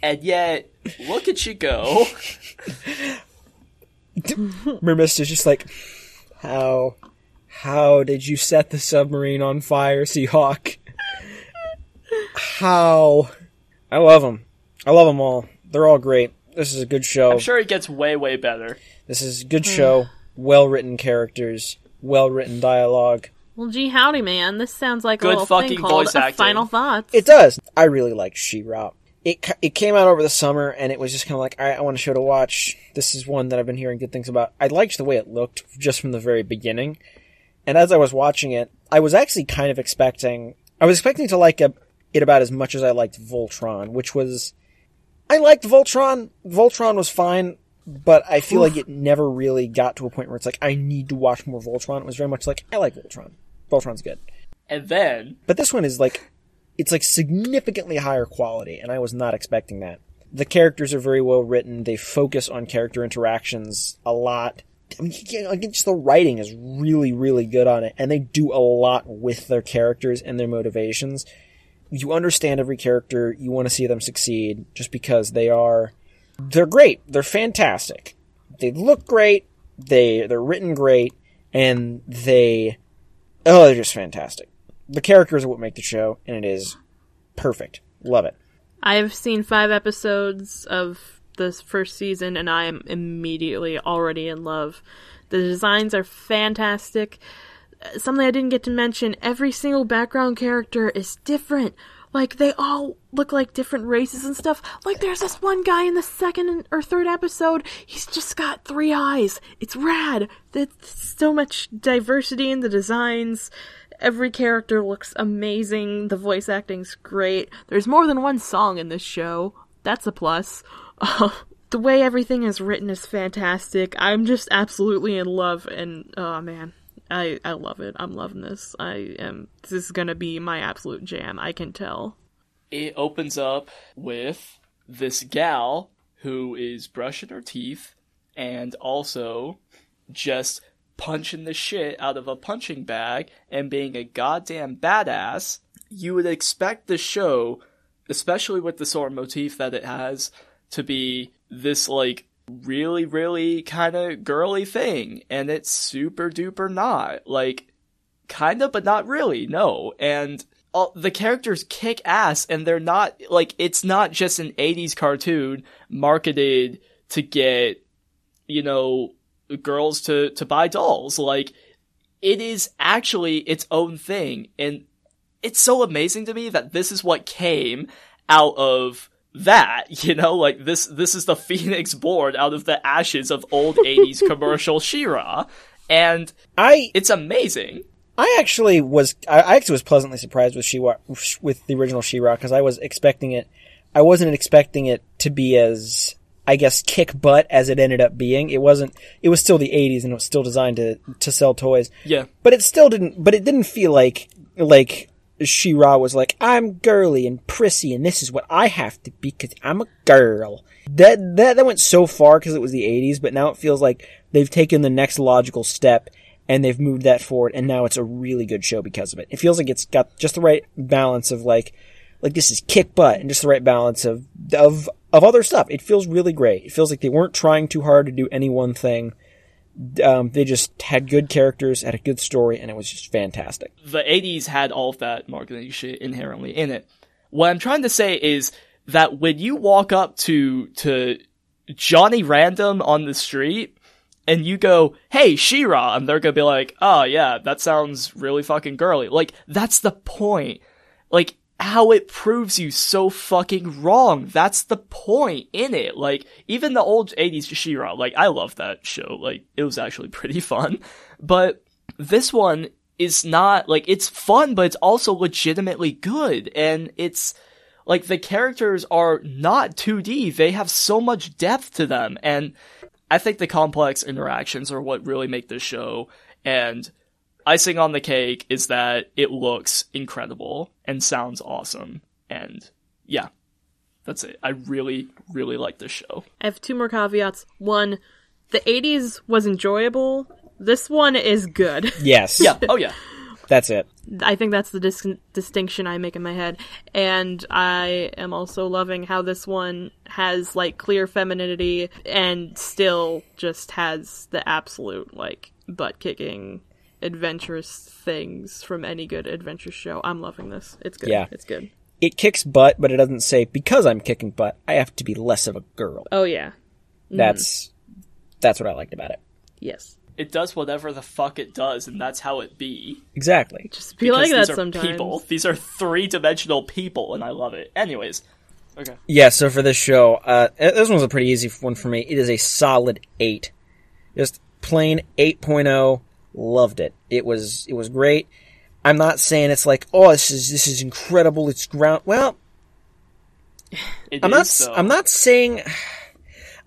S3: and yet look at you go.
S2: Mermist is just like, how, how did you set the submarine on fire, Seahawk? How? I love them. I love them all. They're all great. This is a good show.
S3: I'm sure it gets way way better.
S2: This is a good show. well written characters. Well written dialogue.
S1: Well, gee, howdy, man. This sounds like
S3: Good
S1: a little
S3: fucking
S1: thing called
S3: voice
S1: a
S3: acting.
S1: Final Thoughts.
S2: It does. I really like She-Ra. It ca- it came out over the summer, and it was just kind of like, all right, I want a show to watch. This is one that I've been hearing good things about. I liked the way it looked just from the very beginning, and as I was watching it, I was actually kind of expecting. I was expecting to like a, it about as much as I liked Voltron, which was, I liked Voltron. Voltron was fine, but I feel like it never really got to a point where it's like I need to watch more Voltron. It was very much like I like Voltron. Voltron's good.
S3: And then
S2: But this one is like, it's like significantly higher quality, and I was not expecting that. The characters are very well written. They focus on character interactions a lot. I mean, you know, again, just the writing is really, really good on it, and they do a lot with their characters and their motivations. You understand every character. You want to see them succeed just because they are, they're great. They're fantastic. They look great. They, they're written great, and they, oh, they're just fantastic the characters are what make the show, and it is perfect. Love it.
S1: I've seen five episodes of this first season, and I am immediately already in love. The designs are fantastic. something I didn't get to mention every single background character is different. Like, they all look like different races and stuff. Like, there's this one guy in the second and- or third episode, he's just got three eyes. It's rad. There's so much diversity in the designs. Every character looks amazing. The voice acting's great. There's more than one song in this show. That's a plus. Uh, the way everything is written is fantastic. I'm just absolutely in love, and oh man, I I love it. I'm loving this. I am. This is gonna be my absolute jam. I can tell.
S3: it opens up with this gal who is brushing her teeth and also just punching the shit out of a punching bag and being a goddamn badass. You would expect the show, especially with the sort of motif that it has, to be this like really, really kind of girly thing, and it's super duper not. Like, kind of but not really no and all, the characters kick ass and they're not like it's not just an 80s cartoon marketed to get you know girls to to buy dolls like it is actually its own thing and it's so amazing to me that this is what came out of that [LAUGHS] you know like this this is the [LAUGHS] phoenix born out of the ashes of old 80s commercial shira and
S2: I
S3: it's amazing
S2: I actually was I, I actually was pleasantly surprised with she with the original She-Ra because I was expecting it. I wasn't expecting it to be as I guess kick butt as it ended up being. It wasn't. It was still the '80s and it was still designed to to sell toys.
S3: Yeah.
S2: but it still didn't. But it didn't feel like like She-Ra was like I'm girly and prissy and this is what I have to be because I'm a girl. That that that went so far because it was the '80s, but now it feels like they've taken the next logical step and they've moved that forward and now it's a really good show because of it. It feels like it's got just the right balance of like like this is kick butt and just the right balance of of of other stuff. It feels really great. It feels like they weren't trying too hard to do any one thing. Um, they just had good characters, had a good story, and it was just fantastic.
S3: the 80s had all of that marketing shit inherently in it. What I'm trying to say is that when you walk up to to Johnny Random on the street and you go, "Hey, Shira," and they're gonna be like, "Oh yeah, that sounds really fucking girly." Like that's the point. Like how it proves you so fucking wrong. That's the point in it. Like even the old 80s Shira, like I love that show. Like it was actually [LAUGHS] pretty fun, but this one is not like it's fun but it's also legitimately good and it's like the characters are not 2D they have so much depth to them and i think the complex interactions are what really make this show and icing on the cake is that it looks incredible and sounds awesome and yeah that's it i really really like this show
S1: I have two more caveats. One, the '80s was enjoyable. This one is good. [LAUGHS]
S2: Yes.
S3: yeah oh yeah
S2: That's it.
S1: I think that's the dis- distinction I make in my head. And I am also loving how this one has like clear femininity and still just has the absolute like butt kicking adventurous things from any good adventure show. I'm loving this. It's good.
S2: Yeah.
S1: It's good.
S2: It kicks butt, but it doesn't say because I'm kicking butt, I have to be less of a girl.
S1: Oh yeah.
S2: That's that's what I liked about it.
S1: Yes.
S3: it does whatever the fuck it does and that's how it be
S2: Exactly.
S1: Just be like
S3: Because
S1: that
S3: these are
S1: sometimes.
S3: People. These are three dimensional people, and I love it. Anyways, okay.
S2: Yeah, so for this show, uh, this one's a pretty easy one for me. It is a solid eight. Just plain 8.0. Loved it. It was, it was great. I'm not saying it's like, oh, this is, this is incredible. It's ground. Well,
S3: It
S2: I'm
S3: is,
S2: not,
S3: so-
S2: I'm not saying,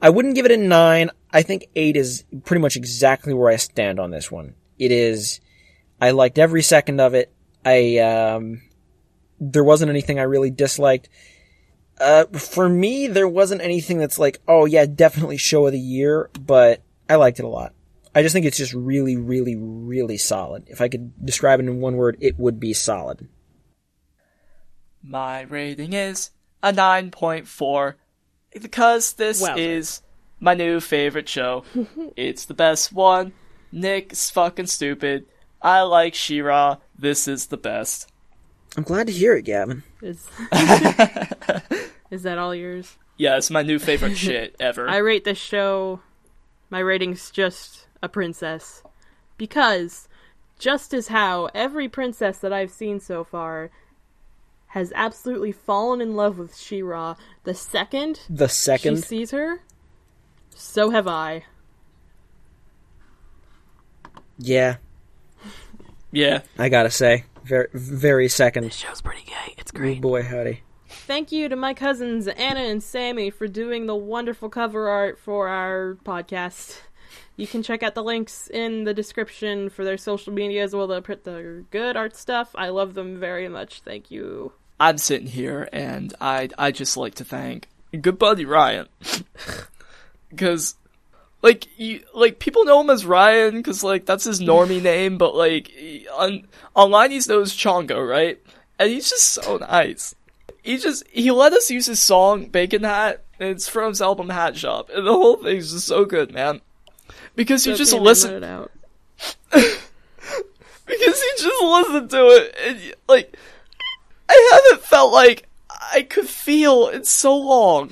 S2: I wouldn't give it a nine. I think eight is pretty much exactly where I stand on this one. It is, I liked every second of it. I, um, there wasn't anything I really disliked. Uh, for me, there wasn't anything that's like, oh yeah, definitely show of the year, but I liked it a lot. I just think it's just really, really, really solid. If I could describe it in one word, it would be solid.
S3: My rating is a 9.4 because this
S1: Wowzers.
S3: is my new favorite show. it's the best one. Nick's fucking stupid. I like Shira. This is the best.
S2: I'm glad to hear it, Gavin.
S1: Is,
S3: [LAUGHS]
S1: [LAUGHS] is that all yours?
S3: Yeah, it's my new favorite shit ever.
S1: I rate this show. My rating's just a princess because just as how every princess that I've seen so far has absolutely fallen in love with She-Ra the second
S2: The
S1: she
S2: second,
S1: sees her. So have I.
S2: yeah,
S3: Yeah.
S2: I gotta say, very, very second.
S1: Show's pretty gay. It's
S2: Boy, howdy.
S1: Thank you to my cousins Anna and Sammy for doing the wonderful cover art for our podcast. You can check out the links in the description for their social media as well. They'll put their good art stuff. I love them very much. Thank you.
S3: I'm sitting here and I I just like to thank good buddy Ryan [LAUGHS] because like you like people know him as Ryan because like that's his normie name but like he- on online he's known as Chongo right and he's just so nice he just he let us use his song Bacon Hat and it's from his album Hat Shop and the whole thing's just so good man because you
S1: So
S3: just
S1: Damon
S3: listen
S1: let it out.
S3: because he just listened to it and like I haven't felt like I could feel in so long.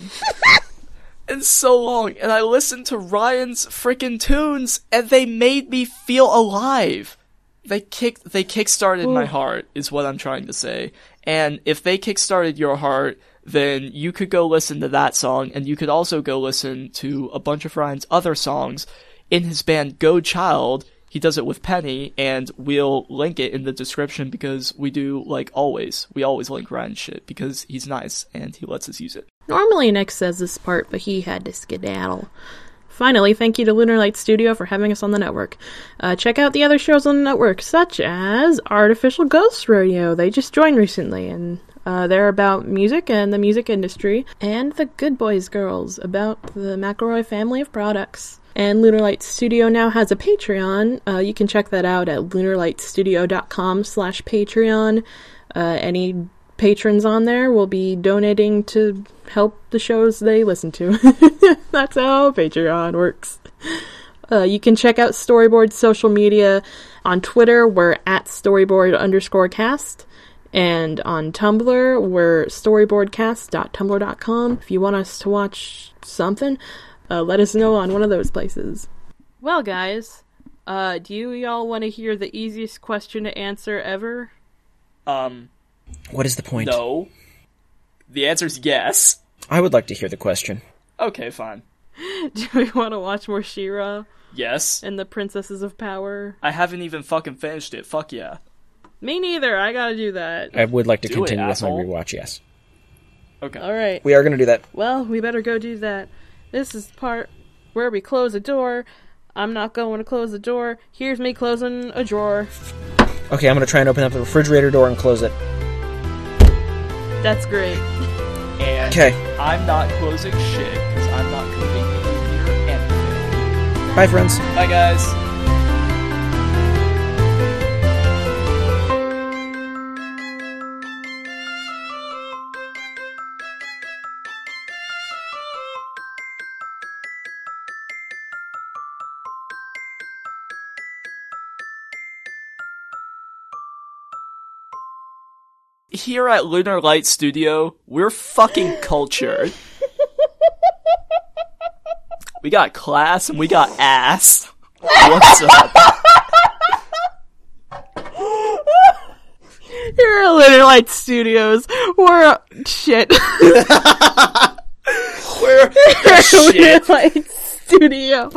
S3: in so long. And I listened to Ryan's freaking tunes and they made me feel alive. They kick they kickstarted my heart is what I'm trying to say. And if they kickstarted your heart, then you could go listen to that song and you could also go listen to a bunch of Ryan's other songs in his band Go Child. He does it with Penny and we'll link it in the description because we do like always. We always link Ryan's shit because he's nice and he lets us use it.
S1: Normally, Nick says this part, but he had to skedaddle. Finally, thank you to Lunar Light Studio for having us on the network. Uh, check out the other shows on the network, such as Artificial Ghost Rodeo. They just joined recently, and uh, they're about music and the music industry, and The Good Boys Girls, about the McElroy family of products. And Lunar Light Studio now has a Patreon. Uh, you can check that out at lunarlightstudio.com slash Patreon. Uh, any patrons on there will be donating to help the shows they listen to. [LAUGHS] That's how Patreon works. Uh, you can check out Storyboard's social media. On Twitter, we're at storyboard underscore cast. And on Tumblr, we're storyboardcast.tumblr.com. If you want us to watch something, uh, let us know on one of those places. Well, guys, uh, do you y'all want to hear the easiest question to answer ever? [LAUGHS]
S3: Um
S2: What is the point?
S3: No. The answer's yes.
S2: I would like to hear the question.
S3: Okay, fine.
S1: do we want to watch more She-Ra?
S3: Yes.
S1: and the Princesses of Power.
S3: I haven't even fucking finished it. Fuck yeah.
S1: Me neither. I gotta do that.
S2: I would like to
S3: Do it,
S2: continue with my
S3: asshole.
S2: rewatch. Yes,
S3: Okay.
S1: All right.
S2: we are going to do that.
S1: Well, we better go do that. This is part where we close a door. I'm not going to close the door. Here's me closing a drawer.
S2: Okay, I'm going to try and open up the refrigerator door and close it.
S1: That's great.
S3: And
S2: Okay.
S3: I'm not closing shit because I'm not coding here anything.
S2: Bye, friends.
S3: Bye, guys. Here at Lunar Light Studio, we're fucking cultured. We got class and we got ass. What's up?
S1: Here at Lunar Light Studios, we're [LAUGHS] shit.
S3: We're
S1: Lunar Light Studio,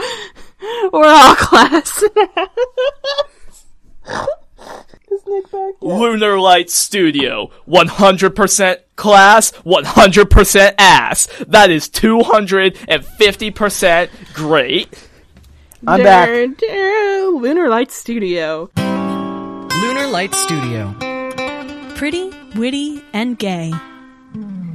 S1: we're all class. [LAUGHS]
S3: Lunar Light Studio. 100% class, 100% ass. That is 250% great.
S2: I'm back.
S1: Lunar Light Studio.
S5: Lunar Light Studio.
S6: Pretty, witty, and gay.